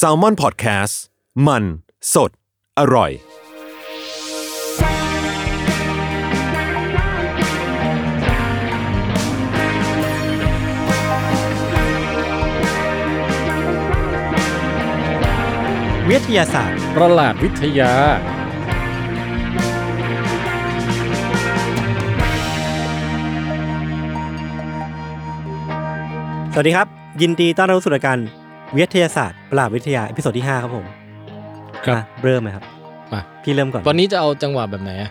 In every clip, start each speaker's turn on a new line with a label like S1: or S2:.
S1: s a l m o n PODCAST มันสดอร่อย
S2: วิทยาศาสตร์
S3: ประหลาดวิทยา
S2: สวัสดีครับ ยินดีต้อนรับสู่รายการวิทยาศาสตร์ประหลาดวิทยาอพิโซดที่ 5 ครับผม
S3: ครับ
S2: อ่ะเริ่มไหมครับ
S3: มา
S2: พี่เริ่มก่อน
S3: วันนี้จะเอาจังหวะแบบไหนอะ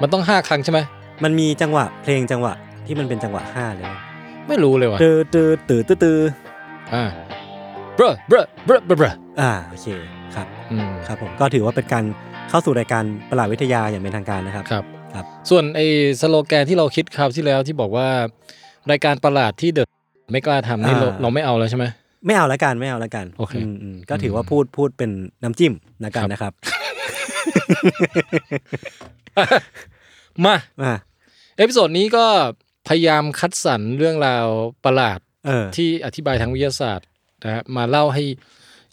S3: มันต้องห้าครั้งใช่ไหม
S2: มันมีจังหวะเพลงจังหวะที่มันเป็นจังหวะ 5 เลยนะ
S3: ไม่รู้เลยว่ะ
S2: ตือตือตือตือตือ
S3: อ่าเบ้อเบ้อเบ้อเบ้อเบ้อ
S2: อ่าโอเคครับ
S3: อืม
S2: ครับผมก็ถือว่าเป็นการเข้าสู่รายการประหลาดวิทยาอย่างเป็นทางการนะครับ
S3: ครับ
S2: ครับ
S3: ส่วนไอ้สโลแกนที่เราคิดคราวที่แล้วที่บอกว่า รายการประหลาดที่เดอะไม่กล้าทำนี่เราเราไม่เอาแล้วใช่ไหม
S2: ไม่เอาละกันไม่เอาละกัน
S3: โอเค
S2: มมก็ถือว่าพูดพูดเป็นน้ำจิ้มละกั
S3: ค
S2: น
S3: รับ
S2: นะครับ
S3: มา
S2: อ่า
S3: เอพิโซดนี้ก็พยายามคัดสรรเรื่องราวประหลาด
S2: เออ
S3: ที่อธิบายทางวิทยาศาสตร์นะฮะมาเล่าให้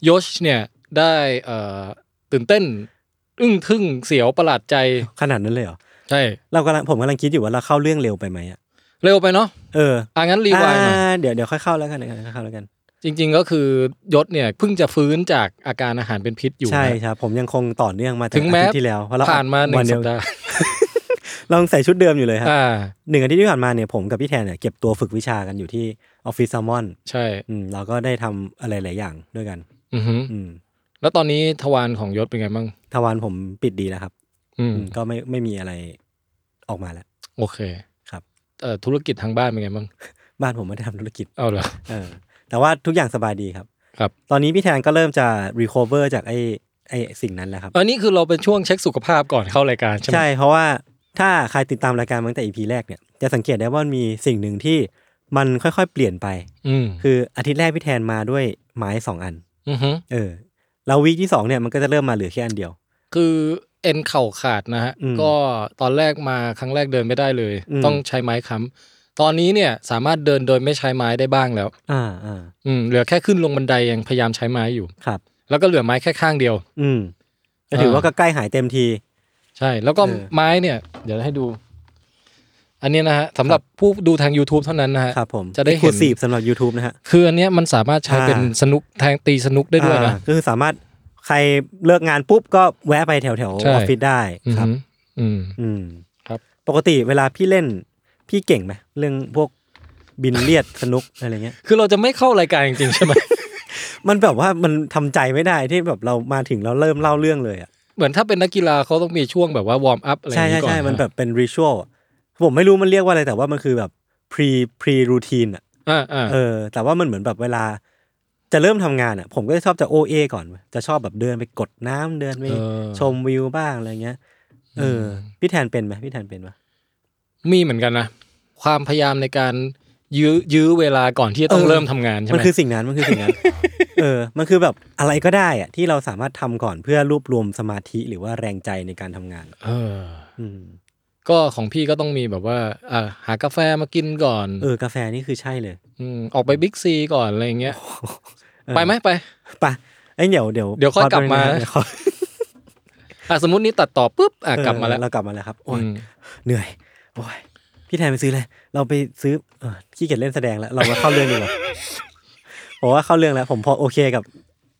S3: ยชเนี่ยได้เอ่อตื่นเต้น อึ้งทึ่งเสียวประหลาดใจ
S2: ขนาดนั้นเลยเหรอ
S3: ใช่
S2: เรากำลังผมกำลังคิดอยู่ว่าเราเข้าเรื่องเร็วไปไหมอ่ะ
S3: เร็วไปเนาะ
S2: เออ
S3: อ่ะงั้นรีวายหน่อย
S2: อ่าเดี๋ยวเดี๋ยวค่อยเข้าแล้วกันเดี๋ยวค่อยเข้าแล้วกัน
S3: จริง ๆ ก็คือยศเนี่ยเพิ่งจะฟื้นจากอาการอาหารเป็นพิษอยู่
S2: ใช่
S3: นะ
S2: ครับผมยังคงต่อเนื่องมาจาก
S3: ถึงแม้
S2: อาทิตย์ที่แล้วเพระเร
S3: ผ่านมาหนึ่
S2: วั
S3: ง
S2: เดี
S3: สั
S2: ยว
S3: ปดาห์
S2: เรายังใส่ชุดเดิมอยู่เลยครับ
S3: อ่า
S2: หนึ่งอาทิตย์ที่ผ่านมาเนี่ยผมกับพี่แทนเนี่ยเก็บตัวฝึกวิชากันอยู่ที่ออฟฟิศแซลมอน
S3: ใช่
S2: อืมเราก็ได้ทำอะไรหลายอย่างด้วยกัน
S3: อือหือ
S2: อืม
S3: แล้วตอนนี้ทวารของยศเป็นไงบ้าง
S2: ทวารผมปิดดีแล้วครับ
S3: อื
S2: อื
S3: ม
S2: มก็ไม่ไม่มีอะไรออกมาแล้ว
S3: โอเค
S2: ครับ
S3: เอ่อธุรกิจทางบ้านเป็นไงบ้าง
S2: บ้านผมไม่ได้ทำธุรกิจ
S3: เอาเหรอ
S2: เออแต่ว่าทุกอย่างสบายดีครับ
S3: ครับ
S2: ตอนนี้พี่แทนก็เริ่มจะรีคอเวอร์จากไอ้ไอ้สิ่งนั้นแล้วครับ
S3: อันนี้คือเราเป็นช่วงเช็คสุขภาพก่อนเข้ารายการใช่ไหม
S2: ใช่เพราะว่าถ้าใครติดตามรายการมาตั้งแต่ EP แรกเนี่ยจะสังเกตได้ว่ามันมีสิ่งหนึ่งที่มันค่อยๆ เปลี่ยนไป
S3: อืม
S2: คืออาทิตย์แรกพี่แทนมาด้วยไม้สองอัน
S3: อือหือ
S2: เออ แล้ววีคที่สองเนี่ยมันก็จะเริ่มมาเหลือแค่อันเดียว
S3: คือเอ็นเข่าขาดนะฮะ
S2: อืม
S3: ก็ตอนแรกมาครั้งแรกเดินไม่ได้เลย
S2: อืม
S3: ต้องใช้ไม้ค้ำตอนนี้เนี่ยสามารถเดินโดยไม่ใช้ไม้ได้บ้างแล้ว
S2: อ่าอ่า
S3: อืมเหลือแค่ขึ้นลงบันไดยังพยายามใช้ไม้อยู่
S2: ครับ
S3: แล้วก็เหลือไม้แค่ข้างเดียว
S2: อืมก็ถือว่าก็ใกล้หายเต็มที
S3: ใช่ แล้วก็
S2: เออ
S3: ไม้เนี่ย เดี๋ยวให้ดู อันเนี้ยนะฮะสำหรับผู้ดูทาง YouTube เท่านั้นนะฮะ
S2: ครับผม
S3: จะได้เห็น
S2: คูสีบสำหรับ YouTube นะฮะ
S3: คืออันเนี้ยมันสามารถใช้เป็น
S2: อ่า
S3: สนุกแทงตีสนุกได้ด้วยนะ
S2: อ่าคือสามารถใครเลิกงานปุ๊บก็แวะไปแถวแถวๆ
S3: ใช่
S2: ออฟฟิศได้
S3: อืม
S2: ครับ
S3: อืม
S2: อืม
S3: ครับ
S2: ปกติเวลาพี่เล่นพี่เก่งไหมเรื่องพวกบินเลียดสนุกอะไรเงี้ย
S3: คือเราจะไม่เข้ารายการจริงๆใช่ไหม
S2: มันแบบว่ามันทำใจไม่ได้ที่แบบเรามาถึงแล้วเริ่มเล่าเรื่องเลยอ่ะ
S3: เหมือนถ้าเป็นนักกีฬาเขาต้องมีช่วงแบบว่าวอร์มอัพอะไรอ
S2: ใช่
S3: ย่างนี้ก่
S2: ใช่
S3: อน
S2: ใช่มัน
S3: นะ
S2: แบบเป็นริชวลผมไม่รู้มันเรียกว่าอะไรแต่ว่ามันคือแบบ pre pre routine อ่ะ
S3: อ่าอ่า
S2: เออ แต่ว่ามันเหมือนแบบเวลา จะเริ่มทำงานอ่ะ ผมก็จะชอบจะโอเอก่อนเว้ยจะชอบแบบเดินไปกดน้ำเดินไป
S3: เออ
S2: ชมวิวบ้างอะไรเงี้ยเอออพี่แทนเป็นไหมพี่แทนเป็นปะ
S3: มีเหมือนกันนะ ความพยายามในการยื้อยื้อเวลาก่อนที่จะต้องเริ่มทำงานใช่
S2: มั
S3: ไห
S2: น
S3: ม
S2: คือสิ่งนั้นมันคือสิ่ง นั้น เออ มันคือแบบอะไรก็ได้อ่ะที่เราสามารถทำก่อนเพื่อรวบรวมสมาธิหรือว่าแรงใจในการทำงาน
S3: เออ
S2: อืม
S3: ก็ของพี่ก็ต้องมีแบบว่าอ่าหากาแฟมากินก่อน
S2: เออกาแฟนี่คือใช่เลย
S3: มออกไปบิ๊กซีก่อนอะไรอย่างเงี้ยไปไหมไป
S2: ไปะไอ้ยเดี๋ยวเดี๋ยว
S3: เดี๋ยวค่อยกลับมา
S2: เดี๋ยวค่อย
S3: อ่ะสมมตินี่ตัดต่อปุ๊บอ่ะกลับมาแล้ว
S2: เออเรากลับมาแล้วครับโอ้ย
S3: อืม
S2: เหนื่อยโอ้ยพี่แทนไปซื้อเลย เราไปซื้อเออขี้เกียจเล่นแสดงแล้ว เรามาเข้าเรื่องดีกว่า ผมว่าเข้าเรื่องแล้ว ผมพอโอเคกับ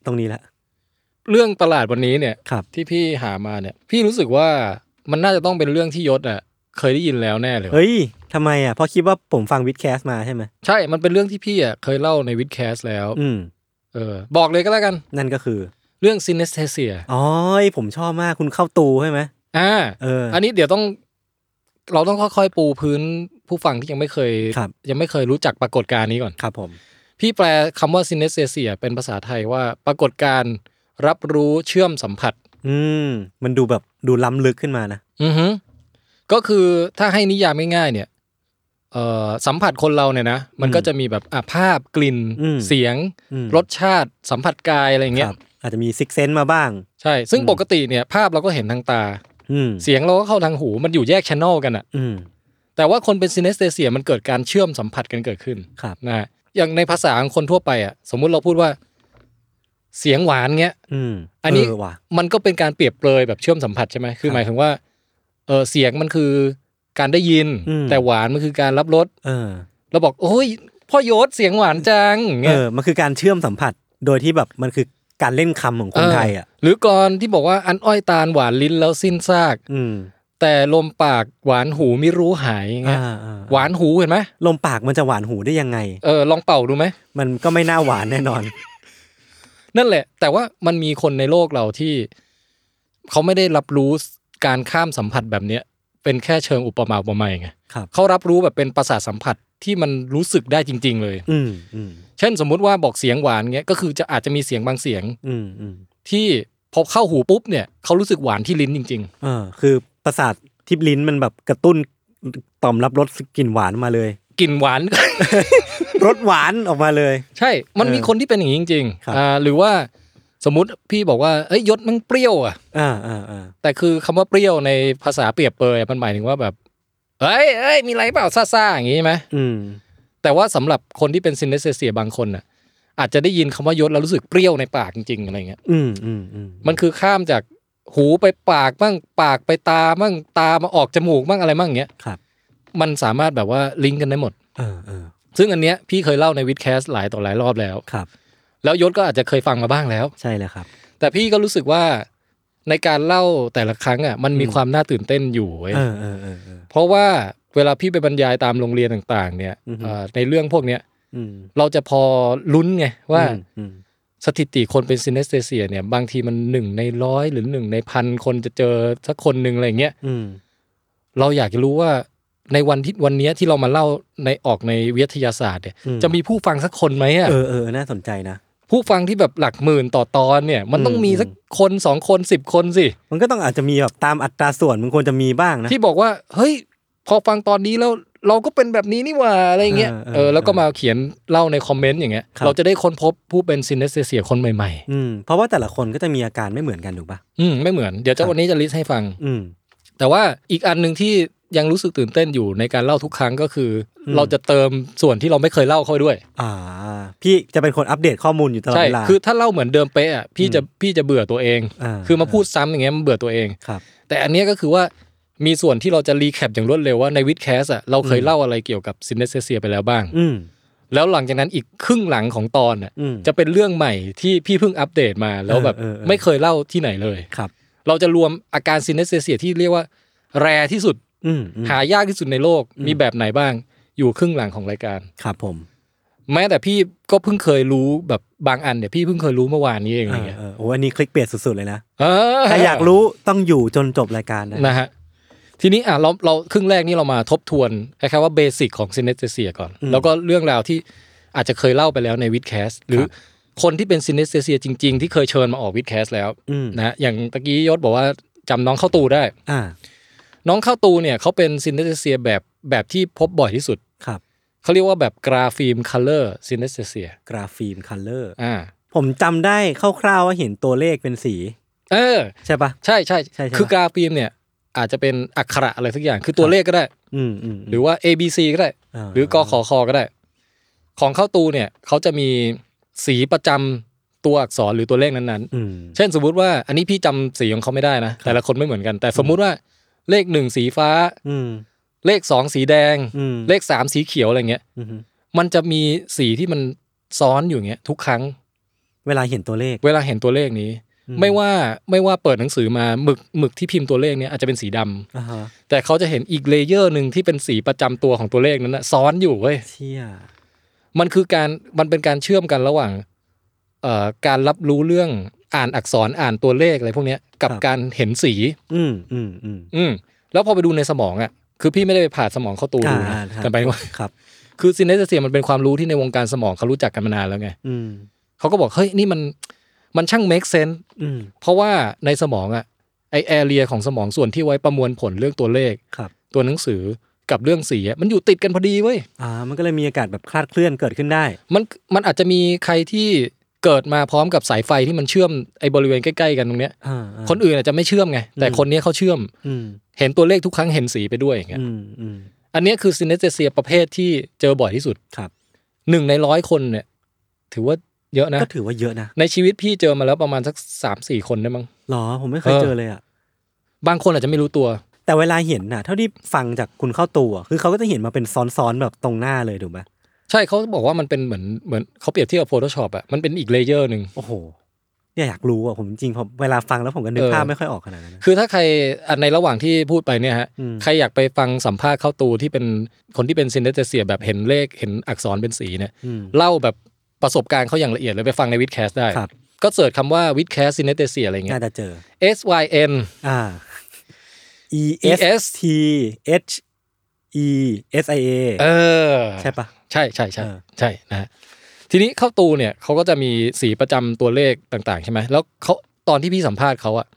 S2: ตรงนี้แล้ว
S3: เรื่องประหลาดวันนี้เนี่ย
S2: ครับ
S3: ที่พี่หามาเนี่ย พี่รู้สึกว่ามันน่าจะต้องเป็นเรื่องที่ยศอ่ะเคยได้ยินแล้วแน่เลย
S2: เฮ้ยทำไมอ่ะเพราะคิดว่าผมฟังวิดแคสมาใช่ไหม
S3: ใช่ มันเป็นเรื่องที่พี่อ่ะเคยเล่าในวิดแคสแล้ว
S2: อืม
S3: เออบอกเลยก็แล้วกัน
S2: นั่นก็คือ
S3: เรื่องซินเนสเทเซีย
S2: อ๋อผมชอบมากคุณเข้าตูใช่ไหม
S3: อ่า
S2: เอออ
S3: อันนี้เดี๋ยวต้องเราต้องค่อยๆปูพื้นผู้ฟังที่ยังไม่เคย
S2: ครับ
S3: ยังไม่เคยรู้จักปรากฏการณ์นี้ก่อน
S2: ครับผม
S3: พี่แปลคำว่า synesthesia เป็นภาษาไทยว่าปรากฏการณ์รับรู้เชื่อมสัมผัส
S2: อืม มันดูแบบดูล้ำลึกขึ้นมานะ
S3: อือฮึก็คือถ้าให้นิยามง่ายๆเนี่ยเอ่อสัมผัสคนเราเนี่ยนะ มันก็จะมีแบบอ่ะภาพกลิ่น
S2: อืม
S3: เสียง
S2: อืม
S3: รสชาติ สัมผัสกายอะไรอย่างเงี้
S2: ค
S3: ย
S2: รับอาจจะมีซิกเซนมาบ้าง
S3: ใช่ ซึ่ง
S2: อืม
S3: ปกติเนี่ยภาพเราก็เห็นทางตา
S2: อืม
S3: เสียงเราก็เข้าทางหูมันอยู่แยกชั n นลกันอะ
S2: อืม
S3: แต่ว่าคนเป็นซินเนสเตเซียมันเกิดการเชื่อมสัมผัสกันเกิดขึ้น
S2: ครับ
S3: นะฮะอย่างในภาษาของคนทั่วไปอะสมมุติเราพูดว่า เสียงหวานเงี้ย
S2: อืม
S3: อันนี้
S2: เว่ะ
S3: มันก็เป็นการเปรียบเปรยแบบเชื่อมสัมผัสใช่ไหม คือ
S2: ครับ
S3: หมายถึงว่า เออเสียงมันคือการได้ยิน
S2: อืม
S3: แต่หวานมันคือการรับรส
S2: เออ
S3: เราบอก โอ้ย พ่อโยศเสียงหวานจัง
S2: เอ
S3: เงี้ย
S2: อ มันคือการเชื่อมสัมผัส โดยที่แบบมันคือการเล่นคำของคนไทยอ่ะ
S3: หรือกรอนที่บอกว่าอันอ้อยตาลหวานลิ้นแล้วสิ้นซาก
S2: อืม
S3: แต่ลมปากหวานหูไม่รู้หายเงี้ย
S2: อ่าอ่
S3: หวานหูเห็นไหม
S2: ลมปากมันจะหวานหูได้ยังไง
S3: เออลองเป่าดูไหม
S2: มันก็ไม่น่าหวานแน่นอน
S3: นั่นแหละ แต่ว่ามันมีคนในโลกเราที่ เขาไม่ได้รับรู้การข้ามสัมผัสแบบเนี้ย เป็นแค่เชิงอุปมาอุปไมยไง
S2: ครับ
S3: เขารับรู้แบบเป็นประสาทสัมผัสที่มันรู้สึกได้จริง ๆ เลย
S2: อืมอืม
S3: เช่น สมมุติว่าบอกเสียงหวานเงี้ยก็คือจะอาจจะมีเสียงบางเสียง
S2: อืมอืม
S3: ที่พอเข้าหูปุ๊บเนี่ยเขารู้สึกหวานที่ลิ้นจริง
S2: เออ คือประสาททิพลิ้นมันแบบกระตุ้นต่อมรับรสกลิ่นหวานมาเลย
S3: ๆกลิ่นหวาน
S2: รสหวานออกมาเลย
S3: ใช่ มัน
S2: เออ
S3: มีคนที่เป็นอย่างนี้จริง
S2: ครับ
S3: ๆอ่าหรือว่าสมมติพี่บอกว่าเอ้ยยศมันเปรี้ยวอ่ะ
S2: อ่าอ่าอ่า
S3: แต่คือคำว่าเปรี้ยวในภาษาเปรียบเปรยอะมันหมายถึงว่าแบบเอ้ยเอ้ยมีอะไรเปล่าซ่าๆอย่างงี้ใช่ไหม
S2: อืม
S3: แต่ว่าสำหรับคนที่เป็นซินเนสเซียบางคนน่ะอาจจะได้ยินคำว่ายศแล้วรู้สึกเปรี้ยวในปากจริงๆอะไรเงี้ย
S2: อืมอืมอืม
S3: มันคือข้ามจากหูไปปากบ้างปากไปตาบ้างตามาออกจมูกบ้างอะไรบ้างอย่างเงี้ย
S2: ครับ
S3: มันสามารถแบบว่าลิงก์กันได้หมด
S2: เออเออ
S3: ซึ่งอันเนี้ยพี่เคยเล่าในวิดแคสหลายต่อหลายรอบแล้ว
S2: ครับ
S3: แล้วยศก็อาจจะเคยฟังมาบ้างแล้ว
S2: ใช่แล้วครับ
S3: แต่พี่ก็รู้สึกว่าในการเล่าแต่ละครั้งอ่ะมันมี
S2: อืม
S3: ความน่าตื่นเต้นอยู่เว้ย
S2: เออเออเออเออ
S3: เพราะว่าเวลาพี่ไปบรรยายตามโรงเรียนต่างๆ เนี่ย
S2: อือฮึ
S3: เอ่อในเรื่องพวกเนี้ย
S2: อืม
S3: เราจะพอลุ้นไงว่า
S2: อืมอืม
S3: สถิติคนเป็นซินเนสเตเซียเนี่ยบางทีมันหนึ่งในร้อยหรือหนึ่งในพันคนจะเจอสักคนหนึ่งอะไรเงี้ย
S2: อืม
S3: เราอยากจะรู้ว่าในวันที่วันเนี้ยที่เรามาเล่าในออกในวิทยาศาสตร์เนี่ย
S2: อืม
S3: จะมีผู้ฟังสักคนไหมอะ
S2: เออเออน่าสนใจนะ
S3: ผู้ฟังที่แบบหลักหมื่นต่อตอนเนี่ยมันต้องมีสักคนสองคนสิบคนสิ
S2: มันก็ต้องอาจจะมีแบบตามอัตราส่วนมันควรจะมีบ้างนะ
S3: ที่บอกว่าเฮ้ยพอฟังตอนนี้แล้วเราก็เป็นแบบนี้นี่หว่าอะไรเงี้ย
S2: เออเออ
S3: เออแล้วก็มาเขียนเล่าในคอมเมนต์อย่างเงี้ย
S2: ครับ
S3: เราจะได้ค้นพบผู้เป็นซินเนสเซียคนใหม่
S2: อืมเพราะว่าแต่ละคนก็จะมีอาการไม่เหมือนกันถูกปะ
S3: ๆ อืมไม่เหมือนเดี๋ยว
S2: ครั
S3: เจ้า
S2: บ
S3: วันนี้จะลิสต์ให้ฟัง
S2: อืม
S3: แต่ว่าอีกอันหนึ่งที่ยังรู้สึกตื่นเต้นอยู่ในการเล่าทุกครั้งก็คือ
S2: อืม
S3: เราจะเติมส่วนที่เราไม่เคยเล่าเข้าไปด้วย
S2: อ่า พี่จะเป็นคนอัปเดตข้อมูลอยู่ตลอด
S3: ใช่
S2: เวลา
S3: คือถ้าเล่าเหมือนเดิมเป๊ะอะพี่จะ
S2: อืม
S3: พี่จะเบื่อตัวเอง
S2: อ่า
S3: คือมาพูดซ้ำอย่างเงี้ยมันเบื่อตัวเอง
S2: ครับ
S3: แต่อันเนี้ยก็คือว่ามีส่วนที่เราจะรีแคปอย่างรวดเร็วว่าในวิดแคสอะเราเคยเล่าอะไรเกี่ยวกับซินเนสเซียไปแล้วบ้าง
S2: อืม
S3: แล้วหลังจากนั้นอีกครึ่งหลังของตอนน่ะ
S2: อืม
S3: จะเป็นเรื่องใหม่ที่พี่เพิ่งอัปเดตมาแล้วแบบ
S2: เออเออเออ
S3: ไม่เคยเล่าที่ไหนเลย
S2: ครับ
S3: เราจะรวมอาการซินเนสเซียที่เรียกว่า แรที่สุด
S2: อืมอืม
S3: หายากที่สุดในโลกมีแบบไหนบ้าง อยู่ครึ่งหลังของรายการ
S2: ครับผม
S3: แม้แต่พี่ก็เพิ่งเคยรู้แบบบางอันเนี่ยพี่เพิ่งเคยรู้เมื่อวานนี้เองอะไรเงี้ย
S2: เออเออโอ้อันนี้คลิกเปียดสุดๆเลยนะ
S3: เออ
S2: ถ้าอยากรู้ต้องอยู่จนจบรายการนะ
S3: นะฮะทีนี้อ่ะเราเราครึ่งแรกนี่เรามาทบทวนคล้ายๆว่าเบสิกของซินเนสเซียก่อน แล้วก็เรื่องราวที่อาจจะเคยเล่าไปแล้วในวิดแคสหรือคนที่เป็นซินเนสเซียจริง ๆ ที่เคยเชิญมาออกวิดแคสแล้ว
S2: อืม
S3: นะฮะอย่างตะกี้ยศบอกว่าจำน้องเข้าตูได้
S2: อ่า
S3: น้องเข้าตูเนี่ยเขาเป็นซินเนสเซียแบบแบบที่พบบ่อยที่สุด
S2: ครับ
S3: เขาเรียกว่าแบบกราฟิล์มคัลเลอร์ซินเนสเซีย
S2: กราฟิล์มคัลเลอร์
S3: อ่า
S2: ผมจำได้คร่าวๆว่าเห็นตัวเลขเป็นสี
S3: เออ
S2: ใช่ปะ
S3: ใช่ใช่
S2: ใช่ใช่
S3: คือกราฟิล์มเนี่ยอาจจะเป็นอักขระอะไรสักอย่างคือตัวเลขก็ได้
S2: อืมอืม
S3: หรือว่า A B C ก็ได้
S2: า
S3: หรือกขคก็ได้ ของเข้าตูเนี่ยเขาจะมีสีประจำตัวอักษรหรือตัวเลขนั้นๆ
S2: อืม
S3: เช่นสมมุติว่าอันนี้พี่จำสีของเขาไม่ได้นะ แต่ละคนไม่เหมือนกัน แต่สมมุติว่าเลขหนึ่งสีฟ้า
S2: อืม
S3: เลขสองสีแดง
S2: อืม
S3: เลขสามสีเขียวอะไรเงี้ย
S2: อืม
S3: มันจะมีสีที่มันซ้อนอยู่เงี้ยทุกครั้ง
S2: เวลาเห็นตัวเลข
S3: เวลาเห็นตัวเลขนี้
S2: อืม
S3: ไม่ว่าไม่ว่าเปิดหนังสือมาหมึกหมึกที่พิมพ์ตัวเลขเนี้ยอาจจะเป็นสีดำ
S2: อ่าฮะ
S3: แต่เขาจะเห็นอีกเลเยอร์หนึ่งที่เป็นสีประจำตัวของตัวเลขนั้นนะซ้อนอยู่เว้ย
S2: เชี่ย
S3: มันคือการมันเป็นการเชื่อมกันระหว่างเอ่อการรับรู้เรื่องอ่านอักษรอ่านตัวเลขอะไรพวกเนี้ยกับการเห็นสี
S2: อืมอืมอืม
S3: อืมแล้วพอไปดูในสมองอ่ะคือพี่ไม่ได้ไปผ่าสมองเข้าตูดูนะ
S2: อ่าครับ
S3: แต่ไปว่า
S2: ครับ
S3: คือซินเนสเซียมันเป็นความรู้ที่ในวงการสมองเขารู้จักกันมานานแล้วไง
S2: อืม
S3: เขาก็บอกเฮ้ยนี่มันมันช่าง make sense
S2: อืม
S3: เพราะว่าในสมองอะไอแอเรียของสมองส่วนที่ไว้ประมวลผลเรื่องตัวเลข
S2: ครับ
S3: ตัวหนังสือกับเรื่องสีอะมันอยู่ติดกันพอดีเว้ย
S2: อ่า มันก็เลยมีอากาศแบบคลาดเคลื่อนเกิดขึ้นได้
S3: มันมันอาจจะมีใครที่เกิดมาพร้อมกับสายไฟที่มันเชื่อมไอ้บริเวณใกล้ๆกันตรงเนี้ย
S2: อ่าอ่า
S3: คนอื่นอาจจะไม่เชื่อมไง แต่คนเนี้ยเขาเชื่อม
S2: อืม
S3: เห็นตัวเลขทุกครั้งเห็นสีไปด้วยอย่างเงี้ย
S2: อืมอืม
S3: อันเนี้ยคือซินเนสเซียประเภทที่เจอบ่อยที่สุด
S2: ครับ
S3: หนึ่งในร้อยคนเนี่ย ถือว่าเยอะนะ
S2: ก็ถือว่าเยอะนะ
S3: ในชีวิตพี่เจอมาแล้วประมาณสักสามสี่คนได้มั้ง
S2: หรอผมไม่เคย
S3: เออ
S2: เจอเลยอ่ะ
S3: บางคนอาจจะไม่รู้ตัว
S2: แต่เวลาเห็นน่ะ เท่าที่ฟังจากคุณเข้าตัวอะคือเขาก็จะเห็นมาเป็นซ้อนๆแบบตรงหน้าเลยถูกไหม
S3: ใช่เขาบอกว่ามันเป็นเหมือนเหมือนเขาเปรียบเทียบกับ Photoshop อะมันเป็นอีกเลเยอร์หนึ่ง
S2: โอ้โห เนี่ยอยากรู้อ่ะผมจริงๆผมเวลาฟังแล้วผมก็นึก
S3: เออ
S2: ภาพไม่ค่อยออกขนาดนั้นนะ
S3: คือถ้าใครอ่ะในระหว่างที่พูดไปเนี่ยฮะ
S2: อืม
S3: ใครอยากไปฟังสัมภาษณ์เข้าตูที่เป็นคนที่เป็นซินเดเซียแบบเห็นเลขเห็นอักษรเป็นสีเนี่ย
S2: อืม
S3: เล่าแบบประสบการณ์เขาอย่างละเอียดเลยไปฟังในวิดแคสได้
S2: ครับ
S3: ก็เสิร์ชคำว่าวิดแคสซินเดเซียอะไรเงี้
S2: น่าย จะเจอ
S3: S Y N
S2: อ่า E S
S3: ES
S2: T H E S I A
S3: เออ
S2: ใช่ปะ
S3: ใช่ใช่ใช่
S2: เออ
S3: ใช่นะฮะทีนี้เข้าตูเนี่ยเขาก็จะมีสีประจำตัวเลขต่างๆใช่ไหมแล้วเขาตอนที่พี่สัมภาษณ์เขาอะ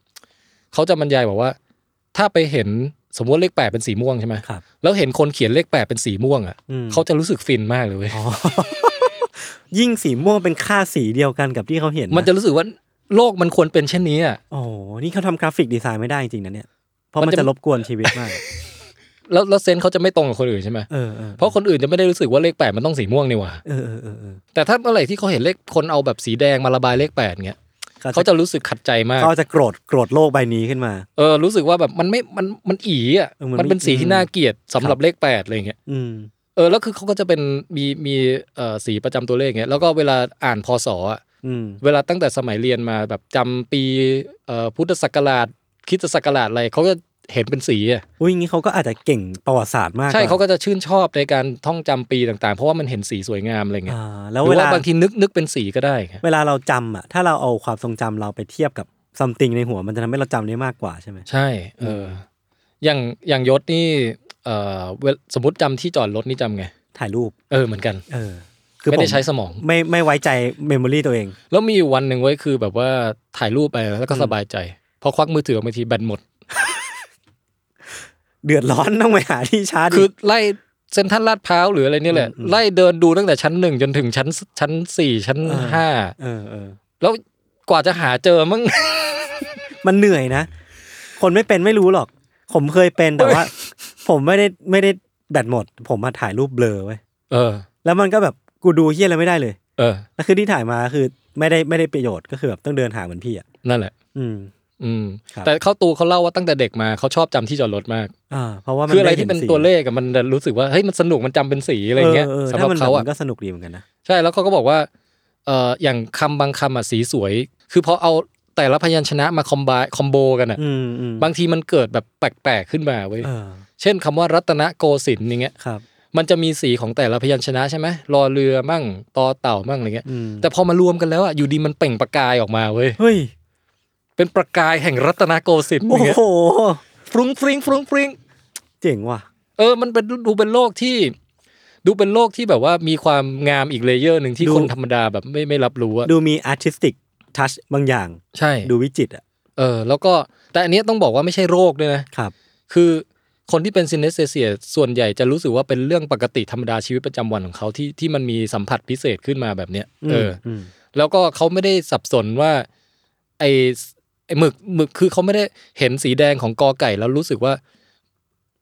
S3: เขาจะบรรยายบอกว่า ถ้าไปเห็นสมมติเลขแปดเป็นสีม่วงใช่ไหม
S2: ครับ
S3: แล้วเห็นคนเขียนเลขแปดเป็นสีม่วงอะ
S2: อืม
S3: เขาจะรู้สึกฟินมากเลยเว้ย
S2: อ๋อ ยิ่งสีม่วงเป็นค่าสีเดียวกันกับที่เขาเห็น
S3: มันจะรู้สึกว่าโลกมันควรเป็นเช่นนี้อะ
S2: โอ้โหนี่เขาทำกราฟิกดีไซน์ไม่ได้จริงๆนะเนี่ย เพราะ
S3: มั
S2: มัน
S3: นจะ
S2: จะรบกวนชีวิตมาก
S3: แล้วแล้วเซนส์เขาจะไม่ตรงกับคนอื่นใช่ไหม
S2: เออเออ
S3: เพราะคนอื่นจะไม่ได้รู้สึกว่าเลขแปดมันต้องสีม่วงนี่หว่า
S2: เออเออเออเออ
S3: แต่ถ้าเมื่อไหร่ที่เขาเห็นเลขคนเอาแบบสีแดงมาระบายเลขแปดเงี้ยเขาจะรู้สึกขัดใจมาก
S2: เขาจะโกรธโกรธโลกใบนี้ขึ้นมา
S3: เออรู้สึกว่าแบบมันไม่ มัน มันอีอ่ะ
S2: เออมันไม่
S3: มันเป็นสีที่น่าเกลียดสำหรับเลขแปดอะไรอย่างเงี้ย
S2: อืม
S3: เออ แล้วคือเขาก็จะเป็น มี มีเอ่อสีประจำตัวเลขเงี้ย แล้วก็เวลาอ่านพศอ่ะ
S2: อืม
S3: เวลาตั้งแต่สมัยเรียนมาแบบจำปีเอ่อพุทธศักราชคริสตศักราชอะไรเขาก็เห็นเป็นสีอ่ะ
S2: อุ้ยงี้เขาก็อาจจะเก่งประวัติศาสตร์มาก
S3: ใช่
S2: ว่
S3: เขาก็จะชื่นชอบในการท่องจำปีต่างๆ เพราะว่ามันเห็นสีสวยงามอะไรเงี้ย
S2: อ่า
S3: ห
S2: แล้ว
S3: รื
S2: เว
S3: อ
S2: ลา
S3: ว่าบางทีนึกนึกเป็นสีก็ได้ครับ
S2: เวลาเราจำอ่ะ ถ้าเราเอาความทรงจำเราไปเทียบกับซัมติงในหัว มันจะทำให้เราจำได้มากกว่าใช่ไหม
S3: ใช่ เออ อย่าง อย่างยศนี่ เอ่อเวลสมมติจำที่จอดรถนี่จำไง
S2: ถ่ายรูป
S3: เออ เหมือนกัน
S2: เออ คือ
S3: ไม่
S2: ผม
S3: ได้ใช้สมอง
S2: ไม่ไม่ไว้ใจเมมโมรีตัวเอง
S3: แล้วมีอยู่วันหนึ่งไว้ยคือแบบว่าถ่ายรูปไปแล้วก็สบายใจ พอควักมือถือออกมาทีแบตหมด
S2: เดือดร้อน ต้องไปหาที่ชาร์จ
S3: คือ
S2: อีก
S3: ไล่เซ็นทรัลลาดพร้าวหรืออะไรเนี่ยแหละ
S2: อืมอืม
S3: ไล่เดินดูตั้งแต่ชั้นหนึ่งจนถึงชั้นชั้นสี่ชั้น
S2: อ่า
S3: ห้า
S2: เออเออ
S3: แล้วกว่าจะหาเจอมั้ง
S2: มันเหนื่อยนะ คนไม่เป็นไม่รู้หรอก ผมเคยเป็นแต่ว่า ผมไม่ได้ไม่ได้แบตหมด ผมมาถ่ายรูปเบลอไว้ย
S3: เออ
S2: แล้วมันก็แบบกูดูเฮี้ยอะไรไม่ได้เลย
S3: เออ
S2: แล้วคือที่ถ่ายมาคือไม่ได้ไม่ได้ประโยชน์ก็คือแบบต้องเดินหาเหมือนพี่อ่ะ
S3: นั่นแหละ
S2: อืม
S3: อืม
S2: ครับ
S3: แต่เข้าตูเขาเล่าว่าตั้งแต่เด็กมาเขาชอบจำที่จอดรถมาก
S2: อ่าเพราะว่ามั
S3: คืออะไรที่
S2: ด้
S3: เป็
S2: ห็
S3: น
S2: สี
S3: ตัวเลขอะมันรู้สึกว่าเฮ้ยมันสนุกมันจำเป็นสีอะไรอย่างเงี้ยสำห
S2: ถ้
S3: รับ
S2: มัน
S3: เขา
S2: แบบ
S3: อะ
S2: มันก็สนุกดีเหมือนกันนะ
S3: ใช่แล้วเขาก็บอกว่าเอ่ออย่างคำบางคำอ่ะสีสวย คือพอเอาแต่ละพยัญชนะมาคอมบคอมโบกันอ่ะ
S2: อืมอืม
S3: บางทีมันเกิดแบบแปลกๆขึ้นมาเว้ย
S2: เออ
S3: เช่นคำว่ารัตนโกสินทร์อย่างเงี้ย
S2: ครับ
S3: มันจะมีสีของแต่ละพยัญชนะใช่ไหมรอเรือมั่งต่อเต่ามั่งอะไรเงี้ย
S2: อืม
S3: แต่พอมารวมกันแล้วอ่ะอยู่ดีมันเปล่งประกายออกมาเว้ย
S2: เฮ้ย
S3: เป็นประกายแห่งรัตนโกสินทร์อ
S2: โอ้
S3: ย่างเงี้ย
S2: โห
S3: ฟรุ้งฟริ้งฟรุ้งฟริ้ง
S2: เจ๋งว่ะ
S3: เออมันเป็นดูเป็นโลกที่ ดูเป็นโลกที่แบบว่ามีความงามอีกเลเยอร์หนึ่งที่
S2: ดู
S3: คนธรรมดาแบบไม่ไม่รับรู้อะ
S2: ดูมีอาร์ติสติกทัชบางอย่าง
S3: ใช่
S2: ดูวิจิตรอ่ะ
S3: เออแล้วก็แต่อันเนี้ยต้องบอกว่าไม่ใช่โรคด้วยนะครับ คือคนที่เป็นซินเนสเซียส่วนใหญ่จะรู้สึกว่าเป็นเรื่องปกติธรรมดาชีวิตประจำวันของเขาที่ที่มันมีสัมผัสพิเศษขึ้นมาแบบเนี้ยเอออ
S2: ม
S3: แล้วก็เขาไม่ได้สับสนว่าไอไอหมึกหมึกคือเขาไม่ได้เห็นสีแดงของกอไก่แล้วรู้สึกว่า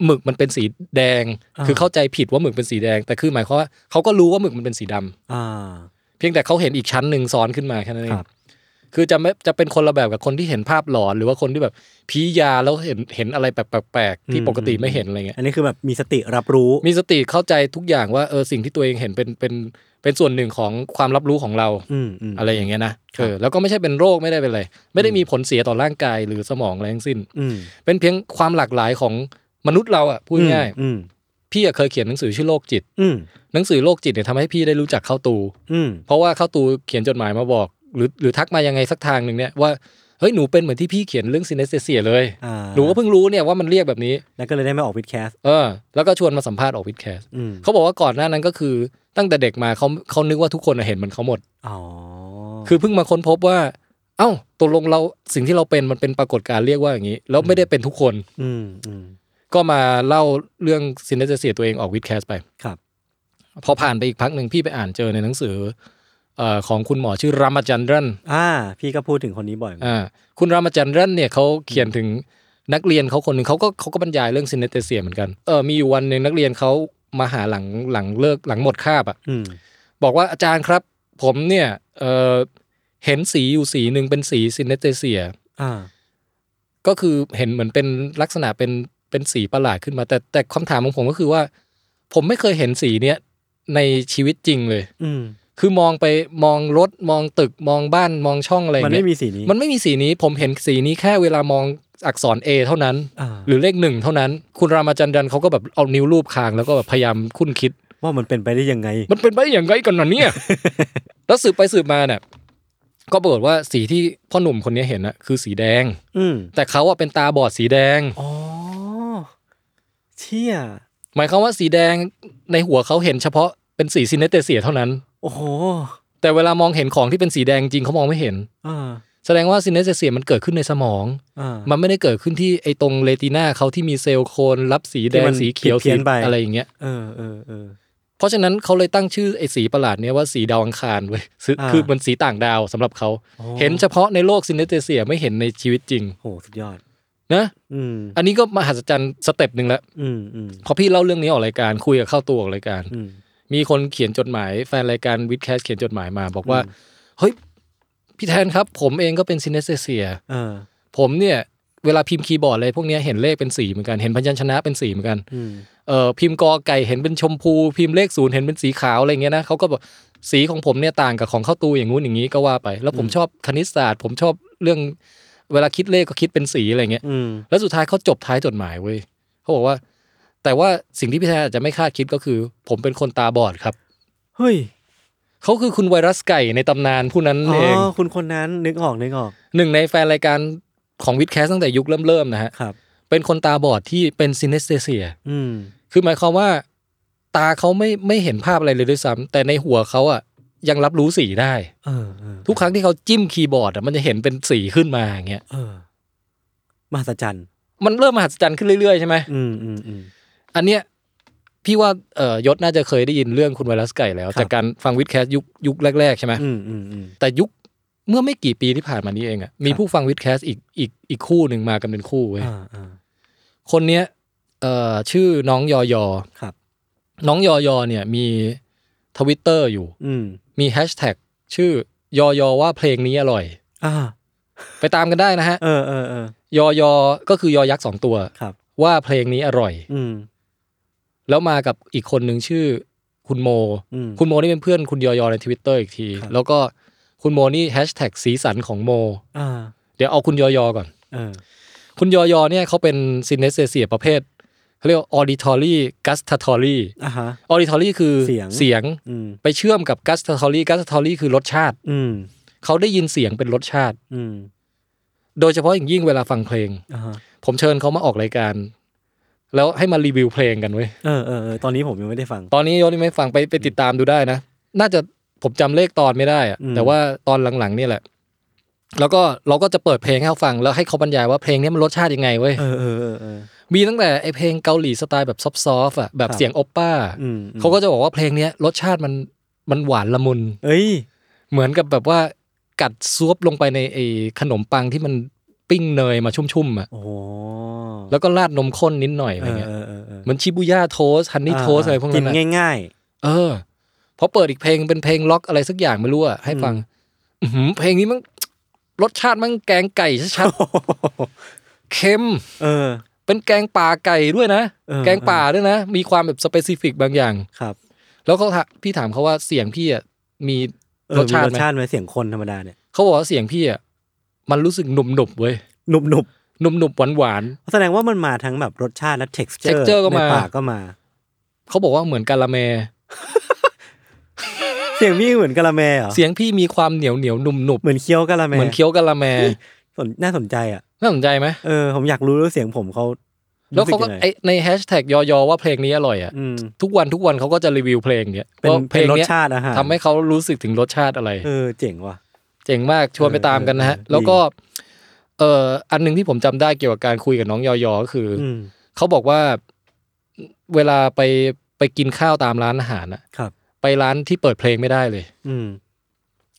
S3: หมึกมันเป็นสีแดง
S2: อ่า
S3: คือเข้าใจผิดว่าหมึกเป็นสีแดง แต่คือหมายความว่าเขาก็รู้ว่าหมึกมันเป็นสีดำ
S2: อ่า
S3: เพียงแต่เขาเห็นอีกชั้นหนึ่งซ้อนขึ้นมาแค่นั้นเอ
S2: ค
S3: ง
S2: รับ
S3: คือจะไม่จะเป็นคนละแบบกับคนที่เห็นภาพหลอน หรือว่าคนที่แบบพียาแล้วเห็นเห็นอะไรแปลกๆที่ปกติไม่เห็นอะไรเงี้ย
S2: อันนี้คือแบบมีสติรับรู้
S3: มีสติเข้าใจทุกอย่างว่าเออสิ่งที่ตัวเองเห็นเป็นเป็นเป็นส่วนหนึ่งของความรับรู้ของเรา
S2: อืมอืม
S3: อะไรอย่างเงี้ยนะ
S2: ครับ
S3: เออแล้วก็ไม่ใช่เป็นโรคไม่ได้เป็นอะไร ไม่ได้มีผลเสียต่อร่างกายหรือสมองอะไรทั้งสิ้น
S2: อืม
S3: เป็นเพียงความหลากหลายของมนุษย์เราอ่ะพูดง่าย
S2: อืม
S3: ๆพี่อะเคยเขียนหนังสือชื่อโรคจิต
S2: อืม
S3: หนังสือโรคจิตเนี่ยทำให้พี่ได้รู้จักเข้าตู
S2: อืม
S3: เพราะว่าเข้าตูเขียนจดหมายมาบอก หรือหรือทักมายังไงสักทางหนึ่งเนี่ยว่า เฮ้ยหนูเป็นเหมือนที่พี่เขียนเรื่องซินเนสเซียเลย
S2: อ่า
S3: หนูก็เพิ่งรู้เนี่ยว่ามันเรียกแบบนี้
S2: แล้วก็เลยได้มาออกวิดแคส
S3: เออ แล้วก็ชวนมาสัมภาษณ์ออกวิดแคส
S2: อืม
S3: เขาบอกว่าก่อนหน้านั้นก็คือตั้งแต่เด็กมาเขาเขานึกว่าทุกคนน่ะเห็นมันเขาหมด
S2: อ๋อ
S3: คือเพิ่งมาค้นพบว่า เอ้าตกลงเราสิ่งที่เราเป็นมันเป็นปรากฏการณ์เรียกว่าอย่างนี้ แล้วไม่ได้เป็นทุกคน
S2: อืมอืม
S3: ก็มาเล่าเรื่องซินเนสเซียตัวเองออกวิดแคสไป
S2: ครับ
S3: พอผ่านไปอีกพักหนึ่งพี่ไปอ่านเจอในหนังสือเอ่อของคุณหมอชื่อรามาจันดรัน
S2: อ่า พี่ก็พูดถึงคนนี้บ่อยเหมือนกัน
S3: อ่าคุณรามาจันดรันเนี่ยเขาเขียนถึงนักเรียนเขาคนหนึ่งเขาก็เขาก็บรรยายเรื่องซินเนสเซียเหมือนกันเออมีอยู่วันหนึ่งนักเรียนเขามาหาหลังหลังเลิกหลังหมดคาบอ่ะ
S2: อืม
S3: บอกว่าอาจารย์ครับ ผมเนี่ยเอ่อเห็นสีอยู่สีหนึ่งเป็นสีซินเนสเซีย
S2: อ่า
S3: ก็คือเห็นเหมือนเป็นลักษณะเป็นเป็นสีประหลาดขึ้นมา แต่แต่คำถามของผมก็คือว่า ผมไม่เคยเห็นสีเนี้ยในชีวิตจริงเลย
S2: อืม
S3: คือมองไปมองรถมองตึกมองบ้านมองช่องอะไรอ
S2: มั
S3: ย่าน ง
S2: ไม่
S3: เงี้ย
S2: มีสีนี้
S3: มันไม่มีสีนี้ผมเห็นสีนี้แค่เวลามองอักษร A เท่านั้น
S2: อ่า
S3: หรือเลขหนึ่งเท่านั้น คุณรามาจันดันเขาก็แบบเอานิ้วรูปคางแล้วก็แบบพยายามคุ้นคิด
S2: ว่ามันเป็นไปได้ยังไง
S3: มันเป็นไปได้อย่างไรกันนะเนี่ย แล้วสืบไปสืบมาเนี่ยก็ปรากฏว่าสีที่พ่อหนุ่มคนนี้เห็นนะคือสีแดง
S2: อืม
S3: แต่เขาอะเป็นตาบอดสีแดง
S2: อ๋อเชี่ย
S3: หมายความว่าสีแดงในหัวเขาเห็นเฉพาะเป็นสีซินเนสเตเซียเท่านั้น
S2: โอ้โห
S3: แต่เวลามองเห็นของที่เป็นสีแดงจริงเขามองไม่เห็น
S2: อ่า
S3: แสดงว่าซินเนสเตเซียมันเกิดขึ้นในสมอง
S2: อ่า
S3: มันไม่ได้เกิดขึ้นที่ไอ้ตรงเลติน่าเขาที่มีเซลล์โคนรับสีแด
S2: ที่
S3: ง
S2: มัน
S3: สีเขียว
S2: ผิดเพี้
S3: สี
S2: ยนไป
S3: อะไรอย่างเงี้ย
S2: เออเออเออ
S3: เพราะฉะนั้นเขาเลยตั้งชื่อไอ้สีประหลาดเนี้ยว่าสีดาวอังคารเว้ยซึ่ง
S2: อ่า
S3: คือมันสีต่างดาวสำหรับเขา
S2: โอ้
S3: เห็นเฉพาะในโลกซินเนสเตเซียไม่เห็นในชีวิตจริง
S2: โหสุดยอด
S3: นะ
S2: อืม
S3: อันนี้ก็มหัศจรรย์สเต็ปหนึ่งแล้ว
S2: อืมอืม
S3: พอพี่เล่าเรื่องนี้ออกรายการคุยกับเข้าตัวออกรายการ
S2: อืม
S3: มีคนเขียนจดหมายแฟนรายการวิดแคสเขียนจดหมายมา บอกว่า เฮ้ย พี่แทนครับ ผมเองก็เป็นซินเนสเซีย
S2: เออ
S3: ผมเนี่ย เวลาพิมพ์คีย์บอร์ดอะไรพวกเนี้ยเห็นเลขเป็นสีเหมือนกันเห็นพยัญชนะเป็นสีเหมือนกัน
S2: อืม
S3: เอ่อพิมพ์กอไก่เห็นเป็นชมพู พิมพ์เลขศูนย์เห็นเป็นสีขาวอะไรเงี้ยนะเขาก็บอกสีของผมเนี่ยต่างกับของเข้าตูอย่างงู้นอย่างนี้ก็ว่าไป แล้วผมชอบคณิตศาสตร์ ผมชอบเรื่อง เวลาคิดเลขก็คิดเป็นสีอะไรเงี้ย
S2: อืม
S3: แล้วสุดท้ายเขาจบท้ายจดหมายเว้ยเขาบอกว่า แต่ว่าสิ่งที่พี่แทนอาจจะไม่คาดคิดก็คือ ผมเป็นคนตาบอดครับ
S2: เฮ้ย
S3: เขาคือคุณไวรัสไก่ในตำนานผู้นั้น
S2: อ๋อ
S3: เอง
S2: คุณคนนั้นนึกออกนึกออก
S3: หนึ่งในแฟนรายการของวิดแคสตั้งแต่ยุคเริ่มๆนะฮะ
S2: ครับ
S3: เป็นคนตาบอดที่เป็นซินเนสเตเซีย
S2: อืม
S3: คือหมายความว่าตาเขาไม่ไม่เห็นภาพอะไรเลยด้วยซ้ำแต่ในหัวเขาอะยังรับรู้สีได้
S2: เออเออ
S3: ทุกครั้งที่เขาจิ้มคีย์บอร์ดอะมันจะเห็นเป็นสีขึ้นมาอย่างเงี้ย
S2: เออมหัศจรรย์
S3: มันเริ่มมหัศจรรย์ขึ้นเรื่อยๆใช่ไหม
S2: อืมอืมอืม
S3: อันเนี้ยพี่ว่าเอ่อยศน่าจะเคยได้ยินเรื่องคุณไวรัสไก่แล้ว
S2: ครับ
S3: จากการฟังวิดแคสยุคยุคแรกๆใช่ไหม
S2: อืมอืมอืม
S3: แต่ยุคเมื่อไม่กี่ปีที่ผ่านมานี้เองอะมี
S2: ครับ
S3: ผู้ฟังวิดแคสอีกอีกอีกคู่หนึ่งมากันเป็นคู่เว้ย
S2: อ่าอ่า
S3: คนเนี้ยเอ่อชื่อน้องยอยอ
S2: ครับ
S3: น้องยอยอเนี่ยมีทวิตเตอร์อยู่
S2: อืม
S3: มีแฮชแท็กชื่อยอยอว่าเพลงนี้อร่อย
S2: อ่า
S3: ไปตามกันได้นะฮะ
S2: เออเออเออย
S3: อยอก็คือยอยักษ์สองตัว
S2: ครับ
S3: ว่าเพลงนี้อร่อย
S2: อืม
S3: แล้วมากับอีกคนหนึ่งชื่อคุณโม
S2: อืม
S3: คุณโมนี่เป็นเพื่อนคุณยอยอในทวิตเตอร์อีกที
S2: ครับ
S3: แล้วก็คุณโมนี่แฮชแท็กสีสันของโม
S2: อ่า
S3: เดี๋ยวเอาคุณยอยอก่อน
S2: เออ
S3: คุณยอยอเนี่ยเขาเป็นซินเนสเซเซียประเภทเขาเรียกออดิทอรี่กัสทัทอรี่
S2: อ่าฮะ
S3: ออดิทอรี่คือ
S2: เสียง
S3: ง
S2: อืม
S3: ไปเชื่อมกับกัสทัทอรี่กัสทัทอรี่คือรสชาติ
S2: อืม
S3: เขาได้ยินเสียงเป็นรสชาติ
S2: อืม
S3: โดยเฉพาะอย่างยิ่งเวลาฟังเพลง
S2: อ่าฮะ
S3: ผมเชิญเขามาออกรายการ แล้วให้มารีวิวเพลงกันเว้ย
S2: เออเออเออตอนนี้ผมยังไม่ได้ฟัง
S3: ตอนนี้ยศนี่ไม่ฟังไปไปติดตามดูได้นะ น่าจะผมจำเลขตอนไม่ได้อะ
S2: อืม
S3: แต่ว่าตอนหลังๆนี่แหละ แล้วก็เราก็จะเปิดเพลงให้เขาฟังแล้วให้เขาบรรยายว่าเพลงเนี้มันรสชาติยังไงเว้ย
S2: เออเออเออเออ
S3: มีตั้งแต่ไอเพลงเกาหลีสไตล์แบบซอฟต์ๆอ่ะแบบ
S2: ครับ
S3: เสียงโอปป้า
S2: อืมอืม
S3: เขาก็จะบอกว่าเพลงเนี้ยรสชาติมันมันหวานละมุน
S2: เอ้ย
S3: เหมือนกับแบบว่ากัดซวบลงไปในไอขนมปังที่มันปิ้งเนยมาชุ่มๆอ่ะ
S2: โอ้
S3: แล้วก็ราดนมข้นนิดหน่อย
S2: เอ
S3: อะไร
S2: อ
S3: เงี้ย
S2: เออเออเออ
S3: เหมือนชิบูย่าโทสฮันนี่โทสอะไรพวกนั้น
S2: กิ
S3: อะ
S2: นง่าย
S3: เออพอเปิดอีกเพลงเป็นเพลงล็อกอะไรสักอย่างไม่รู้อ่ะให้ฟังอื้อหือเพลงนี้มันรสชาติมันแกงไก่ชัด
S2: ๆ
S3: ๆเค็ ม
S2: เออ
S3: เป็นแกงป่าไก่ด้วยนะ
S2: เออ
S3: แกงป่าด้วยนะ มีความแบบสเปซิฟิกบางอย่าง
S2: ครับ
S3: แล้วเขาถามพี่ถามเขาว่าเสียงพี่อ่ะมี
S2: เออ
S3: รสชาติ
S2: มี
S3: ไหม
S2: รสชาติไหมเสียงคนธรรมดาเนี่ย
S3: เขาบอกว่าเสียงพี่อ่ะมันรู้สึกหนุบหนุบๆเว้ย
S2: หนุบหนุบ
S3: หนุบหนุบหวานหวาน
S2: ๆแสดงว่ามันมาทั้งแบบรสชาติและ texture,
S3: texture ก็มา
S2: ในปากก็มา
S3: ๆเขาบอกว่าเหมือนกะละแม
S2: เสียงพี่เหมือนกะละแมเหรอ
S3: เสียงพี่มีความเหนียวเหนียวหนุ่มหนุบ
S2: เหมือนเคี้ยวกะละแม
S3: เหมือนเคี้ยวกะละแม
S2: สนน่าสนใจอ่ะ
S3: น่าสนใจไหม
S2: เออผมอยากรู้ว่าเสียงผมเขา
S3: แล้วเขาก็
S2: รู้สึยังไง
S3: ไอ้ในแฮชแท็กยอยอว่าเพลงนี้อร่อยอ่ะ
S2: อืม
S3: ทุกวันทุกวันเขาก็จะรีวิวเพลงเนี้ย
S2: เป็น
S3: ว่าเพลง
S2: เป็นร
S3: เนี้ย
S2: สชาติอาหาร
S3: ทำให้เขารู้สึกถึงรสชาติอะไร
S2: เออเจ๋งว่ะ
S3: เจ๋งมากชวนไปตามกันนะฮะ
S2: เออเออ
S3: แล้วก็ เอออันหนึ่งที่ผมจำได้เกี่ยวกับการคุยกับน้องยอยอก็คืออ
S2: อืม
S3: เขาบอกว่าเวลาไปไปกินข้าวตามร้านอาหารอะ
S2: ครับ
S3: ไปร้านที่เปิดเพลงไม่ได้เลย
S2: อืม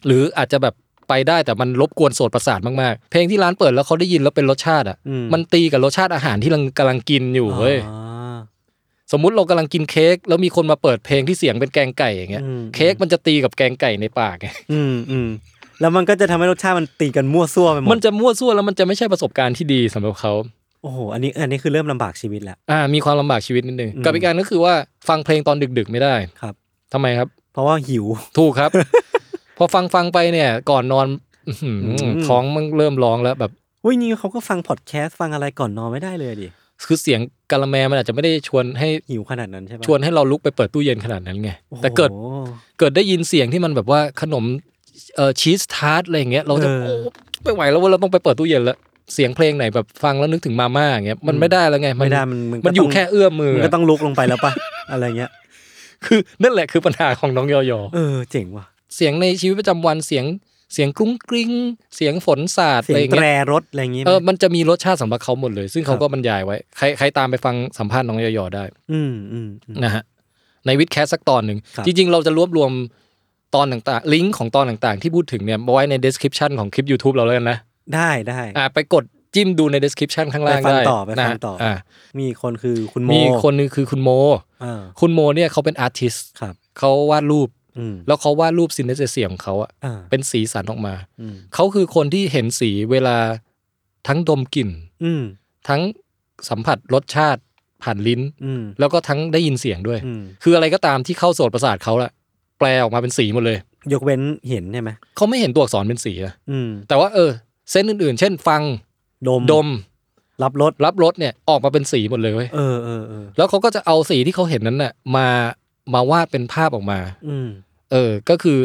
S3: หรืออาจจะแบบไปได้แต่มันรบกวนโสตประสาทมากๆ เพลงที่ร้านเปิดแล้วเขาได้ยินแล้วเป็นรสชาติอ่ะ
S2: อืม
S3: มันตีกับรสชาติอาหารที่กำลังกินอยู่เว้ย
S2: อ๋อ
S3: สมมุติเรากำลังกินเค้กแล้วมีคนมาเปิดเพลงที่เสียงเป็นแกงไก่อย่างเงี้ย
S2: อืม
S3: เค้กมันจะตีกับแกงไก่ในปากไง
S2: อืมอืมแล้วมันก็จะทำให้รสชาติมันตีกันมั่วซั่วไปหมด
S3: มันจะมั่วซั่วแล้วมันจะไม่ใช่ประสบการณ์ที่ดีสำหรับเขา
S2: โอ้โหอันนี้อันนี้คือเริ่มลำบากชีวิตแล้ว
S3: อ่ามีความลำบากชีวิตนิดนึง
S2: อืม
S3: กับอีกการก็คือว่าฟังเพลงตอนดึกๆไม่ได้
S2: ครับ
S3: ทำไมครับ
S2: เพราะว่าหิว
S3: ถูกครับ พอฟังฟังไปเนี่ย ก่อนนอนอื้อหือ
S2: อืม
S3: ท้องมันเริ่มร้องแล้วแบบ
S2: อุ้ยนี่เขาก็ฟังพอดแคสต์ฟังอะไรก่อนนอนไม่ได้เลยดิ
S3: คือเสียงกะละแมมันอาจจะไม่ได้ชวนให้
S2: หิวขนาดนั้นใช่ปะ
S3: ชวนให้เราลุกไปเปิดตู้เย็นขนาดนั้นไง
S2: โอ้โห
S3: แต่เกิด เกิดได้ยินเสียงที่มันแบบว่าขนมเอ่อชีสทาร์ตอะไรอย่างเงี้ยเราจะ
S2: เออ
S3: โอ้ไม่ไหวแล้วเว่าเราต้องไปเปิดตู้เย็นแล้วเสียงเพลงไหนแบบฟังแล้วนึกถึงมาม่าอย่างเงี้ยมันไม่ได้แล้วไง
S2: ไม่ได้มันก็
S3: มันอยู่
S2: ต้ง
S3: แค่เอื้อมมือ
S2: มันก็ต้องลุกลงไปแล้วปะ อะไรเงี้ย
S3: คือนั่นแหละคือปัญหาของน้องยอยอ
S2: เออเจ๋งว่ะ
S3: เสียงในชีวิตประจำวันเสียงเสียงกรุ้งกริ้งเสียงฝนสาด
S2: เสี
S3: อะ
S2: ย
S3: ไรง อย่าง
S2: แตร
S3: เงี้ย
S2: รถอะไรเงงี้ย
S3: เออมันจะมีรสชาติสำหรับเขาหมดเลย ซึ่งเขาก็บรรยายไว้ใครใครตามไปฟังสัมภาษณ์น้องยอยอได้
S2: อืมอืมอืม
S3: นะฮะในวิดแคสสักตอนหนึ่ง
S2: ครับ
S3: จริงๆ เราจะรวบรวมตอนต่างๆ ลิงก์ของตอนต่างๆ ที่พูดถึงเนี่ยมาไว้ใน description ของคลิป YouTube เราแล้วกันนะ
S2: ได้ได้
S3: อ่ะไปกดจิ้มดูใน description ข้างล่าง
S2: ไปฟัง
S3: ได้
S2: ต่อไปฟัง
S3: นะ
S2: ต่ออ่
S3: อ่ะ
S2: มีคนคือคุณโม
S3: มีคนหนึงคือคุณโม
S2: เออ
S3: คุณโมเนี่ยเขาเป็นอาร์ติส
S2: ครับ
S3: เขาวาดรูป
S2: อืม
S3: แล้วเขาวาดรูปซินเนสเซียของเขาอะ
S2: อ่า
S3: เป็นสีสันออกมา
S2: อืม
S3: เขาคือคนที่เห็นสีเวลาทั้งดมกลิ่น
S2: อืม
S3: ทั้งสัมผัสรสชาติผ่านลิ้น
S2: อืม
S3: แล้วก็ทั้งได้ยินเสียงด้วย
S2: อืม
S3: คืออะไรก็ตามที่เข้าโสตประสาทเขาละแปลออกมาเป็นสีหมดเลย
S2: ยกเว้นเห็นใช่ไหม
S3: เขาไม่เห็นตัวอักษรเป็นสีนะ
S2: อืม
S3: แต่ว่าเออ เส้นอื่นๆ เช่น ฟัง
S2: ดม
S3: ดม
S2: รับรส
S3: รับรสเนี่ยออกมาเป็นสีหมดเลยเว้ย
S2: เออเออเออ
S3: แล้วเขาก็จะเอาสีที่เขาเห็นนั้นน่ะมามาวาดเป็นภาพออกมา
S2: อืม
S3: เออ ก็คือ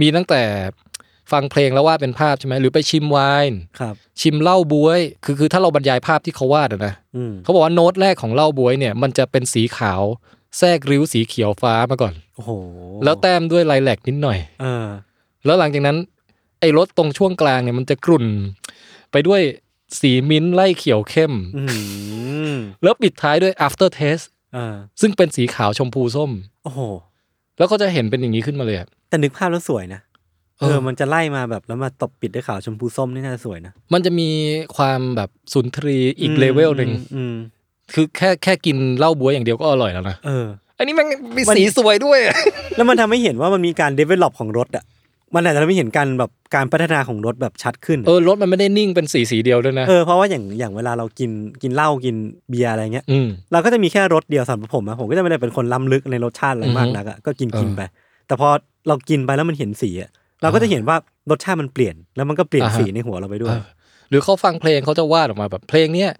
S3: มีตั้งแต่ฟังเพลงแล้ววาดเป็นภาพใช่ไหมหรือไปชิมไวน์
S2: ครับ
S3: ชิมเหล้าบวย คือคือถ้าเราบรรยายภาพที่เขาวาดอะนะ
S2: อืม
S3: เขาบอกว่าโน้ตแรกของเหล้าบวยเนี่ยมันจะเป็นสีขาวแทรกริ้วสีเขียวฟ้ามาก่อน
S2: โอ้โห
S3: แล้วแต้มด้วยลายแหลกนิดหน่อย
S2: เออ
S3: แล้วหลังจากนั้น ไอ้รถตรงช่วงกลางเนี่ยมันจะกรุ่น ไปด้วยสีมิ้นท์ไล่เขียวเข้ม
S2: อืม
S3: แล้วปิดท้ายด้วย after taste
S2: เออ
S3: ซึ่งเป็นสีขาวชมพูส้ม
S2: โอ้โห
S3: แล้วก็จะเห็นเป็นอย่างนี้ขึ้นมาเลยอะ
S2: แต่นึกภาพแล้วสวยนะ
S3: เอ
S2: เอ
S3: อ
S2: อ มันจะไล่มาแบบแล้วมาตบปิดด้วยขาวชมพูส้มนี่น่าจะสวยนะ
S3: มันจะมีความแบบสุนทรีย์อีก
S2: ม
S3: เลเวลหนึ่ง
S2: อืม
S3: คือแค่แค่กินเหล้าบ๊วยอย่างเดียวก็อร่อยแล้วนะ
S2: เออ
S3: อันนี้มันมีสีสวยด้วย
S2: แล้วมันทำให้เห็นว่ามันมีการ develop ของรถอ่ะ มันอาจจะทำให้เห็นการแบบการพัฒนาของรถแบบชัดขึ้น
S3: เออรถมันไม่ได้นิ่งเป็นสีสีเดียวด้วยนะ
S2: เออ เพราะว่าอย่างอย่างเวลาเรากินกินเหล้ากินเบียร์อะไรเงี้ย
S3: อืม
S2: เราก็จะมีแค่รสเดียวสำหรับผมอะผมก็จะไม่ได้เป็นคนล้ำลึกในรสชาติอะไรมากนักอะก็กินกินไป แต่พอเรากินไปแล้วมันเห็นสีอะเราก็จะเห็นว่ารสชาติมันเปลี่ยน แล้วมันก็เปลี่ยน
S3: อ่าฮะ
S2: สีในหัวเราไปด้วย
S3: หรือเขาฟังเพลงเขาจะวาดออกมาแบบเพลงเนี้ย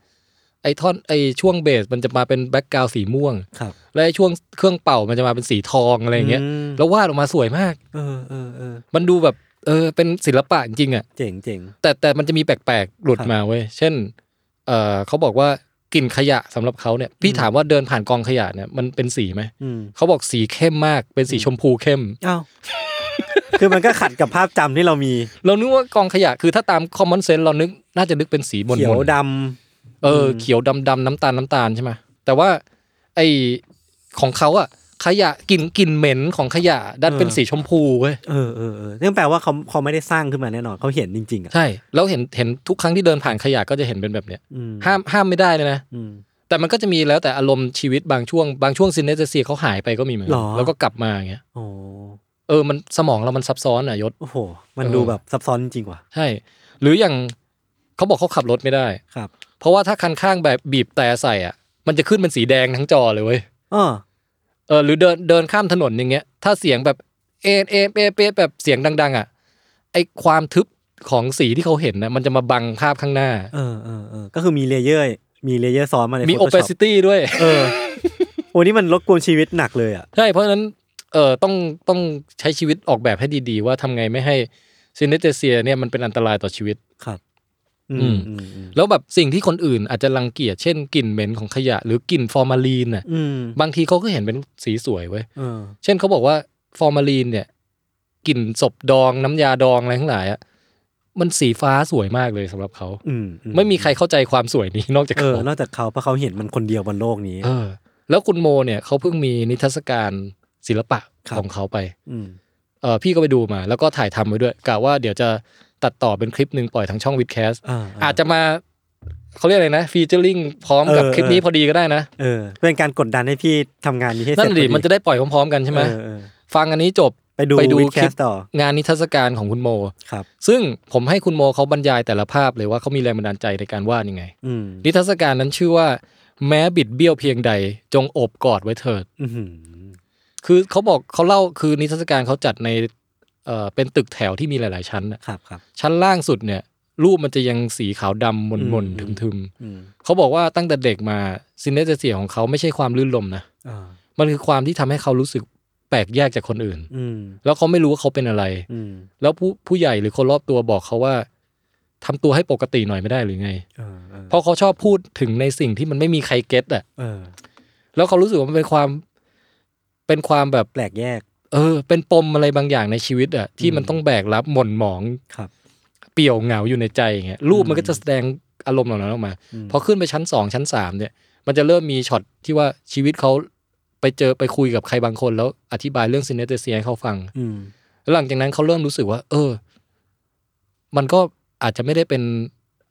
S3: ไอท่อนไอช่วงเบสมันจะมาเป็นแบ็กกราวสีม่วง
S2: ครับ
S3: แล้วไอ้ช่วงเครื่องเป่ามันจะมาเป็นสีทองอะไรอย่างเงี้ย
S2: ม
S3: แล้ววาดออกมาสวยมาก
S2: เออเออเออ
S3: มันดูแบบเออเป็นศิลปะจริงๆอ่ะ
S2: เจ๋งเจ๋ง
S3: แต่แต่มันจะมีแปลกๆหลุด
S2: ครับ
S3: มาเว้ย เช่นเออเขาบอกว่ากลิ่นขยะสำหรับเขาเนี่ย พี่
S2: อืม
S3: ถามว่าเดินผ่านกองขยะเนี่ยมันเป็นสีไหม
S2: อืม
S3: เขาบอกสีเข้มมากเป็นสีชมพูเข้ม
S2: อ้าว คือมันก็ขัดกับภาพจำที่เรามี
S3: เรานึกว่ากองขยะคือถ้าตามคอมมอนเซนส์เรานึกน่าจะนึกเป็นสีมน
S2: เขียว
S3: ๆ
S2: ดำ
S3: เออ
S2: อืม
S3: เขียวดำดำน้ำตาลน้ำตาลใช่ไหมแต่ว่าไอของเขาอะขยะกลิ่นกลิ่นเหม็นของขยะดันเป็นสีชมพูเว้ย
S2: เออเออเออนั่นแปลว่าเขาเขาไม่ได้สร้างขึ้นมาแน่นอนเขาเห็นจริง ๆอ่ะ
S3: ใช่แล้วเห็นเห็นทุกครั้งที่เดินผ่านขยะก็จะเห็นเป็นแบบเนี้ย
S2: อืม
S3: ห้ามห้ามไม่ได้เลยนะ
S2: อืม
S3: แต่มันก็จะมีแล้วแต่อารมณ์ชีวิตบางช่วงบางช่วงซินเนสเซียเขาหายไปก็มีเหมือน
S2: หร
S3: กั
S2: อ
S3: นแล้วก็กลับมาอย่างเงี้ย
S2: โอ้
S3: เออมันสมองเรามันซับซ้อนอ่ะยศ
S2: โอ้โห มัน
S3: เออ
S2: ดูแบบซับซ้อนจริงๆว่ะ
S3: ใช่ หรืออย่างเขาบอกเขาขับรถไม่ได้
S2: ครับ
S3: เพราะว่าถ้าคันข้างแบบบีบแต่ใส่อ่ะมันจะขึ้นเป็นสีแดงทั้งจอเลยเว้ย
S2: อ้อ
S3: เออหรือเดินเดินข้ามถนนอย่างเงี้ย ถ้าเสียงแบบเอะเอะเอะเอะแบบเสียงดัง ๆ อ่ะไอความทึบของสีที่เขาเห็นนะมันจะมาบังภาพข้างหน้า
S2: เออเออเออก็คือมีเลเยอร์ มีเลเยอร์ซ้อนมาใน
S3: มีโอเป
S2: Photoshop
S3: ซิตี้ด้วย
S2: เออ โอ้นี่มันรบกวนชีวิตหนักเลยอ่ะ
S3: ใช่เพราะฉะนั้นเออต้องต้องใช้ชีวิตออกแบบให้ดี ๆ ว่าทำไงไม่ให้ซินเนเจเซียเนี่ยมันเป็นอันตรายต่อชีวิต
S2: ครับ อืมอืมอืม
S3: แล้วแบบสิ่งที่คนอื่นอาจจะรังเกียจเช่นกลิ่นเหม็นของขยะ หรือกลิ่นฟอร์มาลีนน่ะ
S2: อืม
S3: บางทีเขาก็เห็นเป็นสีสวยเว้ย
S2: เออ
S3: เช่นเขาบอกว่าฟอร์มาลีนเนี่ยกลิ่นศพดองน้ำยาดองอะไรทั้งหลายอะมันสีฟ้าสวยมากเลยสำหรับเขา
S2: อืมอื
S3: ไม่มีใครเข้าใจความสวยนี้ นอกจาก
S2: เอ
S3: เขา
S2: อ นอกจากเขาเพราะเขาเห็นมันคนเดียวบนโลกนี้
S3: เออ แล้วคุณโมเนี่ยเขาเพิ่งมีนิทรรศการศิลปะ
S2: ครับ
S3: ของเขาไป
S2: อืม
S3: เออพี่ก็ไปดูมา แล้วก็ถ่ายทำไว้ด้วยกะว่าเดี๋ยวจะตัดต่อเป็นคลิปหนึ่งปล่อยทางช่องวิดแคส
S2: อ่า
S3: อาจจะมาเขาเรียกอะไรนะฟีเจอริงพร้อมกับ
S2: เออ
S3: คลิปนี้พอดีก็ได้นะ
S2: เออ เป็นการกดดันให้พี่ทำงานนี้ให้เส
S3: นั่
S2: ร็จ
S3: นดิ
S2: พอ
S3: มันจะได้ปล่อยพร้อมๆกันใช่ไหม
S2: เออเออ
S3: ฟังอันนี้จบ
S2: ไปดู
S3: ไปดู
S2: วิดแค
S3: คลิ
S2: ส
S3: ป
S2: ต่อ
S3: งานนิทรรศการของคุณโม
S2: ครับ
S3: ซึ่งผมให้คุณโมเขาบรรยายแต่ละภาพเลยว่าเขามีแรงบันดาลใจในการวาดยังไง
S2: อืม
S3: นิทรรศการนั้นชื่อว่า แม้บิดเบี้ยวเพียงใด จงโอบกอดไว้เถิด
S2: อื้อหือ
S3: คือเขาบอกเขาเล่าคือนิทรรศการเขาจัดในเอ่อเป็นตึกแถวที่มีหลาย ๆ ชั้นน่ะ
S2: ครับครับ
S3: ชั้นล่างสุดเนี่ย รูปมันจะยังสีขาวดำหมน
S2: อืม
S3: ๆทึม
S2: อืม
S3: ๆเขาบอกว่าตั้งแต่เด็กมาซินเนสเซียของเขาไม่ใช่ความลื่นลมนะ
S2: อ่า
S3: มันคือความที่ทำให้เขารู้สึกแปลกแยกจากคนอื่น
S2: อืม
S3: แล้วเขาไม่รู้ว่าเขาเป็นอะไร
S2: อืม
S3: แล้วผู้ผู้ใหญ่หรือคนรอบตัวบอกเขาว่าทำตัวให้ปกติหน่อยไม่ได้หรือไง
S2: เออเออ
S3: เพราะเขาชอบพูดถึงในสิ่งที่มันไม่มีใครเก็ตอ่ะ
S2: เออ
S3: แล้วเขารู้สึกว่ามันเป็นความ เป็นความแบบ
S2: แปลกแยก
S3: เออ เป็นปมอะไรบางอย่างในชีวิตอ่ะที่
S2: อืม
S3: มันต้องแบกรับหม่นหมอง
S2: ครับ
S3: เปี่ยวเหงาอยู่ในใจอย่างเงี้ยรูปมันก็จะแสดงอารมณ์เหล่านั้นออกมา
S2: อืม
S3: พอขึ้นไปชั้นสองชั้นสามเนี่ย มันจะเริ่มมีช็อตที่ว่าชีวิตเขาไปเจอไปคุยกับใครบางคน แล้วอธิบายเรื่องซินเนเตเซียให้เขาฟัง
S2: อืม
S3: แล้วหลังจากนั้นเขาเริ่มรู้สึกว่า เออ มันก็อาจจะไม่ได้เป็น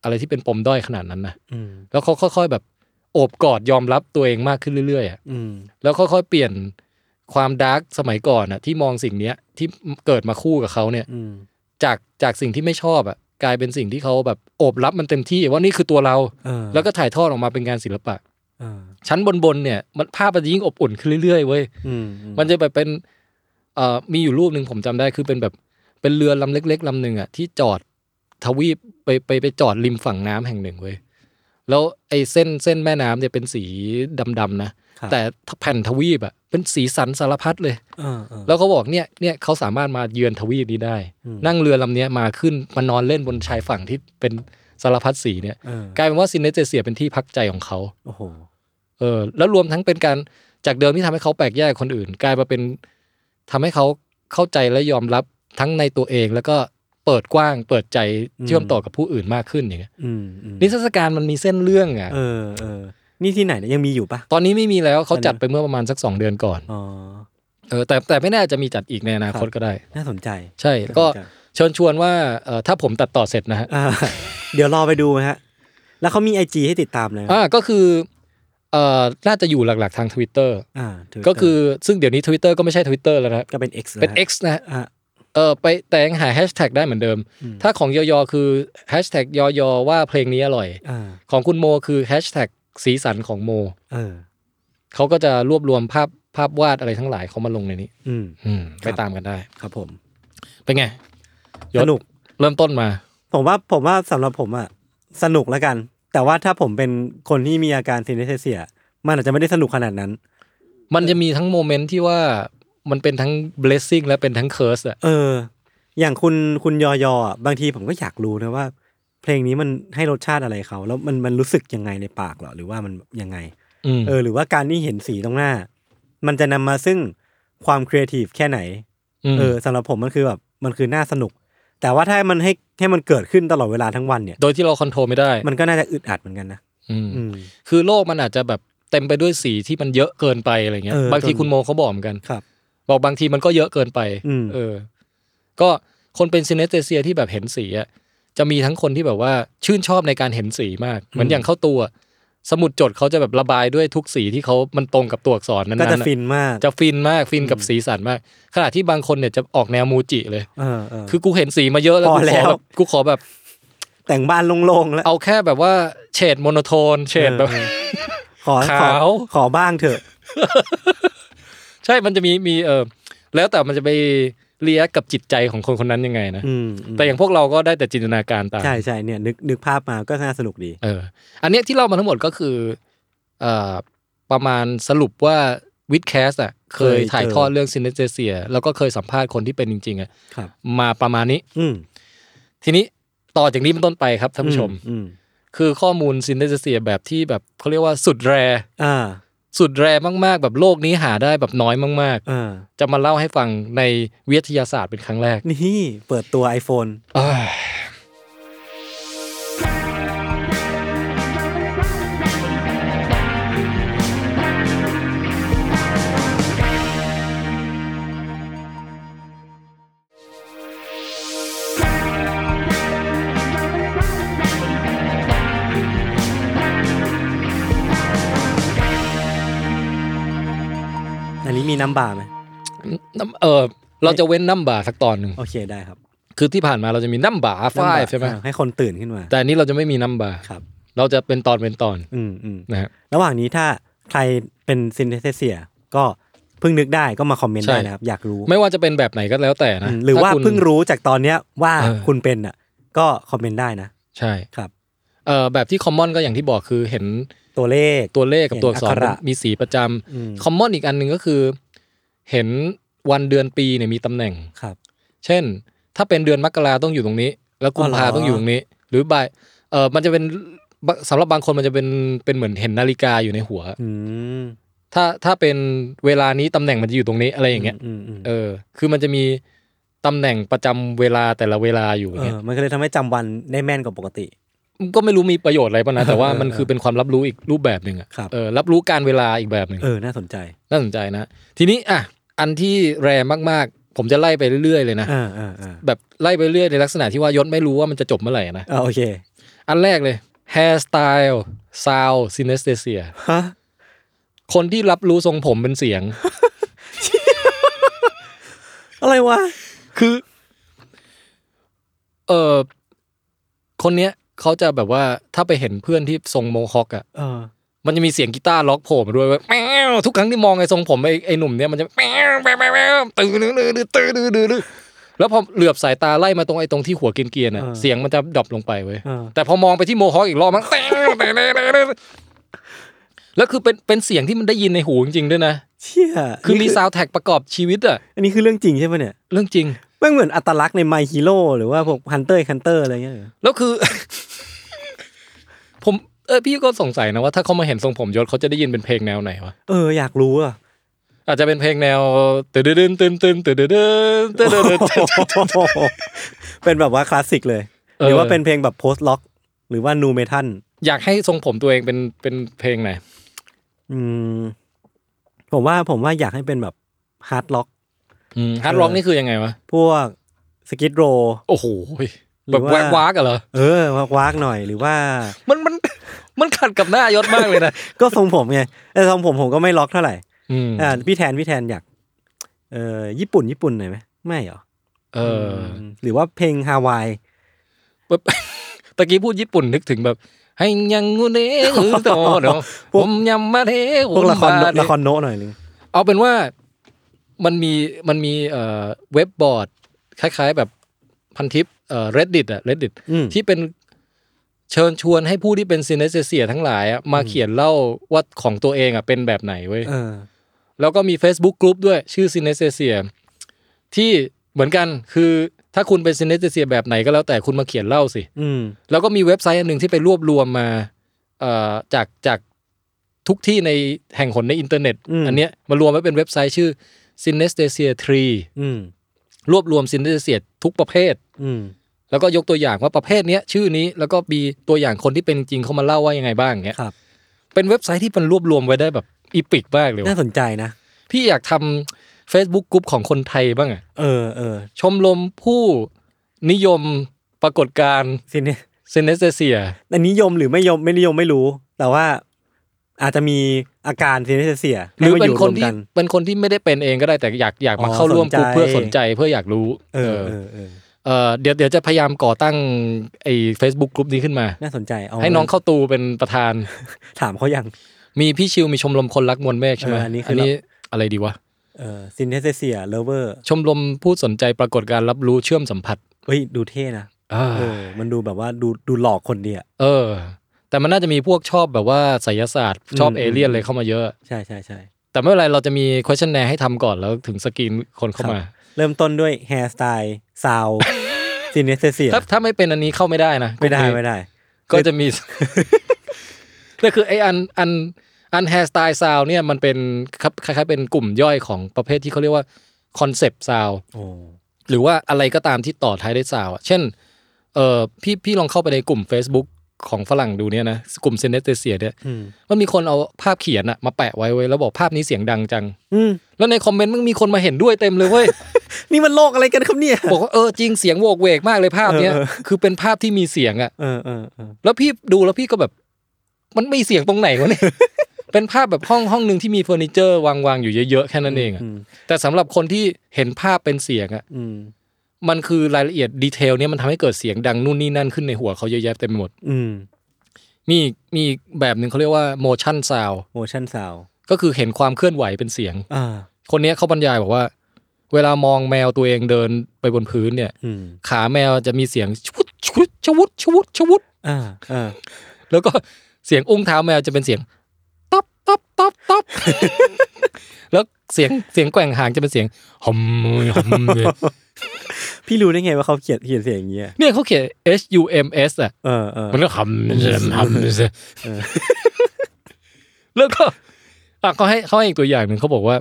S3: อะไรที่เป็นปมด้อยขนาดนั้นนะ
S2: อืม
S3: แล้วเขาค่อยๆแบบโอบกอดยอมรับตัวเองมากขึ้นเรื่อยๆอะ
S2: อืม
S3: แล้วค่อยๆเปลี่ยนความดาร์กสมัยก่อนอะที่มองสิ่งเนี้ยที่เกิดมาคู่กับเขาเนี่ย
S2: อืม
S3: จากจากสิ่งที่ไม่ชอบอะกลายเป็นสิ่งที่เขาแบบโอบรับมันเต็มที่ว่านี่คือตัวเรา
S2: เออ
S3: แล้วก็ถ่ายทอดออกมาเป็นงานศิลปะ
S2: เออ
S3: ชั้นบนๆเนี่ยมันภาพมันจะยิ่งอบอุ่นขึ้นเรื่อยๆเว้ย
S2: อืม
S3: มันจะแบบเป็นเอ่อมีอยู่รูปหนึ่งผมจำได้คือเป็นแบบเป็นเรือลำเล็ก ๆลำหนึ่งอ่ะที่จอดทวีปไปไปไปจอดริมฝั่งน้ำแห่งหนึ่งเว้ยแล้วไอ้เส้นเส้นแม่น้ำเนี่ยเป็นสีดำๆนะ
S2: ครับ
S3: แต่แผ่นทวีปอ่ะเป็นสีสันสารพัดเลย
S2: เออเออ
S3: แล้วเขาบอกเนี่ยเนี่ยเขาสามารถมาเยือนทวีปนี้ได้
S2: อืม
S3: นั่งเรือลำเนี้ยมาขึ้นมานอนเล่นบนชายฝั่งที่เป็นสารพัดสีเนี่ย
S2: เออก
S3: ลายเป็นว่าซินเนเจเซียเป็นที่พักใจของเขา
S2: โอ้โห
S3: เออแล้วรวมทั้งเป็นการจากเดิมที่ทำให้เขาแปลกแยกกับคนอื่น กลายมาเป็นทำให้เขาเข้าใจและยอมรับทั้งในตัวเองแล้วก็เปิดกว้าง เปิดใจ
S2: อืม
S3: เชื่อมต่อกับผู้อื่นมากขึ้นอย่างเงี้ย
S2: อืมอืม
S3: นิทรรศการมันมีเส้นเรื่องอ่ะ
S2: เออเออ นี่ที่ไหนเนี่ยยังมีอยู่ปะ
S3: ตอนนี้ไม่มีแล้วเขา
S2: อันนี้
S3: จัดไปเมื่อประมาณสักสองเดือนก่อน
S2: อ๋อ
S3: เออแต่แต่ไม่แน่าจะมีจัดอีกในอนาคต
S2: ครับ
S3: ก็ได้
S2: น่าสนใจ
S3: ใช่ก็เชิญชวนว่าเออถ้าผมตัดต่อเสร็จนะฮะ
S2: อ่า เดี๋ยวรอไปดูฮะ แล้วเขามีไอจีให้ติดตามเลย
S3: อ่าก็คือเออน่าจะอยู่หลักๆทาง Twitter
S2: อ่า Twitter
S3: ก็คือซึ่งเดี๋ยวนี้ Twitter ก็ไม่ใช่ Twitter แล้วนะ
S2: ก็เป็น X
S3: เป็น
S2: แล้วฮะ
S3: X นะฮะ
S2: อ่ะ
S3: เออไปแต่ยังหาแฮชแท็กได้เหมือนเดิม
S2: อืม
S3: ถ้าของยอยอคือแฮชแท็กยอยอว่าเพลงนี้อร่อย
S2: อ่า
S3: ของคุณโมคือแฮชแท็กสีสันของโม
S2: เออ
S3: เขาก็จะรวบรวมภาพภาพวาดอะไรทั้งหลายเขามาลงในนี้
S2: อืม
S3: อืม
S2: ครับ
S3: ไปตามกันได้
S2: ครับผม
S3: เป็นไงย
S2: ส
S3: ศ
S2: นุก
S3: เริ่มต้นมา
S2: ผมว่าผมว่าสำหรับผมอะสนุกแล้วกัน แต่ว่าถ้าผมเป็นคนที่มีอาการซินเนสเซีย มันอาจจะไม่ได้สนุกขนาดนั้น
S3: มันจะมีทั้งโมเมนต์ที่ว่ามันเป็นทั้ง blessing และเป็นทั้ง curse อะ
S2: เออ อย่างคุณคุณยอยอะบางทีผมก็อยากรู้นะว่า เพลงนี้มันให้รสชาติอะไรเขา แล้วมันมันรู้สึกยังไงในปากเหรอหรือว่ามันยังไง
S3: อืม
S2: เออ หรือว่าการที่เห็นสีตรงหน้า มันจะนำมาซึ่งความครีเอทีฟแค่ไหน
S3: ม
S2: เออสำหรับผมมันคือแบบมันคือน่าสนุก แต่ว่าถ้ามันให้ให้มันเกิดขึ้นตลอดเวลาทั้งวันเนี่ย
S3: โดยที่เราคอนโทรลไม่ได้
S2: มันก็น่าจะอึดอัดเหมือนกันนะ
S3: อืม
S2: อืม
S3: คือโลกมันอาจจะแบบเต็มไปด้วยสีที่มันเยอะเกินไปอะไรเงี้ย
S2: เออบ
S3: างที
S2: จน
S3: คุณโมเขาบอกเหมือนกัน
S2: ครับ
S3: บอกบางทีมันก็เยอะเกินไป
S2: อืม
S3: เออ ก็คนเป็นซินเนสเตเซียที่แบบเห็นสีอะจะมีทั้งคนที่แบบว่าชื่นชอบในการเห็นสีมาก เหมือนอย่างเข้าตัว สมุดจดเขาจะแบบระบายด้วยทุกสีที่เขามันตรงกับตัวอักษรนั้นๆ
S2: ก็จะ
S3: อ
S2: ฟินมาก
S3: จะฟินมาก ฟินกับสีสันมาก ขณะที่บางคนเนี่ยจะออกแนวมูจิเลย
S2: เออเออ
S3: คือกูเห็นสีมาเยอะแล้ว
S2: พ
S3: กูข
S2: อ
S3: อ
S2: แล้ว
S3: แบบกูขอแบบ
S2: แต่งบ้านโล่งๆแล้ว
S3: เอาแค่แบบว่าเฉดโมโนโทน เฉดแบบ
S2: ออขอ
S3: ขาว
S2: ขอขอบ้างเถอะ
S3: ใช่ มันจะมีมีเออแล้วแต่มันจะไปเรียกกับจิตใจของคนคนนั้นยังไงนะ
S2: อืมอืม
S3: แต่อย่างพวกเราก็ได้แต่จินตนาการตาม
S2: ใช่ใช่เนี่ยนึกนึกภาพมาก็น่าสนุกดี
S3: เออ อันเนี้ยที่เล่ามาทั้งหมดก็คือเอ่อประมาณสรุปว่าวิดแคสอ่ะเคย
S2: เคย
S3: ถ่าย
S2: เจอ
S3: ทอดเรื่องซินเนเจเซีย แล้วก็เคยสัมภาษณ์คนที่เป็นจริง ๆอ่ะ
S2: ครับ
S3: มาประมาณนี้
S2: อืม
S3: ทีนี้ ต่อจากนี้เป็นต้นไปครับท่านผู้ชม
S2: อืม
S3: คือข้อมูลซินเดเซียแบบที่แบบเขาเรียกว่าสุดแรร์
S2: อ่า
S3: สุดแรร์มากๆ แบบโลกนี้หาได้แบบน้อยมาก
S2: อ่า
S3: ๆ จะมาเล่าให้ฟังในวิทยาศาสตร์เป็นครั้งแรก
S2: นี่เปิดตัว iPhone
S3: เอ้ย
S2: อันนี้มีน้ำบาร์ไหม
S3: น้ำเออเราจะเว้นน้ำบาสักตอนหนึ่ง
S2: โอเคได้ครับ
S3: คือที่ผ่านมาเราจะมีน้ำบา
S2: น้ำ
S3: ฝ้า
S2: บาย ร์
S3: ใช่ไหม
S2: อ่าให้คนตื่นขึ้นมา
S3: แต่อันนี้เราจะไม่มีน้ำบา
S2: ครับ
S3: เราจะเป็นตอนเป็นตอน
S2: อืมอืม
S3: นะฮะ
S2: ระหว่างนี้ถ้าใครเป็นซินเทเซียก็เพิ่งนึกได้ก็มาคอมเมนต์
S3: ใช่
S2: ได้นะครับ อยากรู้
S3: ไม่ว่าจะเป็นแบบไหนก็แล้วแต่นะ
S2: อืมหรือว่า
S3: ถ้คุณ
S2: เพิ่งรู้จากตอนเนี้ยว่า
S3: เออ
S2: คุณเป็นอ่ะ ก็คอมเมนต์ได้นะ
S3: ใช่
S2: ครับ
S3: เอ่อแบบที่คอมมอนก็อย่างที่บอกคือเห็น
S2: ตัวเลข
S3: ตัวเลขกับตัวอักษร
S2: เห็นอักขระ
S3: มีสีประจำ
S2: อืม
S3: คอมมอนอีกอันหนึ่งก็คือ เห็นวันเดือนปีเนี่ยมีตำแหน่ง
S2: ครับ
S3: เช่น ถ้าเป็นเดือนมกราต้องอยู่ตรงนี้ แล้วกุมภา
S2: อ๋อเหรอ
S3: ต้องอยู่ตรงนี้ หรือบ่ายเออมันจะเป็นบสำหรับบางคนมันจะเป็นเป็นเหมือนเห็นนาฬิกาอยู่ในหัว
S2: อืม
S3: ถ้าถ้าเป็นเวลานี้ตำแหน่งมันจะอยู่ตรงนี้อะไรอย่างเงี้ย
S2: อืมอืม
S3: เออ คือมันจะมีตำแหน่งประจำเวลาแต่ละเวลาอยู่อย่าง
S2: เอ
S3: เงี้ย
S2: อมันก็เลยทำให้จำวันได้แม่นกว่าปกติ
S3: ก็ไม่รู้มีประโยชน์อะไร ป่ะนะแต่ว่า
S2: เออเออ
S3: มันคือเป็นความรับรู้อีกรูปแบบหนึ่งอะ
S2: ครับ
S3: เออรับรู้การเวลาอีกแบบหนึ่ง
S2: เออ น่าสนใจ
S3: น่าสนใจนะ ทีนี้อ่ะอันที่แรงมากๆ ผมจะไล่ไปเรื่อยๆเลยนะ
S2: อ่าอ่าอ่า
S3: แบบไล่ไปเรื่อยในลักษณะที่ว่ายศไม่รู้ว่ามันจะจบเมื่อไหร่นะ
S2: อ่าโอเค
S3: อันแรกเลย hairstyle sound synesthesia
S2: ฮะ
S3: คนที่รับรู้ทรงผมเป็นเสียง
S2: อะไรวะ
S3: คือ เออคนเนี้ยเขาจะแบบว่าถ้าไปเห็นเพื่อนที่ทรงโมฮอคอะ
S2: เออ
S3: มันจะมีเสียงกีตาร์ล็อกโผล่มาด้วยเว่าแมวทุกครั้งที่มองไอ้ทรงผมไอ้ไอ้หนุ่มเนี้ยมันจะแมวแมวแมวแมวตื่นดื้อดื้อดื้อตื่นดื้อดื้อดื้อแล้วพอเหลือบสายตาไล่มาตรงไอ้ตรงที่หัวเกรียนๆอะเสียงมันจะดรอปลงไปเว้ย
S2: เออ
S3: แต่พอมองไปที่โมฮอคอีกรอบมัน แล้วคือเป็นเป็นเสียงที่มันได้ยินในหูจริงๆด้วยนะ
S2: เชี่ย
S3: คือมี
S2: นี่
S3: ซาวด์แท็กประกอบชีวิตอะ
S2: อันนี้คือเรื่องจริงใช่ไหมเนี่ย
S3: เรื่องจริง
S2: แม่งเหมือนอัตลักษณ์ในไมฮิโร่หรือว่าพวกฮันเตอร์ฮันเตอร์อะไรเงี้ยเหรอ
S3: แล้วคือ ผมเออพี่ก็สงสัยนะว่าถ้าเขามาเห็นทรงผมยศเขาจะได้ยินเป็นเพลงแนวไหนวะ
S2: เอออยากรู้อ่ะ
S3: อาจจะเป็นเพลงแนวตื่นตื่นตื่นตื่นตื่นตื่นตื่นตื่น
S2: เป็นแบบว่าคลาสสิกเลย
S3: เออ
S2: หรือว่าเป็นเพลงแบบโพสต์ล็อก หรือว่านูเมทัล
S3: อยากให้ทรงผมตัวเองเป็นเป็นเพลงไหน
S2: อืมผมว่าผมว่าอยากให้เป็นแบบฮาร์ดล็อก
S3: ฮาร์ดร็อกนี่คือยังไงวะ
S2: พวกสกิดโร
S3: โอ้โหแบบแวกวากอะเหรอ
S2: เออวักวักๆหน่อยหรือว่า
S3: มันมันมันขัดกับหน้ายศมากเลยนะ
S2: ก็ทรงผมไงแต่ทรงผมผมก็ไม่ล็อกเท่าไหร่
S3: อืม
S2: อ่าพี่แทนพี่แทนอยากเออญี่ปุ่นญี่ปุ่นหน่อยไหมไม่เหรอ
S3: เออ
S2: มหรือว่าเพลงฮาวาย
S3: แบบตะกี้พูดญี่ปุ่นนึกถึงแบบให้ยังงูเนื้อโตเนาะ
S2: พ
S3: ผ
S2: วก
S3: มยำมาเท
S2: พวกละค
S3: ผ
S2: ร
S3: มบาเท
S2: ละครโนะหน่อยนึง
S3: เอาเป็นว่ามันมีมันมีเอ่อเว็บบอร์ด คล้ายๆแบบพันทิปเอ่อ reddit อะ reddit
S2: อืม
S3: ที่เป็นเชิญชวนให้ผู้ที่เป็นซีเนสเซียทั้งหลายอะมาเขียนเล่าว่าของตัวเองอะเป็นแบบไหนเว้ย
S2: เออ
S3: แล้วก็มี Facebook กลุ่มด้วยชื่อซินเนสเซียที่เหมือนกันคือถ้าคุณเป็นซินเนสเซียแบบไหนก็แล้วแต่คุณมาเขียนเล่าสิ
S2: อืม
S3: แล้วก็มีเว็บไซต์อันหนึ่งที่ไปรวบรวมมาเอ่อจากจากทุกที่ในแห่งหนในอินเทอร์เน็ต
S2: อืม
S3: นเนี้ยมารวมไว้เป็นเว็บไซต์ชื่อ synesthesia tree
S2: อืม
S3: รวบรวม synesthesia ทุกประเภท
S2: อืม
S3: แล้วก็ยกตัวอย่างว่าประเภทเนี้ยชื่อนี้แล้วก็มีตัวอย่างคนที่เป็นจริงเขามาเล่าว่ายังไงบ้างเงี้ย
S2: ครับ
S3: เป็นเว็บไซต์ที่มันรวบรวมไว้ได้แบบอีปิกมากเลยว่ะ
S2: น่าสนใจนะ
S3: พี่อยากทำ Facebook กลุ่มของคนไทยบ้างอะ
S2: เออเออ
S3: ชมรมผู้นิยมปรากฏการณ์
S2: ซินเนี่ย
S3: เซเนสเซีย
S2: อันนิยมหรือไม่ยมไม่นิยมไม่รู้ แต่ว่าอาจจะมีอาการซินเซีย
S3: หรือเป็นคน
S2: ให้มายู่วม
S3: ที่
S2: กั
S3: เป็นคนที่ไม่ได้เป็นเองก็ได้แต่อยากอยากมา
S2: อ๋อ
S3: เข้าร่วมกลุ่ม
S2: สนใจ
S3: เพื่อสนใจเพื่ออยากรู้
S2: เออเออเออ
S3: เออเดี๋ยวเดี๋ยวจะพยายามก่อตั้งไอ้ Facebook กลุ่มนี้ขึ้นมา
S2: น่าสนใจเอา
S3: ให้น้องเข้าตูเป็นประธาน
S2: ถามเขายัง
S3: มีพี่ชิวมีชมรมคนรักมวลเมฆใช่ไหม
S2: เอออันนี้คืออั
S3: นนี้อะไรดีวะ
S2: เออซินเซียเลเวอร์
S3: ชมรมผู้สนใจปรากฏการณ์รับรู้เชื่อมสัมผัส
S2: เฮ้ยดูเท่นะ
S3: อ่า
S2: เออ มันดูแบบว่าดูดูหลอกคนดีอ่ะ
S3: เออ แต่มันน่าจะมีพวกชอบแบบว่าไสยศาสตร์ ชอบ
S2: อืม
S3: เอเลี่ยนเลยเข้ามาเยอะ
S2: ใช่ใช่ใช่
S3: แต่ไม่เป็นไรเราจะมี questionnaire ให้ทำก่อนแล้วถึงสกรีนคนเข้ามา
S2: เริ่มต้นด้วยแฮร์สไตล์ ซาว s ซีเนสเซีย
S3: ถ้าถ้าไม่เป็นอันนี้เข้าไม่ได้นะ
S2: ไม่ได้
S3: กลุ่นี้
S2: ไม่ได้
S3: ก็จะมี ก็คือไอ้อันอันอันแฮสไตล์ซาวเนี่ยมันเป็นครับคล้ายๆเป็นกลุ่มย่อยของประเภทที่เขาเรียกว่าคอนเซปต์ซาว
S2: โอ้
S3: หรือว่าอะไรก็ตามที่ต่อท้ายด้วยซาวอะเช่น เออพี่พี่ลองเข้าไปในกลุ่ม Facebook ของฝรั่งดูเนี่ยนะ กลุ่มเซเนเตเซียเนี่ย
S2: อืม
S3: มันมีคนเอาภาพเขียนอะมาแปะไว้เว้ยแล้วบอกภาพนี้เสียงดังจัง
S2: อืม
S3: แล้วในคอมเมนต์มันมีคนมาเห็นด้วยเต็มเลยเว้ย
S2: นี่มันโลกอะไรกันครับเนี่ย
S3: บอกว่าเออจริงเสียงโหวกเวกมากเลยภาพเนี้ย
S2: เออเออ
S3: คือเป็นภาพที่มีเสียงอะ
S2: เออเออเออ
S3: แล้วพี่ดูแล้วพี่ก็แบบ มันไม่เสียงตรงไหนวะเนี่ย เป็นภาพแบบห้องห้องหนึ่งที่มีเฟอร์นิเจอร์วางวางๆอยู่เยอะๆแค่นั้นเองอะ
S2: ม
S3: แต่สำหรับคนที่เห็นภาพเป็นเสียงอะ
S2: อืม
S3: มันคือรายละเอียดดีเทลเนี่ยมันทำให้เกิดเสียงดังนู่นนี่นั่นขึ้นในหัวเขาเยอะแยะเต็มไปหมด
S2: อืม
S3: มีมีอีกแบบหนึ่งเขาเรียกว่า motion sound
S2: โมชั่นซาว
S3: ก็คือเห็นความเคลื่อนไหวเป็นเสียง
S2: อ่า
S3: คนเนี้ยเขาบรรยายบอกว่า เวลามองแมวตัวเองเดินไปบนพื้นเนี่ย
S2: อืม
S3: ขาแมวจะมีเสียงชวุดชวุดชวุดชวุดชวุด
S2: อ่าอ่า
S3: แล้วก็เสียงอุ้งเท้าแมวจะเป็นเสียงต๊อบต๊อบต๊อบต๊อบ แล้วเสียงเสียงแกว่งหางจะเป็นเสียงหอมหอม
S2: พี่รู้ได้ไงว่าเขาเขียนเขียนเสียงอย่างเงี้ย
S3: เนี่ยเขาเขียน H U M S อ่ะ
S2: เออเออ
S3: มันก็ขำเสียขำเสีย
S2: เออ
S3: แล้วก็อ่ะเขาให้เขาให้อีกตัวอย่างหนึ่งเขาบอกว่า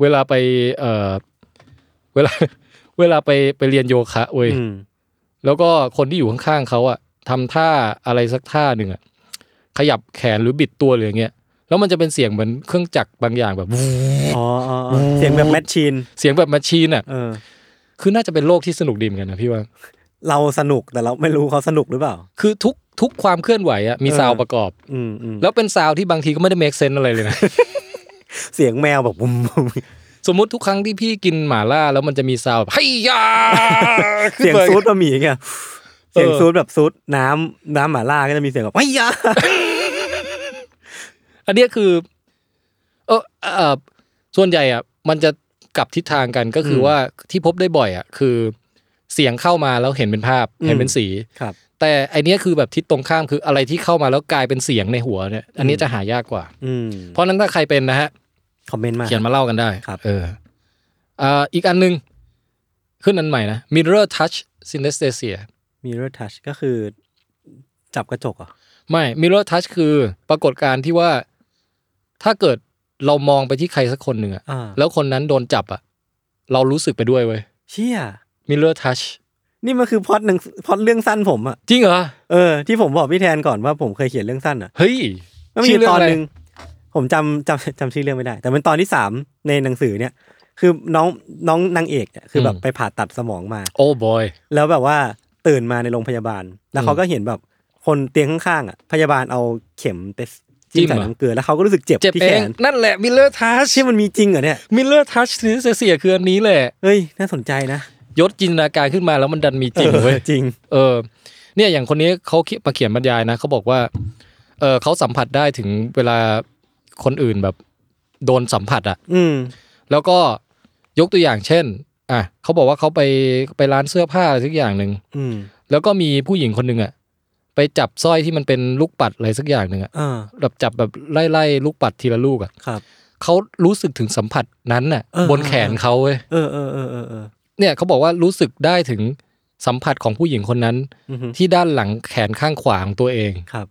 S3: เวลาไป เอ่อ เวลา เวลาไปไปเรียนโยคะเว้ย
S2: อืม
S3: แล้วก็คนที่อยู่ข้างๆเขาอะทำท่าอะไรสักท่าหนึ่งอะขยับแขนหรือบิดตัวหรืออย่างเงี้ยแล้วมันจะเป็นเสียงเหมือนเครื่องจักรบางอย่างแบบวู้
S2: อ๋ออ๋ออ๋อเสียงแบบแมชชีน
S3: เสียงแบบแมชชีนอะ
S2: เออ
S3: คือน่าจะเป็นโลกที่สนุกดีเหมือนกันนะพี่ว่า
S2: เราสนุกแต่เราไม่รู้เขาสนุกหรือเปล่า
S3: คือทุกทุกความเคลื่อนไหวอะมีซาวด์ประกอบ
S2: อืมอืม
S3: แล้วเป็นซาวด์ที่บางทีก็ไม่ได้เมคเซนอะไรเลย นะ
S2: เสียงแมวแบบบุ้ม บุ้ม
S3: สมมุติทุกครั้งที่พี่กินหม่าล่าแล้วมันจะมีซาวด์แบบเฮี ยา
S2: เสียงซูดบะหมี่เงี้ย
S3: เออ
S2: เสียงซูดแบบซูดน้ำน้ำหมาล่าก็จะมีเสียงแบบไอ้ยา
S3: อันเนี้ยคือ เออเออส่วนใหญ่อ่ะ มันจะกลับทิศทางกันก็คือว่าที่พบได้บ่อยอ่ะ คือ เสียงเข้ามาแล้วเห็นเป็นภาพเห็นเป็นสี
S2: ครับ
S3: แต่ไอเนี้ยคือแบบทิศตรงข้ามคืออะไรที่เข้ามาแล้วกลายเป็นเสียงในหัวเนี่ย อันเนี้ยจะหายากกว่า
S2: อืม
S3: เพราะฉะนั้นถ้าใครเป็นนะฮะ
S2: คอมเมนต์มา
S3: เขียนมาเล่ากันได้
S2: ครับ
S3: เอออ่าอีกอันหนึง ขึ้นอันใหม่นะ mirror touch synesthesia
S2: มิเรอร์ทัชก็คือ จับกระจกเหรอ่ะ
S3: ไม่ mirror touch คือปรากฏการณ์ที่ว่าถ้าเกิดเรามองไปที่ใครสักคนหนึ่งอะ
S2: อ่า
S3: แล้วคนนั้นโดนจับอะเรารู้สึกไปด้วยเว้ย
S2: เชี่ย
S3: mirror touch
S2: นี่มันคือพล็อดหนึ่งพล็อดเรื่องสั้นผมอ่ะ
S3: จริงเหรอ
S2: เออที่ผมบอกพี่แทนก่อนว่าผมเคยเขียนเรื่องสั้นอ่ะ
S3: เฮ้ย
S2: มันมีตอนหนึ่งผมจำจำจำชื่อเรื่องไม่ได้ แต่เป็นตอนที่สามในหนังสือเนี่ย คือน้องน้องนางเอกเนี่ยคือแบบไปผ่าตัดสมองมา
S3: โอ้บอย
S2: แล้วแบบว่าตื่นมาในโรงพยาบาล แล้วเขาก็เห็นแบบคนเตียงข้างๆอ่ะพยาบาลเอาเข็มไปจิ้ม
S3: จิ้
S2: ใส่
S3: มเหรอ
S2: น้ำเกลือแล้วเขาก็รู้สึกเจ็บ
S3: เจ็บ
S2: ที่
S3: เอ
S2: แข
S3: ง
S2: น
S3: นั่นแหละ mirror touch
S2: ที่มันมีจริงเหรอเนี่ย
S3: mirror touch synesthesia คืออันนี้แหละ
S2: เฮ้ยน่าสนใจนะ
S3: ยศจินตนาการขึ้นมาแล้วมันดันมีจริง
S2: เออ
S3: เว้ย
S2: จริง
S3: เออเนี่ยอย่างคนนี้เขาเขียนมาเขียนบรรยายนะเขาบอกว่าเออเขาสัมผัสได้ถึงเวลาคนอื่นแบบโดนสัมผัสอะ
S2: อืม
S3: แล้วก็ยกตัวอย่างเช่นอ่ะเขาบอกว่าเขาไปไปร้านเสื้อผ้าอะไรสักอย่างหนึ่ง
S2: อืม
S3: แล้วก็มีผู้หญิงคนหนึ่งอะไปจับสร้อยที่มันเป็นลูกปัดอะไรสักอย่างหนึ่งอะ
S2: อ่า
S3: แบบจับแบบไล่ไล่ลูกปัดทีละลูกอะ
S2: ครับ
S3: เขารู้สึกถึงสัมผัสนั้นน่ะ
S2: เออ
S3: บนแขนเขาเว้ย
S2: เออเออเออเออเออ
S3: เนี่ยเขาบอกว่ารู้สึกได้ถึงสัมผัสของผู้หญิงคนนั้น
S2: อือฮึ
S3: ที่ด้านหลังแขนข้างขวาของตัวเอง
S2: ครับ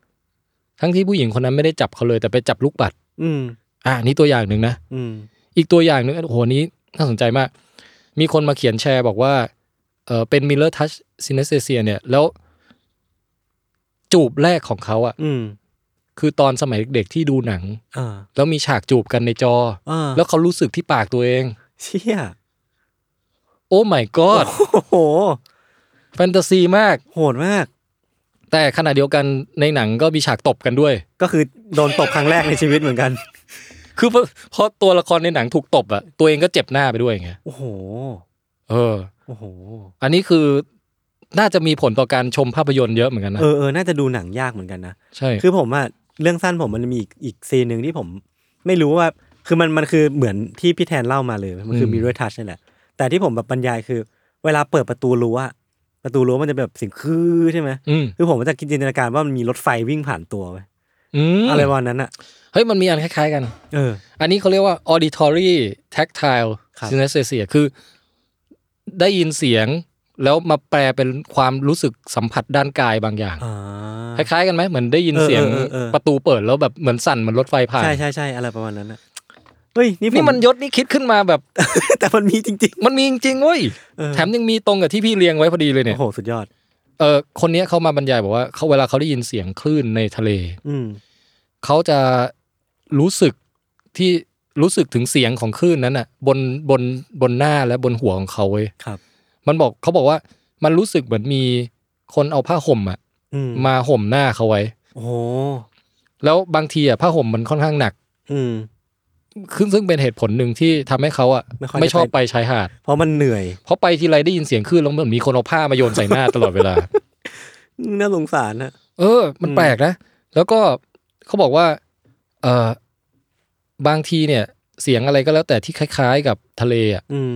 S3: ทั้งที่ผู้หญิงคนนั้นไม่ได้จับเขาเลยแต่ไปจับลูกปัด
S2: อืม
S3: อ่านี่ตัวอย่างหนึ่งนะ
S2: อืม
S3: อีกตัวอย่างหนึ่งโอ้โหนี้น่าสนใจมาก มีคนมาเขียนแชร์บอกว่าเออเป็นมิเลอร์ทัชซินเนสเซียเนี่ย แล้ว จูบแรกของเขาอะ
S2: อืม
S3: คือตอนสมัยเด็กๆที่ดูหนัง
S2: อ่า
S3: แล้วมีฉากจูบกันในจอ
S2: อ่า
S3: แล้วเขารู้สึกที่ปากตัวเอง
S2: เชี่ย
S3: โอ้ my god
S2: โอ้โห
S3: แฟนตาซีมาก
S2: โหดมาก
S3: แต่ขณะเดียวกันในหนังก็มีฉากตบกันด้วย
S2: ก็คือโดนตบครั้งแรกในชีวิตเหมือนกัน
S3: คือพอพอตัวละครในหนังถูกตบอะตัวเองก็เจ็บหน้าไปด้วยไง
S2: โอ้โห
S3: เออ
S2: โอ้โห
S3: อันนี้คือน่าจะมีผลต่อการชมภาพยนตร์เยอะเหมือนกันนะ
S2: เออเออน่าจะดูหนังยากเหมือนกันนะ
S3: ใช่
S2: คือผมอะเรื่องสั้นผมมันมีอีกอีกซีนหนึ่งที่ผมไม่รู้ว่าคือมันมันคือเหมือนที่พี่แทนเล่ามาเลย มันคือมิเรอร์ทัชนี่แหละ แต่ที่ผมแบบบรรยายคือ เวลาเปิดประตูรั้วอะประตูรั้วมันจะแบบเสิ่งคือใช่ไหม
S3: อืม
S2: คือผมมันจะคิดจินตนาการว่ามันมีรถไฟวิ่งผ่านตัวไป
S3: อืม
S2: อะไรวันนั้นอะ
S3: เฮ้ยมันมีอันคล้ายๆกัน
S2: เออ
S3: อันนี้เขาเรียกว่า auditory tactile
S2: ครับ
S3: synesthesia คือ ได้ยินเสียง แล้วมาแปลเป็นความรู้สึกสัมผัสด้านกายบางอย่าง
S2: อ่า
S3: คล้ายๆกันไหมเหมือนได้ยิน
S2: เออ
S3: เสียง
S2: เออเออ
S3: ประตูเปิดแล้วแบบเหมือนสั่นเหมือนรถไฟผ่าน
S2: ใช่ใช่ใช่อะไรประมาณนั้นอะเฮ้ยนี่ผ
S3: นี่มันยศนี่คิดขึ้นมาแบบ
S2: แต่มันมีจริง
S3: มันมีจริงๆเว้ย
S2: เออ
S3: แถมยังมีตรงกับที่พี่เรียงไว้พอดีเลย
S2: ๆ
S3: เนี่ย
S2: โอ้โหสุดยอด
S3: เออคนเนี้ยเขามาบรรยายบอกว่าเขาเวลาเขาได้ยินเสียงคลื่นในทะเล
S2: อืม
S3: เขาจะรู้สึกที่รู้สึกถึงเสียงของคลื่นนั้นอ่ะ บนบนบนหน้าและบนหัวของเขาเว้ย
S2: ครับ
S3: มันบอกเขาบอกว่ามันรู้สึกเหมือนมีคนเอาผ้าห่มอ่ะ
S2: อืม
S3: มาห่มหน้าเขาไว้
S2: โอ้โห
S3: แล้วบางทีอ่ะผ้าห่มมันค่อนข้างหนัก
S2: อืม
S3: ซึ่งซึ่งเป็นเหตุผลหนึ่งที่ทำให้เขาอ่ะ
S2: ไม่ค่อยได้
S3: ไม่ชอบไปชายหาด
S2: เพราะมันเหนื่อย
S3: เพราะไปทีไรได้ยินเสียงคลื่นแล้วเหมือนมีคนเอาผ้ามาโยนใส่หน้า ตลอดเวลา
S2: น่าสงสารนะ
S3: เออ มันแปลกนะ แล้วก็เขาบอกว่า เออบางทีเนี่ย เสียงอะไรก็แล้วแต่ที่คล้าย ๆ กับทะเลอ่ะ
S2: อืม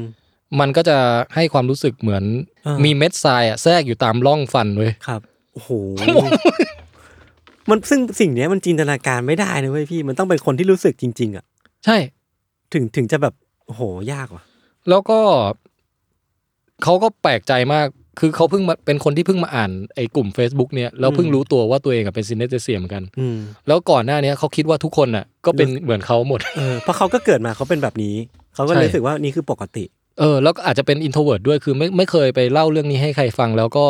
S3: มันก็จะให้ความรู้สึกเหมือน
S2: อ่ามี
S3: มีเม็ดทรายอะแทรกอยู่ตามร่องฟันเว้ย
S2: ครับโอ้โห มันซึ่งสิ่งเนี้ยมันจินตนาการไม่ได้นะเว้ยพี่ มันต้องเป็นคนที่รู้สึกจริง ๆ อ่ะ
S3: ใช่
S2: ถึงถึงจะแบบโอ้โหยากว่ะ
S3: แล้วก็เขาก็แปลกใจมาก คือเขาเพิ่งมาเป็นคนที่เพิ่งมาอ่านไอ้กลุ่ม Facebook เนี่ย แล้วเพิ่งรู้ตัวว่าตัวเองอะเป็นซินเนเตเซียเหมือนกัน
S2: อืม
S3: แล้วก่อนหน้าเนี้ยเขาคิดว่าทุกคนอ่ะ ก็เป็นเหมือนเขาหมด
S2: เออเพราะเขาก็เกิดมาเขาเป็นแบบนี้ เขาก็เลย
S3: ใช่
S2: รู้สึกว่านี่คือปกติ
S3: เออแล้วก็อาจจะเป็นอินโทรเวิร์ดด้วยคือไม่ไม่เคยไปเล่าเรื่องนี้ให้ใครฟัง แล้วก็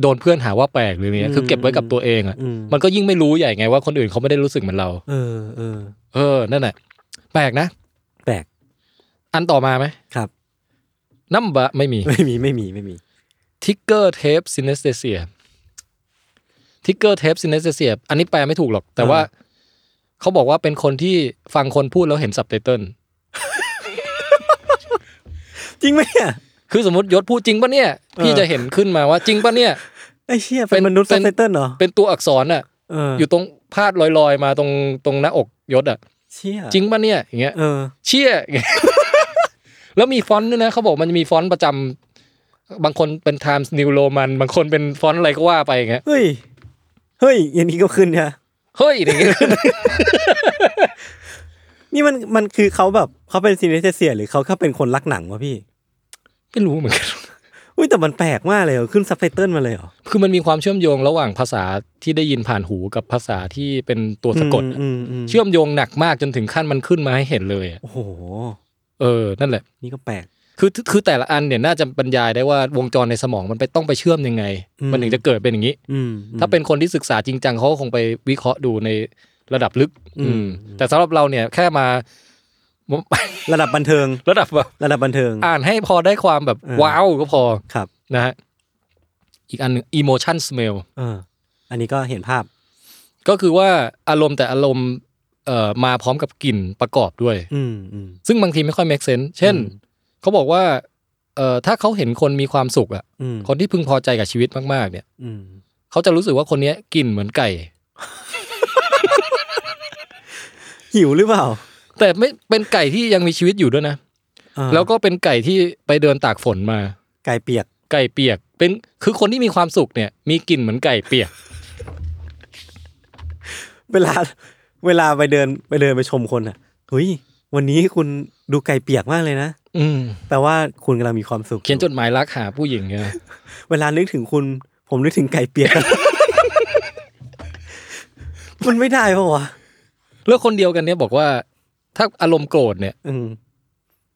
S3: โดนเพื่อนหาว่าแปลกหรืออะไรเนี้ยคือเก็บไว้กับตัวเองอ่ะ
S2: อืม
S3: มันก็ยิ่งไม่รู้ใหญ่ไงว่าคนอื่นเขาไม่ได้รู้สึกเหมือนเรา
S2: เออเออ
S3: เออนั่นแหละแปลกนะ
S2: แปลก
S3: อันต่อมาไหม
S2: ครับ
S3: นัมบะไม่มี
S2: ไม่มีไม่มีไม่มี
S3: ทิกเกอร์เทปซินเนสเตเซียทิกเกอร์เทปซินเนสเตเซียอันนี้แปลไม่ถูกหรอก แต่ว่า เขาบอกว่าเป็นคนที่ฟังคนพูดแล้วเห็นซับไตเติล
S2: จริงไหมเนี่ย
S3: คือสมมติยศพูดจริงปะเนี่ยพี่จะเห็นขึ้นมาว่าจริงปะเนี่ย
S2: ไอ้เชี่ยเป็น
S3: เป็น
S2: มนุษย์
S3: เป็
S2: ซับ
S3: น
S2: ไตเติ้ลเหรอ
S3: เป็นตัวอักษรอ่ะ
S2: เออ
S3: อยู่ตรงพาดลอยๆ มาตรงตรงหน้าอกยศอ่ะ
S2: เชี่ย
S3: จริงป่ะเนี่ยอย่างเงี้ย
S2: เออ
S3: เชี่ย อย่างเงี้ยแล้วมีฟอนต์ด้วยนะเขาบอกมันจะมีฟอนต์ประจำบางคนเป็น Times New Roman บางคนเป็นฟอนต์อะไรก็ว่าไปอย่างเงี้ย
S2: เฮ้ย เฮ้ยอันนี้ก็ขึ้นเนี่ย
S3: เฮ้ยอย่างเงี้ย
S2: นี่มันมันคือเขาแบบเขาเป็นซีเนสเซียหรือเขาแค่เป็นคนรักหนังวะพี่
S3: ไม่รู้เหมือนกัน
S2: อุ้ยแต่มันแปลกมากเลยเหรอขึ้นซับไตเติลมาเลยเหรอ
S3: คือมันมีความเชื่อมโยงระหว่างภาษาที่ได้ยินผ่านหูกับภาษาที่เป็นตัวสะกด
S2: อืมอืม
S3: เชื่อมโยงหนักมากจนถึงขั้นมันขึ้นมาให้เห็นเลยอะ
S2: โอ้โห
S3: เออนั่นแหละ
S2: นี่ก็แปลก
S3: คือคือแต่ละอันเนี่ยน่าจะบรรยายได้ว่าวงจรในสมองมันไปต้องไปเชื่อมยังไง
S2: อืม
S3: มันถึงจะเกิดเป็นอย่างนี้
S2: อืมอืม
S3: ถ้าเป็นคนที่ศึกษาจริงจังเขาก็คงไปวิเคราะห์ดูในระดับลึก
S2: อืม
S3: อืม แต่สำหรับเราเนี่ยแค่มา
S2: ระดับบันเทิง
S3: ระดับแบบ
S2: ระดับบันเทิง
S3: อ่านให้พอได้ความแบบ
S2: เออ
S3: ว้าวก็พอ
S2: ครับ
S3: นะฮะอีกอันหนึ่ง emotion smell
S2: เอออันนี้ก็เห็นภาพ
S3: ก็คือว่าอารมณ์แต่อารมณ์เอ่อมาพร้อมกับกลิ่นประกอบด้วย
S2: อืมอืม
S3: ซึ่งบางทีไม่ค่อย make sense เช่น
S2: อืม
S3: เขาบอกว่าเอ่อถ้าเขาเห็นคนมีความสุขอ่ะ
S2: อืม
S3: คนที่พึงพอใจกับชีวิตมากๆ เนี่ย
S2: อืม
S3: เขาจะรู้สึกว่าคนเนี้ยกลิ่นเหมือนไก่
S2: หิวหรือเปล่า
S3: แต่ไม่เป็นไก่ที่ยังมีชีวิตอยู่ด้วยนะ
S2: อ่า
S3: แล้วก็เป็นไก่ที่ไปเดินตากฝนมา
S2: ไก่เปียก
S3: ไก่เปียก เป็นคือคนที่มีความสุขเนี่ย มีกลิ่นเหมือนไก่เปียก
S2: เวลา เวลาไปเดินไปเดินไปชมคนอ่ะเฮ้ยวันนี้คุณดูไก่เปียกมากเลยนะ
S3: อืม
S2: แปลว่าคุณกำลังมีความสุขอ
S3: เขียนจดหมายรักหาผู้หญิงเนี่ย
S2: เวลานึกถึงคุณ ผมนึกถึงไก่เปียก มันไม่ได้ปะวะ
S3: แล้วคนเดียวกันเนี่ยบอกว่า ถ้าอารมณ์โกรธเนี่ย
S2: อืม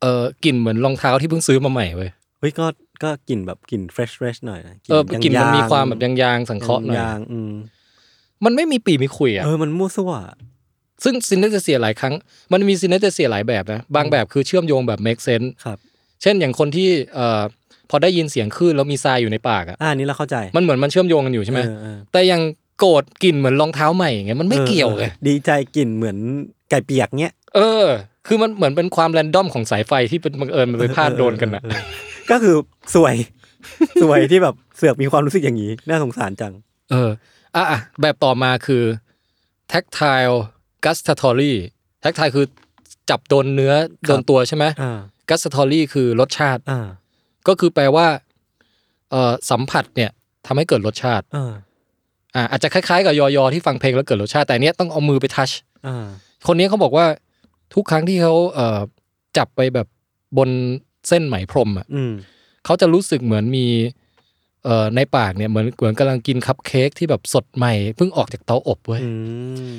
S3: เออกลิ่นเหมือนรองเท้าที่เพิ่งซื้อมาใหม่เว้ย
S2: เฮ้ยก็ก็กลิ่นแบบกลิ่น fresh fresh หน่อยนะ
S3: เออกลิ่นมันมีความแบบยางๆสังเคราะห์หน่อย
S2: ยางๆอืม
S3: มันไม่มีปีมีคุยอ่ะ
S2: เออมันมั่วซั่วอะ
S3: ซึ่งซินเนสเซียหลายครั้งมันมีซินเนสเซียหลายแบบนะบางแบบคือเชื่อมโยงแบบ make sense
S2: ครับ
S3: เช่นอย่างคนที่เอ่อพอได้ยินเสียงคลื่นแล้วมีทรายอยู่ในปากอ่ะ
S2: อ่าอันนี้เราเข้าใจ
S3: มันเหมือนมันเชื่อมโยงกันอยู่ใช่ไหม
S2: เออเออ
S3: แต่ยังโกรธกลิ่นเหมือนรองเท้าใหม่อย่างเงี้ยมันไม่เกี่ยวเล
S2: อย อออดีใจกลิ่นเหมือนไก่เปียกเนี้ย
S3: เออ คือมันเหมือนเป็นความแรนดอมของสายไฟที่เป็นบังเอิญมันไปพลาดโดนกันนะ
S2: เออเออเออก็คือสวย สวยที่แบบเสือกมีความรู้สึกอย่างนี้ น่าสงสารจัง
S3: เอออ่ะอ่ะแบบต่อมาคือ tactile gustatory tactile คือจับโดนเนื้อโดนตัวใช่ไหม
S2: อ่า
S3: gustatory คือรสชาติ
S2: อ่า
S3: ก็คือแปลว่าเอ่อสัมผัสเนี่ยทำให้เกิดรสชาติ
S2: อ่า
S3: อ่ะอาจจะคล้ายๆกับยอยอที่ฟังเพลงแล้วเกิดรสชาติ แต่อันเนี้ยต้องเอามือไปทัช
S2: อ่า
S3: คนนี้เขาบอกว่าทุกครั้งที่เขาเอ่อจับไปแบบบนเส้นไหมพรมอะ
S2: อืม
S3: เขาจะรู้สึกเหมือนมีเอ่อในปากเนี่ยเหมือนเหมือนกำลังกินคัพเค้กที่แบบสดใหม่เพิ่งออกจากเตาอบเว้ย
S2: อื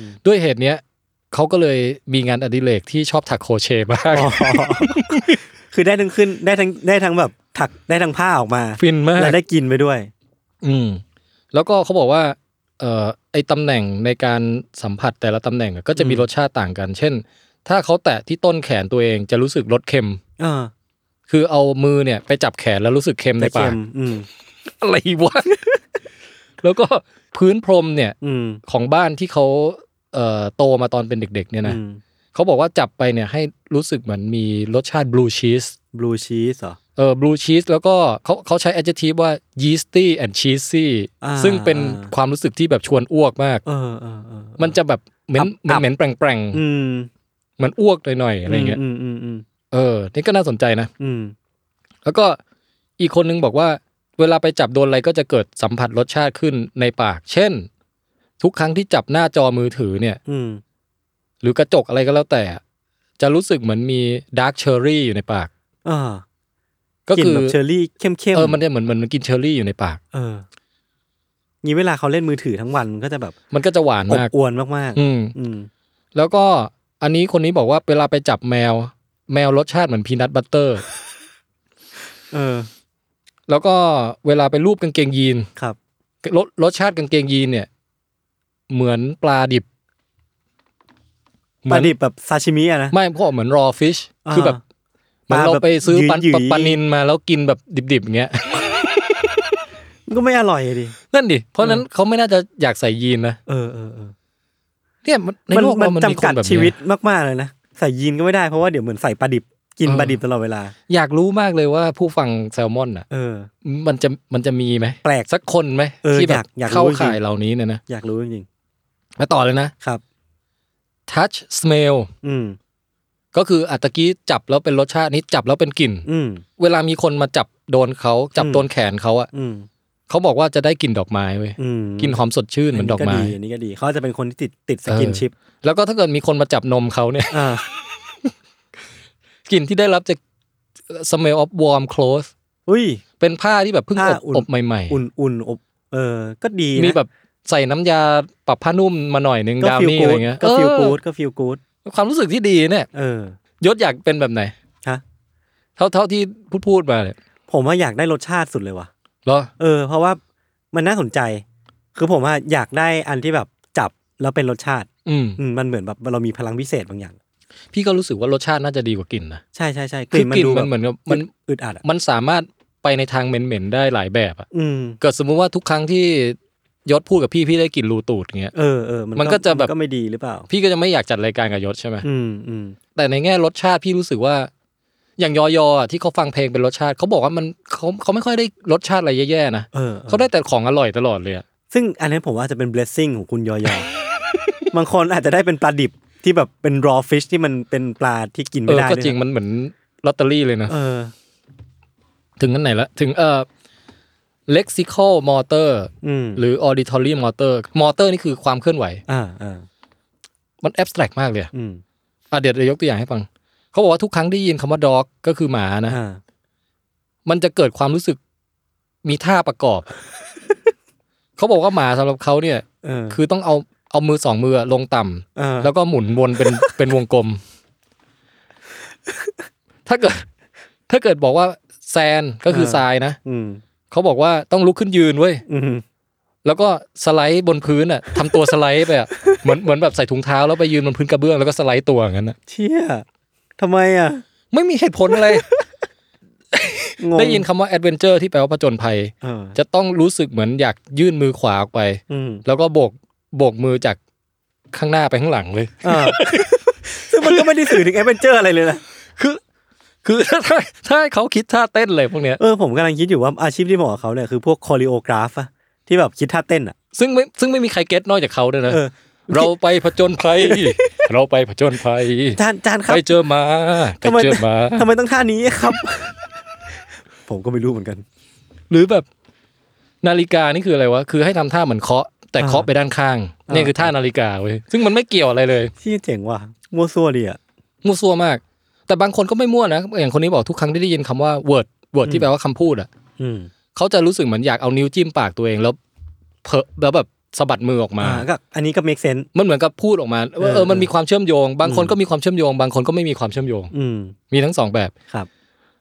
S2: ม
S3: ด้วยเหตุเนี้ยเขาก็เลยมีงานอดิเรกที่ชอบถักโครเชต์มาก
S2: อ๋อ คือได้ทั้งขึ้นได้ทั้งได้ทั้งแบบถักได้ทั้งผ้าออกมา
S3: ฟินมาก
S2: และได้กินไปด้วย
S3: อืมแล้วก็เขาบอกว่าเอ่อไอตำแหน่งในการสัมผัสแต่ละตำแหน่งอะก็จะมี
S2: อืม
S3: รสชาติต่างกัน เช่น ถ้าเขาแตะที่ต้นแขนตัวเองจะรู้สึกรสเค็ม
S2: เออ
S3: คือเอามือเนี่ยไปจับแขนแล้วรู้สึกเค็มใน
S2: แต่
S3: ปา
S2: เค็
S3: ก
S2: มอืม
S3: อะไรวะ แล้วก็พื้นพรมเนี่ย
S2: อืม
S3: ของบ้านที่เขาเอ่อโตมาตอนเป็นเด็ก ๆ เนี่ยนะเขาบอกว่าจับไปเนี่ยให้รู้สึกเหมือนมีรสชาติบลูชีส
S2: บลูชีสเหรอ
S3: เออบลูชีสแล้วก็เขาเขาใช้ adjective ว่า yeasty and cheesy
S2: อ่า
S3: ซึ่งเป็นความรู้สึกที่แบบชวนอ้วกมาก
S2: เออเออเออ
S3: มันจะแบบเหม็นเหม็
S2: อั
S3: น
S2: บ
S3: เหม็นแปลง
S2: อืม
S3: ๆเหมันอ้วกหน่อยๆอะไรเงี้ย
S2: อืมอืมอืม
S3: เออนี่ก็น่าสนใจนะ
S2: อืม
S3: แล้วก็อีกคนนึงบอกว่า เวลาไปจับโดนอะไรก็จะเกิดสัมผัสรสชาติขึ้นในปาก เช่น ทุกครั้งที่จับหน้าจอมือถือเนี่ย
S2: อืม
S3: หรือกระจกอะไรก็แล้วแต่ จะรู้สึกเหมือนมีดาร์กเชอร์รี่อยู่ในปาก
S2: อ่า
S3: ก็
S2: ลิ่น
S3: คือ
S2: แบบเชอร์รี่เข้มเข้ม
S3: เออมันจะเหมือนเหมือนมันกินเชอร์รี่อยู่ในปาก
S2: เออนี่เวลาเขาเล่นมือถือทั้งวันก็จะแบบ
S3: มันก็จะหวาน
S2: อบ
S3: มาก
S2: อวนมาก
S3: อืม
S2: ๆ อืม
S3: แล้วก็อันนี้คนนี้บอกว่าเวลาไปจับแมว แมวรสชาติเหมือนพีนัทบัตเตอร์
S2: เออ
S3: แล้วก็เวลาไปรูปกางเกงยีน
S2: ครับ
S3: รสรสชาติกางเกงยีนเนี่ย เหมือนปลาดิบเห
S2: ป
S3: มื
S2: ลา
S3: อน
S2: ดิบแบบซาชิมิอะนะ
S3: ไม่พวกเหมือนรอฟิช
S2: อ่า
S3: คือแบบเหมือนเรา
S2: ปลาแบบ
S3: ไปซื้อปลา
S2: หยืยๆ
S3: ปลานินมาแล้วกินแบบดิบๆอย่างเงี้ย
S2: มันก็ไม่อร่อยอะดิ
S3: นั่นดิเพราะฉะนั้นเขาไม่น่าจะอยากใส่ยีนนะ
S2: เออเออเออ
S3: เนี่ยมันใน
S2: มัน
S3: โลก
S2: มัน
S3: เรามันมี
S2: จำ
S3: ค
S2: กัด
S3: นแบบเนี้ย
S2: ชีวิตมากๆเลยนะใส่ยีนก็ไม่ได้เพราะว่าเดี๋ยวเหมือนใส่ปลาดิบกิน
S3: เออ
S2: ปลาดิบตลอดเวลา
S3: อยากรู้มากเลยว่าผู้ฟังแซลมอนอ่ะ
S2: เออ
S3: มันจะมันจะมีไหม
S2: แปลก
S3: สักคนไหม
S2: เออ
S3: ที่แบ
S2: อ
S3: บ
S2: ยากอยากรู้
S3: เข้า
S2: จริง
S3: ข่ายเหล่านี้เนี่ยนะ
S2: อยากรู้จริง
S3: มาต่อเลยนะ
S2: ๆครับ
S3: touch smell
S2: อืม
S3: ก็คืออัตะกี้จับแล้วเป็นรสชาตินี้จับแล้วเป็นกลิ่น
S2: อืม
S3: เวลามีคนมาจับโดนเขาจับ
S2: อืม
S3: โดนแขนเขาอะ
S2: อืม
S3: เขาบอกว่าจะได้กลิ่นดอกไม้เว้ย
S2: อืม
S3: กลิ่นหอมสดชื่นเหมือนดอกไม้
S2: นนี้ดีอันนี้ก็ดีเขาอาจจะเป็นคนที่ติดติดสกิน
S3: เออ
S2: ชิป
S3: แล้วก็ถ้าเกิดมีคนมาจับนมเขาเนี่ย
S2: อ่าก
S3: ลิ่นที่ได้รับจะ smell of warm clothes
S2: อุ้ย
S3: เป็นผ้าที่แบบเพิ่งอบ
S2: ผ้าอุ่น
S3: อบใหม่
S2: อุ่นอุ่นอบเออ ก็ดี
S3: ๆ
S2: นะ
S3: มีแบบใส่น้ำยาปรับผ้านุ่มมาหน่อยหนึ่ง
S2: ก็
S3: ดาว
S2: ฟิล
S3: นี่
S2: กู
S3: อะไร
S2: ด
S3: เงี้ย
S2: ก็ฟิลกูด
S3: เอ
S2: ก็ฟิลกูด
S3: อความรู้สึกที่ดีเนี่ย
S2: เออ
S3: ยศอยากเป็นแบบไหน
S2: ฮะ
S3: เท่าเท่าที่พูดพูดมาเนี่ย
S2: ผมว่าอยากได้รสชาติสุดเลยว่ะ
S3: เหรอ
S2: เออ เพราะว่ามันน่าสนใจ คือผมว่าอยากได้อันที่แบบจับแล้วเป็นรสชาติ
S3: อืม
S2: อืมมันเหมือนแบบเรามีพลังพิเศษบางอย่าง
S3: พี่ก็รู้สึกว่ารสชาติน่าจะดีกว่ากลิ่นนะ
S2: ใช่ใช่ใช่
S3: คือกลิ่นมัน
S2: แบบ
S3: เหมือนกับมัน
S2: อึดอัดอ่ะ
S3: มันสามารถไปในทางเหม็นๆได้หลายแบบอะ
S2: อืม
S3: เกิดสมมุติว่าทุกครั้งที่ยศพูดกับพี่พี่ได้กลิ่นรูตูดเงี้ย
S2: เออเออ
S3: มันก็จะแบบ
S2: ก็ไม่ดีหรือเปล่า
S3: พี่ก็จะไม่อยากจัดรายการกับยศใช่ไหม
S2: อืมอืม
S3: แต่ในแง่รสชาติพี่รู้สึกว่า อย่างยอยอะที่เขาฟังเพลงเป็นรสชาติเขาบอกว่ามันเขาเขาไม่ค่อยได้รสชาติอะไรแย่ๆนะ
S2: เออออ
S3: เขาได้แต่ของอร่อยตลอดเลยอะ
S2: ซึ่งอันนั้นผมว่าจะเป็น blessing ของคุณยอย อ บางคนอาจจะได้เป็นปลาดิบที่แบบเป็น raw fish ที่มันเป็นปลาที่กิน
S3: เอ
S2: ไม่
S3: อ
S2: ได้
S3: ก็
S2: ด้วย
S3: จริง
S2: นะ
S3: มันเหมือนลอตเตอรี่เลยนะ
S2: เออ
S3: ถึงนั่นไหนละถึงเอ่อ lexical motor
S2: อืม
S3: หรือ auditory motor motor นี่คือความเคลื่อนไหว
S2: อ่าอ่า
S3: มัน abstract มากเลยอะ
S2: อืม
S3: อ่ะเดี๋ยวจะยกตัวอย่างให้ฟัง เขาบอกว่าทุกครั้งที่ได้ยินคำว่า dog ก็คือหมานะ
S2: อ่า
S3: มันจะเกิดความรู้สึกมีท่าประกอบ เขาบอกว่าหมาสำหรับเขาเนี่ย
S2: เออ
S3: คือต้องเอาเอามือสองมือลงต่ำ
S2: เออ
S3: แล้วก็หมุนวนเป็น เป็นวงกลม ถ้าเกิด ถ้าเกิดบอกว่าแซนก็คือทรายนะ
S2: อืม
S3: เขาบอกว่าต้องลุกขึ้นยืนเว้ย
S2: อืม
S3: แล้วก็สไลด์บนพื้นอ่ะทำตัวสไลด์ไปอ่ะ เหมือนเหมือนแบบใส่ถุงเท้าแล้วไปยืนบนพื้นกระเบื้องแล้วก็สไลด์ตัวอย่างนั้นน่ะ
S2: เชี่ยทำไมอ่ะ
S3: ไม่มีเหตุผลอะไร
S2: งง
S3: ได้ยินคำว่าแอดเวนเจอร์ที่แปลว่าผจญภัย
S2: เออ
S3: จะต้องรู้สึกเหมือนอยากยื่นมือขวาออกไป
S2: อืม
S3: แล้วก็โบกโบกมือจากข้างหน้าไปข้างหลังเลย
S2: เอ อซึ่งมันก็ไม่ได้สื่อถึงแอดเวนเจอร์อะไรเลยนะ
S3: คือคือ ถ้าถ้าถ้าให้เขาคิดท่าเต้นเลยพวกเนี้ย
S2: เออผมกำลังคิดอยู่ว่าอาชีพที่เหมาะกับเขาเนี่ยคือพวกคอริโอกราฟอะที่แบบคิดท่าเต้นอะ
S3: ซึ่งไม่ซึ่งไม่มีใครเก็ตนอกจากเขาด้วยนะ
S2: เออ
S3: เราไปผจญภัย เราไปผจญภัย
S2: จานจานครับ
S3: ไปเจอหมาไป
S2: ทำไม
S3: เจอหมา
S2: ทำไมต้องท่านี้ครับ ผมก็ไม่รู้เหมือนกัน
S3: หรือแบบนาฬิกานี่คืออะไรวะ คือให้ทำท่าเหมือนเคาะ แต่เคาะไปด้านข้างเนี่ยคือท่านาฬิกาเว้ยซึ่งมันไม่เกี่ยวอะไรเลย
S2: ที่เจ๋งว่ะมั่วซั่วดีอะ
S3: มั่วซั่วมาก แต่บางคนก็ไม่มั่วนะ อย่างคนนี้บอกทุกครั้งที่ได้ยินคำว่า word เวิร์ดที่แปลว่าคำพูดอ่ะ
S2: อืม
S3: เขาจะรู้สึกเหมือนอยากเอานิ้วจิ้มปากตัวเองแล้วเพอแล้วแบบสะบัดมือออกมา
S2: อ่าก็อันนี้ก็ make sense
S3: มันเหมือนกับพูดออกมาว่าเอ
S2: เอ
S3: อ
S2: อ
S3: มันมีความเชื่อมโยง บางคนก็มีความเชื่อมโยง บางคนก็ไม่มีความเชื่อมโยง
S2: อืม
S3: มีทั้งสองแบบ
S2: ครับ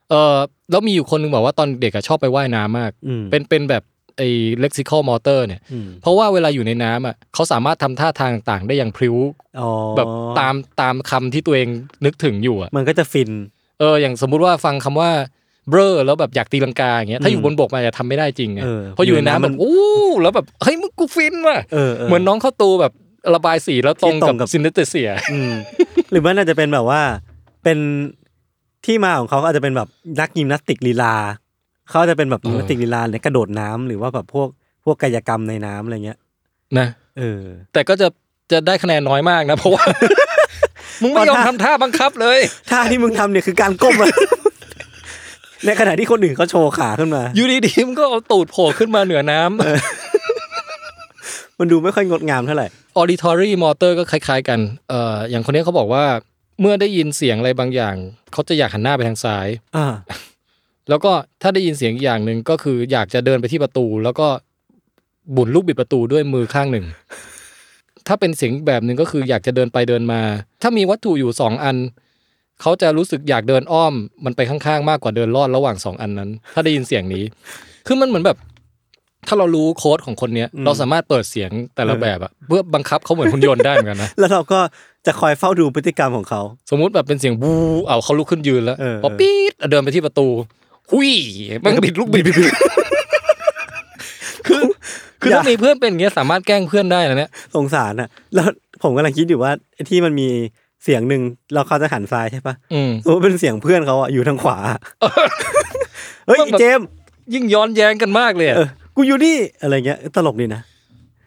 S3: เออแล้วมีอยู่คนหนึงบอกว่าตอนเด็กอะชอบไปว่ายน้ำมาก
S2: อืม
S3: เป็นเป็นแบบไอ้ lexical motor เนี่ย
S2: อืม
S3: เพราะว่าเวลาอยู่ในน้ำอ่ะเขาสามารถทำท่าทางต่างได้อย่างพลิ้ว
S2: อ๋อ
S3: แบบตามตามคำที่ตัวเองนึกถึงอยู่อ่ะ
S2: มันก็จะฟิน
S3: เอออย่างสมมุติว่าฟังคำว่าเบ้อแล้วแบบอยากตีลังกาอย่างเงี้ยถ้าอยู่บนบกมันอาจจะทำไม่ได้จริงไง
S2: เออ
S3: เพราะอยู่ในน้ำ
S2: มั
S3: แบบ
S2: น
S3: อู้แล้วแบบเฮ้ยมึงกูฟินว่ะ
S2: เออ
S3: เหมือนน้องเข้าตูแบบระบายสีแล้วตรง
S2: ที่ตรงกั
S3: กับบ ซินเนสเตเซีย
S2: อืมหรือว่าน่าจะเป็นแบบว่าเป็นที่มาของเขาก็อาจจะเป็นแบบนักยิมนาสติกลีลาเขาอาจจะเป็นแบบ
S3: เออ
S2: ยิมนาสติกลีลาในกระโดดน้ำหรือว่าแบบพวกพวกกายกรรมในน้ำอะไรเงี้ย
S3: นะ
S2: เออ
S3: แต่ก็จะจะได้คะแนนน้อยมากนะเพราะ ว่า มึงไม่ยอม
S2: ตอน
S3: ทำ
S2: ท่า
S3: ท่าบังคับเลย
S2: ท่าที่มึงทำเนี่ยคือการก้มอะ ในขณะที่คนอื่นเขาโชว์ขาขึ้นมา
S3: อยู่ดีๆมันก็เอาตูดโผล่ขึ้นมาเหนือน้ำ
S2: มันดูไม่ค่อยงดงามเท่าไหร่
S3: auditory motor ก็คล้าย ๆ กัน เอ่อ อย่างคนนี้เขาบอกว่า เมื่อได้ยินเสียงอะไรบางอย่าง เขาจะอยากหันหน้าไปทางซ้าย
S2: อ่า
S3: แล้วก็ถ้าได้ยินเสียงอีกอย่างหนึ่งก็คืออยากจะเดินไปที่ประตู แล้วก็บุนลูกบิดประตูด้วยมือข้างหนึ่ง ถ้าเป็นเสียงอีกแบบหนึ่งก็คืออยากจะเดินไปเดินมา ถ้ามีวัตถุอยู่สองอัน เขาจะรู้สึกอยากเดินอ้อม มันไปข้างๆ มากกว่าเดินลอดระหว่างสองอันนั้น ถ้าได้ยินเสียงนี้ คือมันเหมือนแบบ ถ้าเรารู้โค้ดของคนเนี้ย เราสามารถเปิดเสียงแต่ละแบบอะเพื่อบังคับเขาเหมือนหุ่นยนต์ได้เหมือนกันนะ
S2: แล้วเราก็จะคอยเฝ้าดูพฤติกรรมของเขา
S3: สมมุติแบบเป็นเสียงบูเอาเขาลุกขึ้นยืนแล้ว
S2: เออ
S3: พอปี๊ดเดินไปที่ประตูหุยมันบิดลูกบิดบิดบิดคือคือถ้ามีเพื่อนเป็นอย่างเงี้ยสามารถแกล้งเพื่อนได้นะเนี่ย
S2: สงสารอ่ะ แล้วผมกำลังคิดอยู่ว่าไอ้ที่มันมีเสียงหนึ่งเราเขาจะหันซ้ายใช่ปะ
S3: อืม
S2: โอ้เป็นเสียงเพื่อนเขาอะอยู่ทางขวา เฮ้ย
S3: มันแบบ
S2: เจมส์
S3: ยิ่งย้อนแย้งกันมากเลยอะ
S2: เออกูอยู่นี่อะไรเงี้ยตลกดีนะ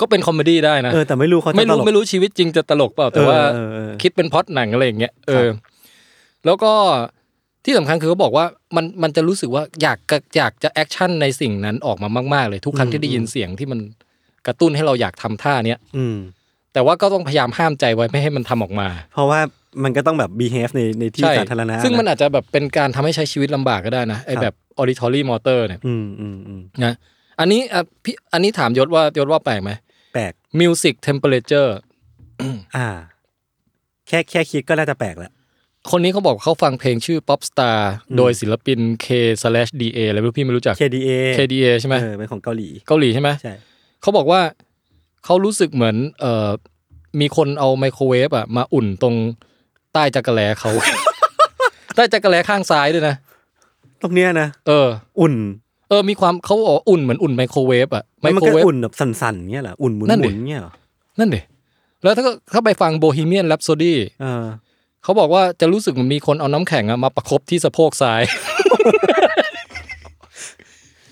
S3: ก็เป็นคอมเมดี้ได้นะ
S2: เออแต่ไม่รู้เขาจะ
S3: ไม่
S2: ต
S3: รู้
S2: ลก
S3: ไม่รู้ชีวิตจริงจะตลกเปล่าแต่ว่า
S2: เออเออเออ
S3: คิดเป็นพล็อดหนังอะไรอย่างเงี้ยเออ แล้วก็ที่สำคัญคือเขาบอกว่ามันมันจะรู้สึกว่าอยากกระอยากจะแอคชั่นในสิ่งนั้นออกมามากๆเลยทุกครั้งที่ได้ยินเสียงที่มันกระตุ้นให้เราอยากทำท่าเนี้ย
S2: อืม
S3: แต่ว่าก็ต้องพยายามห้ามใจไว้ไม่ให้มันทำออกมา
S2: เพราะว่ามันก็ต้องแบบ behave ในในที่
S3: ใช่
S2: สาธารณะ
S3: ซึ่งมันะ อาจจะแบบเป็นการทำให้ใช้ชีวิตลำบากก็ได้นะไอ
S2: ครับ
S3: แบบ auditory motor เนี่ย
S2: อืมอืมอืม
S3: นะอันนี้อ่ะพี่อันนี้ถามยศว่ายศว่าแปลกไหม
S2: แปลก
S3: music temperature
S2: อ่า แค่แค่คิดก็น่าจะแปลกละ
S3: คนนี้เขาบอกเขาฟังเพลงชื่อ pop star โดยศิลปิน K slash DA อะไรไม่รู้พี่ไม่รู้จัก
S2: KDA
S3: KDA ใช่ไหม
S2: เออเป็นของเกาหลี
S3: เกาหลีใช่ไหม
S2: ใช่
S3: เขาบอกว่าเขารู้สึกเหมือนเอ่อมีคนเอาไมโครเวฟอะมาอุ่นตรงใต้จักรแลเขา ใต้จักรแลข้างซ้ายด้วยนะ
S2: ตรงเนี้ยนะ
S3: เออ
S2: อุ่น
S3: เออ มีความเขาบอกว่าอุ่นเหมือนอุ่นไมโครเวฟอะไม
S2: แล้วมัน
S3: โคร
S2: ก็
S3: เวฟ
S2: อุ่นแบบสั่นๆเงี้ยเหรออุ่นหมุน
S3: นั่น
S2: ห
S3: ดิ
S2: มุนเงี้ยเหรอ
S3: นั่นดิแล้วถ้าก็ถ้าไปฟังโบฮีเมียนแรปโซดี้
S2: เออ
S3: เขาบอกว่าจะรู้สึกเหมือนมีคนเอาน้ำแข็งอะมาประคบที่สะโพกซ้าย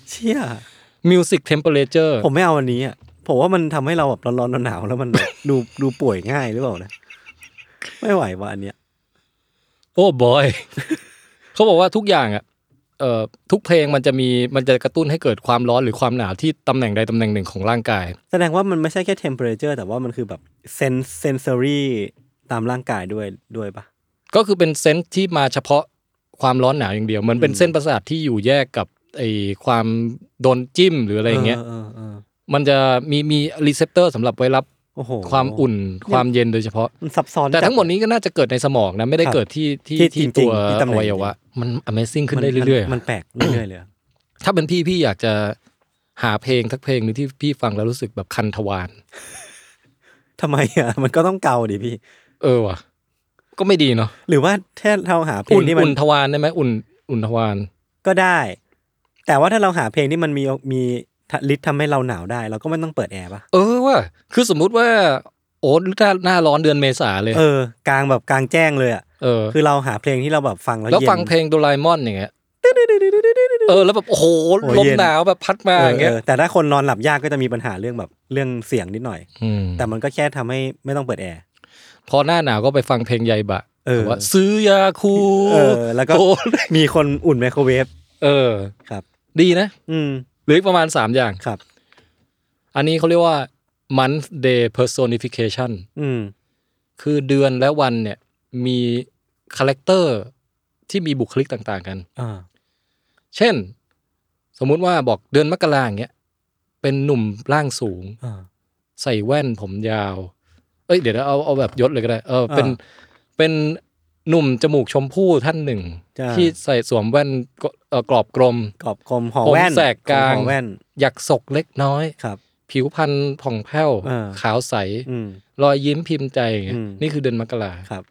S2: เชี่ย
S3: มิวสิกเทมเปอเรเจอร์
S2: ผมไม่เอาอันนี้อ่ะ ผมว่ามันทำให้เราแบบร้อนๆหนาวๆแล้วมัน ดูดูป่วยง่ายหรือเปล่านะ ไม่ไหวว่ะอันเนี้ย
S3: โอ้บอย เขาบอกว่าทุกอย่างอะเอ่อทุกเพลงมันจะมีมันจะกระตุ้นให้เกิดความร้อนหรือความหนาวที่ตำแหน่งใดตำแหน่งหนึ่งของร่างกาย
S2: แสดงว่ามันไม่ใช่แค่ temperature แต่ว่ามันคือแบบ sense sensory ตามร่างกายด้วยด้วยปะ
S3: ก็คือเป็นเซนส์ที่มาเฉพาะความร้อนหนาวอย่างเดียวเหมันเป็นเส้นประสาทที่อยู่แยกกับไอความโดนจิ้มหรืออะไรอย่างเงี้ย
S2: ออออ
S3: มันจะมีมีรีเซพเตอร์สำหรับไว้รับ
S2: โอ้โห
S3: ความอุ่นความเย็นโดยเฉพาะ
S2: มันซับซ้อน
S3: แต่ทั้งหมด
S2: จั
S3: นี้ก็น่าจะเกิดในสมองนะ ไม่ได้
S2: ครับ
S3: เกิดที่ที่
S2: ที่
S3: ที่
S2: จริ
S3: ตัวอ
S2: งๆที่ตำแหน่ง
S3: วัยวะ มัน Amazing
S2: ด
S3: ขึ้นได้เรื่อย
S2: มันมันแปลกเรื่อยๆเลยอะ
S3: ๆ ถ้าเป็นพี่พี่อยากจะหาเพลงทักเพลงหนึงที่พี่ฟังแล้วรู้สึกแบบคันทวาร
S2: ทำไมอ่ะ มันก็ต้องเกาดิพี่
S3: เออว่ะ ก็ไม่ดีเนาะ
S2: หรือว่าแค่เราหาเพล
S3: อุ่
S2: ง
S3: น
S2: ที่มัน
S3: อุ่นทวารได้ไหมอุ่นอุ่นทวาร
S2: ก็ได้ แต่ว่าถ้าเราหาเพลงที่มันมีมีฤทธิ์ทำให้เราหนาวได้ เราก็ไม่ต้องเปิดแอร์ปะ
S3: เออว่ะคือสมมุติว่า โอ้หน้าหน้าร้อนเดือนเมษาเลย
S2: เออกลางแบบกลางแจ้งเลยอ่ะ
S3: เออ
S2: คือเราหาเพลงที่เราแบบฟังแล้ว
S3: แล้ว
S2: เย็น
S3: ฟังเพลงโดราเอมอนอย่างเงี้ยเออแล้วแบบโอ้โห
S2: โอ้ย
S3: ลม
S2: เย็น
S3: หนาวแบบพัดมา
S2: เออ
S3: อย่างเงี้ย
S2: เออแต่ถ้าคนนอนหลับยากก็จะมีปัญหาเรื่องแบบเรื่องเสียงนิดหน่อย
S3: ม
S2: แต่มันก็แค่ทำให้ไม่ต้องเปิดแอร์
S3: พอหน้าหนาวก็ไปฟังเพลงใยบะ
S2: เออ
S3: แบบว่าซื้อยาคู
S2: เออ แล้วก็
S3: โอ้
S2: มีคนอุ่นไมโครเวฟ
S3: เออ
S2: ครับ
S3: ดีนะ
S2: อืม
S3: เหรืออีกประมาณ 3 อย่าง
S2: ครับ
S3: อันนี้เขาเรียกว่า month day personification
S2: อืม
S3: คือเดือนและวันเนี่ย มีคาแรคเตอร์ที่มีบุคลิกต่างๆกัน
S2: อ่า
S3: เช่น สมมุติว่าบอกเดือนมกราอย่างเงี้ยเป็นหนุ่มร่างสูง
S2: อ่า
S3: ใส่แว่นผมยาว เอ้ยเดี๋ยวนะเอาเอาแบบยศเลยก็ได้ เออเป็น
S2: อ่
S3: เป็นหนุ่มจมูกชมพู่ท่านหนึ่ง
S2: จ้ะ
S3: ที่ใส่สวมแว่นกเอ่อกรอบกลม
S2: กรอบกลมหอแว่น
S3: ผมแสกกลาง
S2: หอแว่น
S3: อยากศกเล็กน้อย
S2: ครับ
S3: ผิวพรรณผ่องแผ้ว
S2: อ่า
S3: ขาวใส
S2: อืม
S3: รอยยิ้มพิมพ์ใจอย่างเงี้ย
S2: อืม
S3: นี่คือเดือนมกรา
S2: ครับ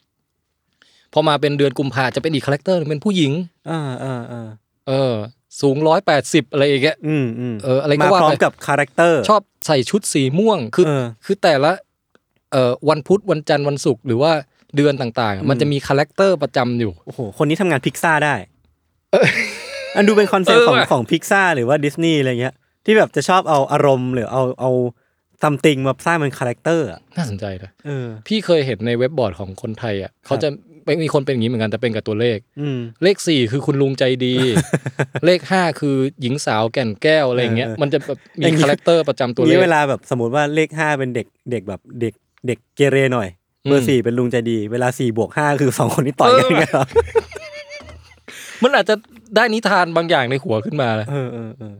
S3: พอมาเป็นเดือนกุมภาจะเป็นอีกคาแรคเตอร์หนึ่งเป็นผู้หญิง
S2: อ่าอ่าอ่า
S3: เออ สูงร้อยแปดสิบอะไรอย่างเงี้ย
S2: อืมอืม
S3: เอออะไรก็
S2: มา
S3: ว่า
S2: พร้อม
S3: ไป
S2: กับคาแรคเตอร์
S3: ชอบใส่ชุดสีม่วง คือ
S2: เออ
S3: คือแต่ละ เอ่อ วันพุธ วันจันทร์ วันศุกร์ หรือว่าเดือนต่าง
S2: อืม
S3: ๆ มันจะมีคาแรคเตอร์ประจำอยู่
S2: โอ้โห คนนี้ทำงานพิกซ่าได้ อันดูเป็นคอนเซ็ปต์
S3: เออ
S2: ของ
S3: ว่ะ
S2: ของพิกซ่าหรือว่าดิสนีย์อะไรเงี้ย ที่แบบจะชอบเอาอารมณ์หรือเอาเอาซัมติงมาสร้างเป็นคาแรคเตอร์อะ
S3: น่าสนใจนะ
S2: เออ
S3: พี่เคยเห็นในเว็บบอร์ดของคนไทยอ่ะ เขาจะเป็นมีคนเป็นอย่างนี้เหมือนกันแต่เป็นกับตัวเลข
S2: อืม
S3: เลขสี่คือคุณลุงใจดี เลขห้าคือหญิงสาวแก่นแก้วอะไรอย่างเงี้ย
S2: เออ
S3: มันจะแบบ
S2: อ
S3: มี
S2: ย่างนี้
S3: คาแรคเตอร์ประจำตัวเล
S2: นี่
S3: ข
S2: เวลาแบบสมมติว่าเลขห้าเป็นเด็กเด็กแบบเด็กเด็กเกเรหน่อย
S3: อืม
S2: เบอร์สี่เป็นลุงใจดี เวลาสี่บวกห้าคือสองคนที่ต่อย
S3: เอ
S2: กัน
S3: อ
S2: เงี้ยเหรอ
S3: มันอาจจะได้นิทานบางอย่างในหัวขึ้นมาเลย
S2: เออเออเออ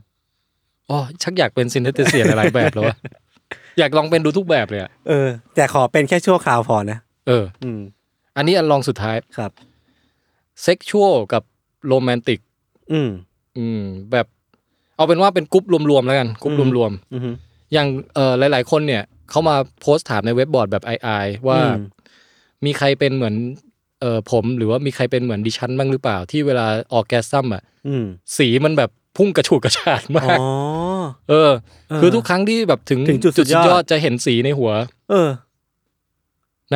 S3: อ๋อชักอยากเป็นซินเทติเซียหลายๆแบบแล้ววะ อยากลองเป็นดูทุกแบบเลยอะ
S2: เออ แต่ขอเป็นแค่ชั่วคราวพอนะ
S3: เออ
S2: อืม
S3: อันนี้อันลองสุดท้าย
S2: ครับ
S3: เซ็กชวลกับโรแมนติก
S2: อืม
S3: อืม แบบ เอาเป็นว่าเป็นกรุ๊ปรวมๆแล้วกันกรุ๊ป
S2: อืม
S3: รวม
S2: อืม
S3: ๆอย่างเอ่อหลายๆ คนเนี่ยเขามาโพสต์ถามในเว็บบอร์ดแบบไอว่า
S2: อืม
S3: มีใครเป็นเหมือนเอ่อผม หรือว่ามีใครเป็นเหมือนดิฉันบ้างหรือเปล่า ที่เวลาออกแกซัมอ่ะ
S2: อืม
S3: สีมันแบบพุ่งกระฉูดกระฉาดมา
S2: อ๋
S3: ก
S2: อ
S3: เออ
S2: เออ
S3: คือทุกครั้งที่แบบถึง
S2: ถึงจุดสุดยอด
S3: จะเห็นสีในหัว
S2: เออ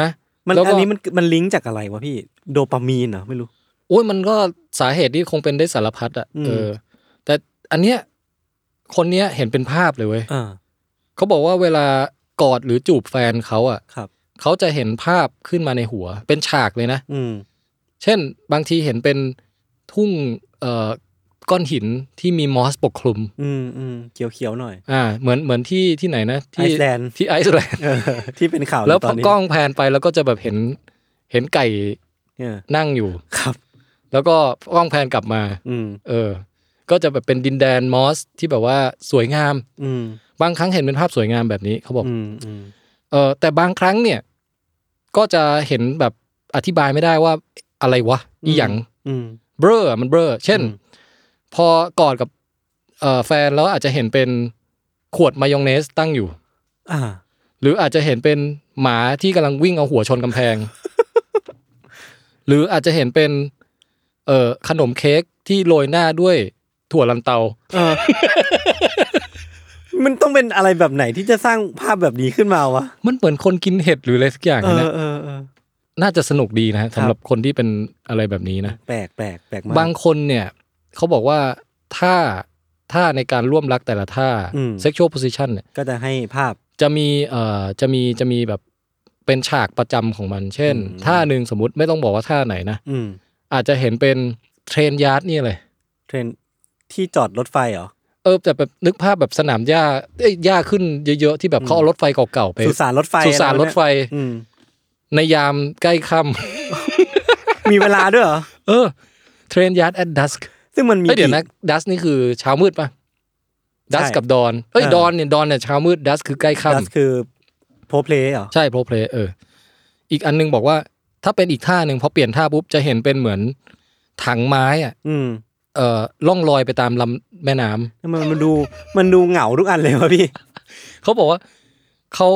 S3: นะ
S2: มัน
S3: แล้วก็
S2: อันนี้มันมันลิงก์จากอะไรวะพี่โดปามีนเหรอไม่รู้
S3: โอ้ยมันก็สาเหตุที่คงเป็นได้สารพัดอ่ะ
S2: อืม
S3: เออ แต่อันเนี้ยคนเนี้ยเห็นเป็นภาพเลยเว้ย
S2: อ่า
S3: เขาบอกว่าเวลากอดหรือจูบแฟนเขาอ่ะ
S2: ครับ
S3: เขาจะเห็นภาพขึ้นมาในหัว เป็นฉากเลยนะ
S2: อืม
S3: เช่น บางทีเห็นเป็นทุ่งเอ่อก้อนหินที่มีมอสปกคลุม
S2: อืมอืมเขียวเขียวๆหน่อย
S3: อ่า เหมือนเหมือนที่ที่ไหนนะที่
S2: ไอซ์แลนด์
S3: ที่ไอซ์แลน ด์
S2: เออ ที่เป็นข่าว
S3: แล้ว
S2: ยู่ต
S3: พ
S2: อ
S3: อน
S2: นี้
S3: กล้องแพนไปแล้วก็จะแบบเห็นเห็นไก่
S2: เออ
S3: นั่งอยู่
S2: ครับ
S3: แล้วก็กล้องแพนกลับมา
S2: อืม
S3: เออ ก็จะแบบเป็นดินแดนมอสที่แบบว่าสวยงาม
S2: อืม
S3: บางครั้งเห็นเป็นภาพสวยงามแบบนี้เขาบอก
S2: อืมอืม
S3: เออแต่บางครั้งเนี่ยก็จะเห็นแบบอธิบายไม่ได้ว่าอะไรวะอีหยัง
S2: อืม
S3: เบลอมันเบลอเช่น
S2: อืม
S3: พอกอดกับเอ่อแฟนแล้วอาจจะเห็นเป็นขวดมายองเนสตั้งอยู่
S2: อ่า
S3: หรืออาจจะเห็นเป็นหมาที่กำลังวิ่งเอาหัวชนกำแพง หรืออาจจะเห็นเป็นเอ่อขนมเค้กที่โรยหน้าด้วยถั่วลันเตา
S2: เออ มันต้องเป็นอะไรแบบไหนที่จะสร้างภาพแบบนี้ขึ้นมาวะ
S3: มันเหมือนคนกินเห็ดหรืออะไรสักอย่าง
S2: เอ
S3: นะ
S2: อเออเออ
S3: น่าจะสนุกดีนะฮะ
S2: ครับ
S3: สำหรับคนที่เป็นอะไรแบบนี้นะ
S2: แปลกแปลกแปลกมาก
S3: บางคนเนี่ยเขาบอกว่าท่าท่าในการร่วมรักแต่ละท่า
S2: อืม
S3: sexual position เนี่ย
S2: ก็จะให้ภาพ
S3: จะมีเอ่อจะมีจะมีแบบเป็นฉากประจำของมัน เช่น
S2: อืม
S3: ท่าหนึ่งสมมติไม่ต้องบอกว่าท่าไหนนะ
S2: อืม
S3: อาจจะเห็นเป็นเทรนยาร์ดนี่เลย
S2: เทรนที่จอดรถไฟเหรอ
S3: เออแต่แบบนึกภาพแบบสนามหญ้าเอ้ยหญ้าขึ้นเยอะๆ ที่แบบเขาเอารถไฟเก่าๆไป
S2: สุสานรถไฟ
S3: สุสานรถไฟ
S2: อะไรแบบเนี้ยอืม
S3: ในยามใกล้ค่
S2: มีเวลาด้วยเหรอ
S3: ำ เออเทรนยาร์ด at dusk
S2: ซึ่งมันมี
S3: เอ้ยเดี๋ยวนะ
S2: กี่
S3: ดัสนี่คือเช้ามืดป่ะดัส
S2: ใช่
S3: กับดอนเอ้ย
S2: เออ
S3: ดอนเนี่ยดอนเนี่ยเช้ามืดดัสคือใกล้
S2: ดัส
S3: ค่ำ
S2: คือโพเพลเหรอ
S3: ใช่โปรเพลเออ อีกอันนึงบอกว่า ถ้าเป็นอีกท่าหนึ่งพอเปลี่ยนท่าปุ๊บจะเห็นเป็นเหมือนถังไม้อ่ะ
S2: อืม
S3: เอ่อล่องลอยไปตามลำแม่น้ำ
S2: ทำไมมันดูมันดูเหงาทุกอันเลยวะพี่
S3: เขาบอกว่าเขา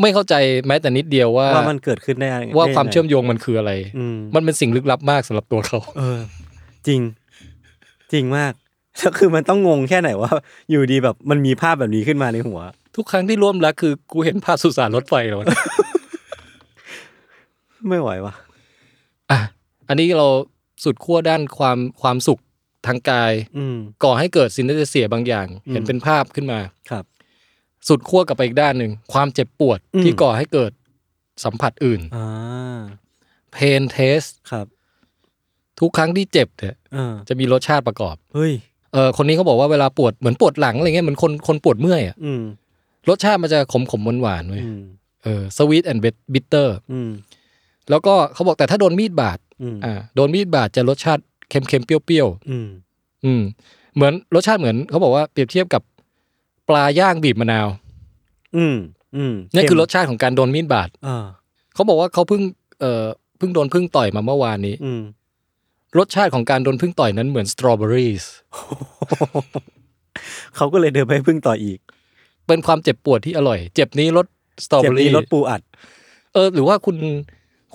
S3: ไม่เข้าใจแม้แต่นิดเดียวว่า
S2: ว่ามันเกิดขึ้นได้ยังไง
S3: ว่าความ
S2: ได้ยังไง
S3: เชื่อมโยงมันคืออะไร
S2: อืม
S3: มันเป็นสิ่งลึกลับมากสำหรับตัวเขา
S2: เออ จริง จริงมาก แล้วคือมันต้องงงแค่ไหนว่า อยู่ดีแบบมันมีภาพแบบนี้ขึ้นมาในหัว
S3: ทุกครั้งที่ร่วมรักคือกูเห็นภาพสุสานรถไฟแล้วนะ
S2: ไม่ไหววะ
S3: อ่ะอันนี้เราสุดขั้วด้านความความสุขทางกาย
S2: อืม
S3: ก่อให้เกิดซินเนเซียบางอย่าง
S2: อืม
S3: เห็นเป็นภาพขึ้นมา
S2: ครับ
S3: สุดขั้วกลับไปอีกด้านหนึ่ง ความเจ็บปวด
S2: อืม
S3: ที่ก่อให้เกิดสัมผัสอื่น
S2: อ่า
S3: เพนเทส
S2: ครับ
S3: ทุกครั้งที่เจ็บเนี่ย
S2: เออ
S3: จะมีรสชาติประกอบ
S2: เฮ้ย
S3: เออคนนี้เขาบอกว่าเวลาปวดเหมือนปวดหลังอะไรเงี้ยเหมือนคนคนปวดเมื่อยอะ
S2: อืม
S3: รสชาติมันจะขมขมหวานหวานๆเว้ย
S2: อืม
S3: เออสวีทแอนด์บิตเตอร์
S2: อืม
S3: แล้วก็เขาบอกแต่ถ้าโดนมีดบาด
S2: อืม
S3: อ่าโดนมีดบาดจะรสชาติเค็มเค็มๆเปรี้ยว
S2: อืม
S3: อืม เหมือนรสชาติเหมือนเขาบอกว่าเปรียบเทียบกับปลาย่างบีบมะนาว
S2: อืมอืม
S3: นี่คือร
S2: เม
S3: สชาติของการโดนมีดบาด
S2: อ่า
S3: เขาบอกว่าเขาเพิ่งเอ่อเพิ่งโดนพึ่งต่อยมาเมื่อวานนี้
S2: อืม
S3: รสชาติของการโดนพึ่งต่อยนั้นเหมือนสตรอเบอรี่
S2: เขาก็เลยเดินไปพึ่งต่ออีก
S3: เป็นความเจ็บปวดที่อร่อย เจ็บนี้รสสตรอ
S2: เจ็
S3: เบบ อ
S2: นี้
S3: รี่
S2: รถปูอัด
S3: เออหรือว่าคุณ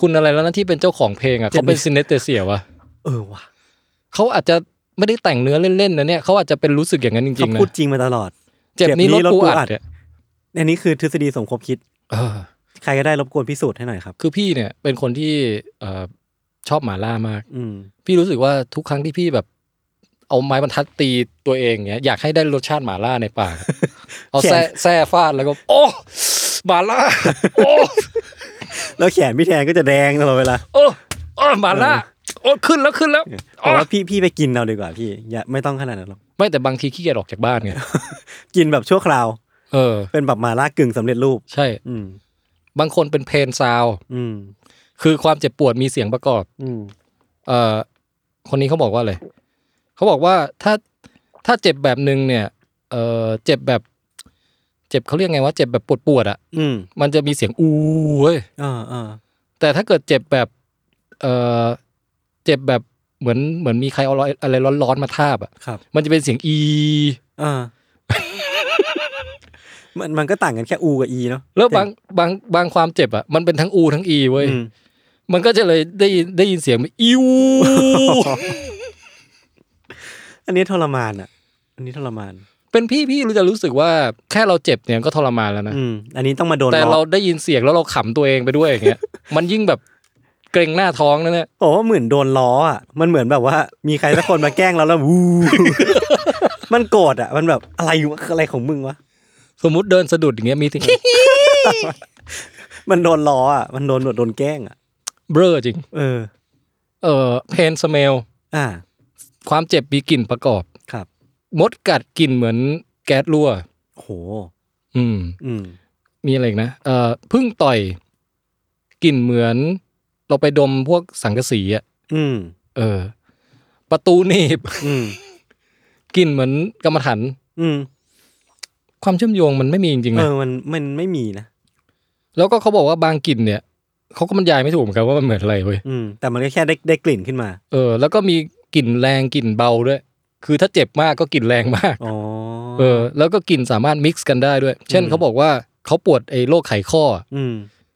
S3: คุณอะไรแล้วนะที่เป็นเจ้าของเพลงอ่ะ
S2: เจ็
S3: เขา
S2: บนี้
S3: เป็นซินเนสเตเซียวะ
S2: เออว่ะ
S3: เขาอาจจะไม่ได้แต่งเนื้อเล่นๆนะเนี่ยเขาอาจจะเป็นรู้สึกอย่างนั้นจริ
S2: เขา
S3: งๆนะ
S2: พูดจริงมาตลอด
S3: เจ็บนี้รสปูอัดเนี่ย
S2: อันนี้คือทฤษฎีสมคบคิด
S3: เออ
S2: ใครก็ได้รบกวนพิสูจน์ให้หน่อยครับ
S3: คือพี่เนี่ยเป็นคนที่เอ่อชอบหมาล่ามาก
S2: อืม
S3: พี่รู้สึกว่าทุกครั้งที่พี่แบบ เอาไม้บรรทัดตีตัวเองเนี่ยอยากให้ได้รสชาติหมาล่าในป าก เอาแซ่แซ่ฟาดแล้วก็ โอ้หมา ล่าโอ้
S2: แล้วแขนพี่แทนก็จะแดงตลอดเวลา
S3: โอ้โอ้หมาล่าโอ้ขึ้นแล้วขึ้นแล้ว
S2: เพ
S3: อ๋อ
S2: ราะว่าพี่พี่ไปกินเอาดีกว่าพี่อย่าไม่ต้องขนาดนั้นหรอก
S3: ไม่แต่บางทีขี้เกียจออกจากบ้านไง
S2: กินแบบชั่วคราว
S3: เออ
S2: เป็นแบบมาล่ากึ่งสำเร็จรูป
S3: ใช่
S2: อืม
S3: บางคนเป็นเพนซาว
S2: อืม
S3: คือความเจ็บปวดมีเสียงประกอบ
S2: อืม
S3: เอ่อคนนี้เขาบอกว่าอะไรเขาบอกว่าถ้าถ้าเจ็บแบบหนึ่งเนี่ย เอ่อเจ็บแบบ เจ็บเขาเรียกไงว่าเจ็บแบบปวดปวดๆอ่ะ
S2: อืม
S3: มันจะมีเสียงอู้เว้ย
S2: อ่าอ่า
S3: แต่ถ้าเกิดเจ็บแบบ เอ่อเจ็บแบบเหมือนเหมือนมีใครเอาอะไรร้อนๆมาทาบอ่ะ
S2: ครับ
S3: มันจะเป็นเสียงอี
S2: อ่ามันมันก็ต่างกันแค่อูกับอีเนาะ
S3: แล้วบางบางบางความเจ็บอ่ะมันเป็นทั้งอูทั้งอีเว้ย
S2: อืม
S3: มันก็จะเลยได้ยินได้ยินเสียงอิ ว
S2: อันนี้ทรมานอ่ะ อันนี้ทรมาน
S3: เป็นพี่พี่รู้จะรู้สึกว่าแค่เราเจ็บเนี่ยก็ทรมานแล้วนะ
S2: อืม อันนี้ต้องมาโดน
S3: แต่
S2: ล้อ
S3: เราได้ยินเสียงแล้วเราขำตัวเองไปด้วยอย่างเงี้ย มันยิ่งแบบเกรงหน้าท้องนะเนี่ย
S2: บอกว่าเหมือนโดนล้ออ่ะ มันเหมือนแบบว่ามีใครสักคนมาแกล้งเราแล้ววู มันโกรธอ่ะ มันแบบอะไรวะอะไรของมึงวะ
S3: สมมติเดินสะดุดอย่างเงี้ยมีถึง
S2: มันโดนล้ออ่ะ มันโดนแบบโดนแกล้งอ่ะ
S3: เบ้อจริง
S2: เออ
S3: เออเพนสเมล
S2: อ่า
S3: ความเจ็บมีกลิ่นประกอบ
S2: ครับ
S3: มดกัดกลิ่นเหมือนแก๊สรั่ว
S2: โห
S3: อืม
S2: อืม
S3: มีอะไรอีกนะเออพึ่งต่อยกลิ่นเหมือน เราไปดมพวกสังกะสีอ่ะ
S2: อืม
S3: เออ ประตูหนีบ
S2: อืม
S3: กลิ่นเหมือนกรรมฐาน
S2: อืม
S3: ความเชื่อมโยงมันไม่มีจริงๆ
S2: เอ
S3: นะ
S2: อ มัน มันไม่มีนะ
S3: แล้วก็เขาบอกว่าบางกลิ่นเนี่ยเขาก็บรรยายไม่ถูกเหมือนกันว่ามันเหมือนอะไรเว้ย
S2: อืม แต่มันก็แค่ได้ได้กลิ่นขึ้นมา
S3: เออแล้วก็มีกลิ่นแรงกลิ่นเบาด้วย คือถ้าเจ็บมากก็กลิ่นแรงมาก
S2: อ๋อ
S3: เออ แล้วก็กลิ่นสามารถมิกซ์กันได้ด้วย เช่น
S2: อืม
S3: เขาบอกว่าเขาปวดไอ้โรคไขข้อ
S2: อืม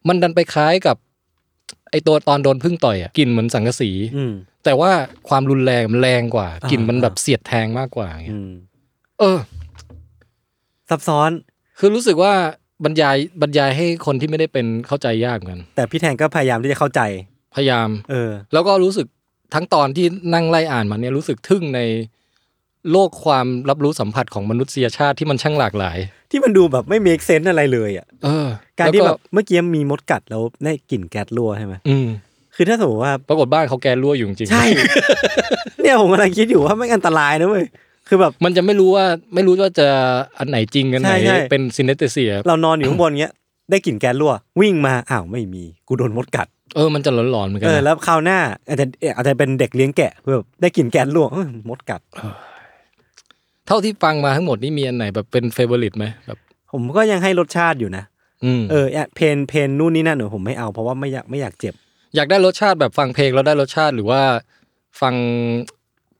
S3: มันดันไปคล้ายกับ ไอ้ตัวตอนโดนพึ่งต่อยอะกลิ่นเหมือนสังกะสี
S2: อืม
S3: แต่ว่าความรุนแรงมันแรงกว่า
S2: อ่าก
S3: ลิ่นมันแบบ
S2: อ่า
S3: เสียดแทงมากกว่าอย่างเงี้ย
S2: อืม
S3: เออ
S2: ซับซ้อน
S3: คือรู้สึกว่าบรรยายบรรยายให้คนที่ไม่ได้เป็นเข้าใจยากเหมือนกัน
S2: แต่พี่แทนก็พยายามที่จะเข้าใจ
S3: พยายาม
S2: เออ
S3: แล้วก็รู้สึกทั้งตอนที่นั่งไล่อ่านมันเนี่ยรู้สึกทึ่งในโลกความรับรู้สัมผัสของมนุษยชาติที่มันช่างหลากหลาย
S2: ที่มันดูแบบไม่ make sense อะไรเลยอ่ะ
S3: เออ
S2: การที่แบ
S3: ล้ว
S2: บเมื่อกี้มีมดกัดแล้วได้กลิ่นแก๊สรั่วใช่ไหม
S3: อืม
S2: คือถ้าสมมติว่า
S3: ปรากฏบ้านเขาแกนรั่วอยู่จริงๆ
S2: ใช่ เนี่ยผมกำลังคิดอยู่ว่าไม่อันตรายนะเว้ย คือแบบ
S3: มันจะไม่รู้ว่าไม่รู้ว่าจะอันไหนจริงกันไหน
S2: ใช่ใช่
S3: เป็นซินเนสเตเซีย
S2: เรานอนอยู่ข้างบนเงี้ย ได้กลิ่นแก๊สรั่ว วิ่งมา อ้าวไม่มี กูโดนมดกัด
S3: เออมันจะหลอนๆเหมือนกั
S2: เออ
S3: นนะ
S2: แล้วคราวหน้าอาจจะเอ่ออาจจะเป็นเด็กเลี้ยงแกะเพื่อแบบได้กลิ่นแก๊สรั่วเอ้ยมดกัด
S3: เท่าที่ฟังมาทั้งหมดนี่มีอันไหนแบบเป็นเฟเวอร์ลิตไหมแบบ
S2: ผมก็ยังให้รสชาติอยู่นะ
S3: อืม
S2: เออเนี่ยเพนเพนนู่นนี่นั่นหนูผมไม่เอาเพราะว่าไม่อยากไม่อยากเจ็บ
S3: อยากได้รสชาติแบบฟังเพลงแล้วได้รสชาติหรือว่าฟัง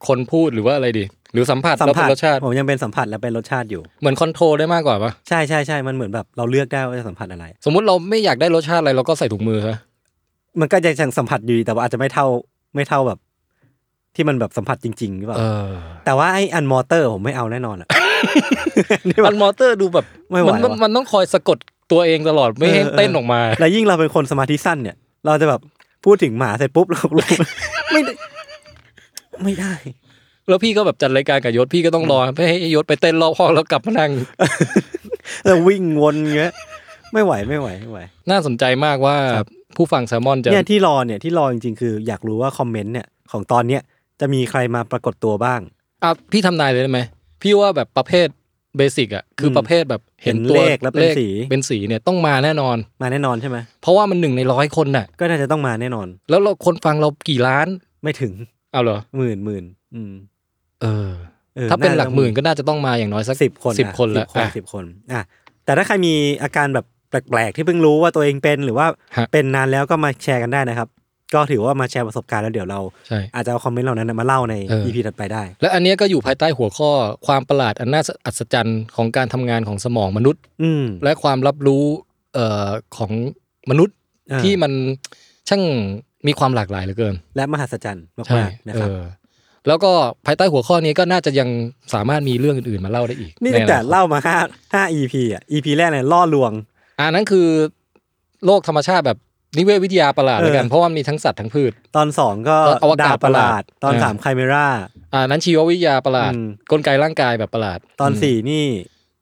S3: คนพูดหรือว่าอะไรดี หรือสัมผัส
S2: สัม
S3: แล้ว
S2: ผั
S3: เป็
S2: ส
S3: นรสชาติ
S2: ผมยังเป็นสัมผัสและเป็นรสชาติอยู่
S3: เหมือนคอนโทรลได้มากกว่าปะ
S2: ใช่ใช่ใช่มันเหมือนแบบเราเลือกได้ว่าจะสัมผัสอะไร
S3: สมมติเราไม่อยากได้รสชาติอะไรเราก็ใส่ถุงมือฮะ
S2: มันก็ยังสัมผัสอยู่ดีแต่ว่าอาจจะไม่เท่าไม่เท่าแบบ ที่มันแบบสัมผัสจริงๆหรือเปล่า
S3: เออ
S2: แต่ว่าไอ้อันมอเตอร์ผมไม่เอาแน่นอนอะ นี่แบ
S3: อั
S2: บ
S3: นมอเตอร์ดูแบบ
S2: ไม่ไหว
S3: มันมัน
S2: ว่ะ
S3: มันต้องคอยสะกดตัวเองตลอดไม่ให้
S2: เออเออ
S3: เต้นออกมา
S2: แล้วยิ่งเราเป็นคนสมาธิสั้นเนี่ย เราจะแบบพูดถึงหมาเสร็จปุ๊บเราลง ไม่ได้ไม่ได้
S3: แล้วพี่ก็แบบจัดรายการกับยศพี่ก็ต้องรอให้ให้ยศไปเต้นรอบห้องแล้วกลับมานั่ง
S2: เราวิ่งวนอย่างเงี้ยไม่ไหวไม่ไหวไม่ไหว
S3: น่าสนใจมากว่า
S2: ครับ
S3: ผู้ฟังแซลมอนจะ
S2: เนี่ยที่รอเนี่ยที่รอจริงๆ คืออยากรู้ว่าคอมเมนต์เนี่ยของตอนเนี้ยจะมีใครมาปรากฏตัวบ้าง
S3: อ่ะพี่ทำนายเลยได้ไหมพี่ว่าแบบประเภทเบสิกอ่ะคืออ
S2: ม
S3: ประเภทแบบเห็น
S2: เห็น
S3: ตัว
S2: เลขแล้วเป็นสี
S3: เป็นสีเนี่ยต้องมาแน่นอน
S2: มาแน่นอนใช่ไหม
S3: เพราะว่ามันหนึ่งในร้อยคนน่ะ
S2: ก็น่าจะต้องมาแน่นอน
S3: แล้วเราคนฟังเรากี่ล้าน
S2: ไม่ถึง
S3: เอาเหรอ
S2: หมื่นหมื่นอืม
S3: เ เออ
S2: ออ
S3: ถ้าเป็นหลักหมื่น
S2: จะ
S3: ก็น่าจะต้องมาอย่างน้อยสัก
S2: สิบคน
S3: สิบคนละ
S2: สิบคน
S3: อ่ะ
S2: สิบคนอ่ะแต่ถ้าใครมีอาการแบบแปลกๆ ที่เพิ่งรู้ว่าตัวเองเป็นหรือว่า
S3: ฮะ
S2: เป็นนานแล้วก็มาแชร์กันได้นะครับ ก็ถือว่ามาแชร์ประสบการณ์แล้วเดี๋ยวเรา
S3: ใช่
S2: อาจจะเอาคอมเมนต์เหล่านั้นนะมาเล่าใน
S3: เออ
S2: อีพีถัดไปได้
S3: และอันเนี้ยก็อยู่ภายใต้หัวข้อความประหลาดอันน่าอัศจรรย์ของการทำงานของสมองมนุษย์
S2: อืม
S3: และความรับรู้เอ่อของมนุษย์
S2: เออ
S3: ที่มันช่างมีความหลากหลายเหลือเกิน
S2: และมหัศจรรย์มากๆนะ
S3: เอ
S2: ครับ
S3: อแล้วก็ภายใต้หัวข้อนี้ก็น่าจะยังสามารถมีเรื่องอื่นๆมาเล่าได้อีก
S2: นี่ตั้งแต่
S3: ใอคต
S2: เล่ามาห้าห้า EP อ่ะ EP แรกเนี่ยล่อลวง
S3: อันนั้นคือ โลกธรรมชาติแบบนิเวศวิทยาประหลาด
S2: เออ
S3: แล้วกันเพราะว่ามีทั้งสัตว์ทั้งพืช
S2: ตอนสองก็
S3: ตอนอวกาศ
S2: ดาวประหลา
S3: ประหลา
S2: ด
S3: ด
S2: ตอน
S3: เออ
S2: สามไคเมรา
S3: อ่านั้นชีววิทยาประหลาด
S2: อืม
S3: กลไกร่างกายแบบประหลาด
S2: ตอน
S3: ม
S2: สี่นี่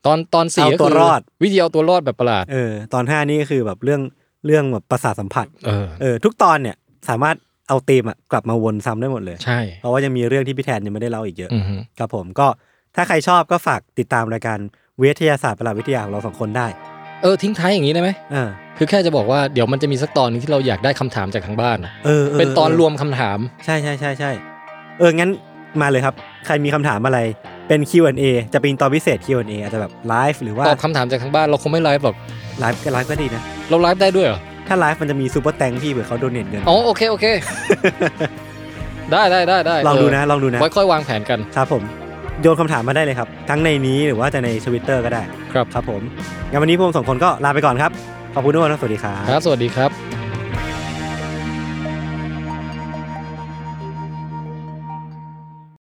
S3: ตอนตอนสี่
S2: เอา
S3: ก็
S2: ตัว
S3: คื
S2: รอด
S3: วิทยาเอาตัวรอดแบบประหลาด
S2: เออ ตอนห้านี่ก็คือแบบเรื่องเรื่องแบบประสาทสัมผัส
S3: เออ
S2: เออ ทุกตอนเนี่ยสามารถเอาธีมอ่ะกลับมาวนซ้ำได้หมดเลย
S3: ใช่
S2: เพราะว่ายังมีเรื่องที่พี่แทนยังไม่ได้เล่าอีกเยอะ
S3: อือฮึ
S2: ครับผมก็ถ้าใครชอบก็ฝากติดตามรายการวิทยาศาสตร์ประหลาดวิทยาของเราสองคนได้
S3: เออทิ้งท้ายอย่างนี้ได้ไหม
S2: เออ
S3: คือแค่จะบอกว่าเดี๋ยวมันจะมีสักตอนหนึงที่เราอยากได้คำถามจากทางบ้านอะ
S2: เออ
S3: เป็นตอน
S2: เ
S3: รวมคำถาม
S2: ใช่ใช่ใช่ใช่เออ งั้นมาเลยครับ ใครมีคำถามอะไรเป็น Q&A จะเป็นตอนพิเศษ Q&A อาจจะแบบไลฟ์หรือว่า
S3: ตอบคำถามจากทางบ้านเราคงไม่ไลฟ์หรอก
S2: ไลฟ์ก็ไลฟ์ก็ดีนะ
S3: เราไลฟ์ได้ด้วยเหรอ
S2: ถ้าไลฟ์มันจะมีซูเปอร์แตงพี่เผื่อเขาโดเนทเงิน
S3: อ๋อโอเคโอ เค ได้ได้ได้ได้
S2: ลองดูนะ ลองดู
S3: เออ
S2: นะ
S3: ไว้ค่อยวางแผนกัน
S2: ครับผม โยนคำถามมาได้เลยครับ ทั้งในนี้หรือว่าจะในทวิตเตอร์ก็ได้
S3: ครับ
S2: ครับผมงั้นวันนี้พวกผมสองคนก็ลาไปก่อนครับ ขอบคุณทุกคนครับสวัสดีครับ
S3: ครับ สวัสดีครับ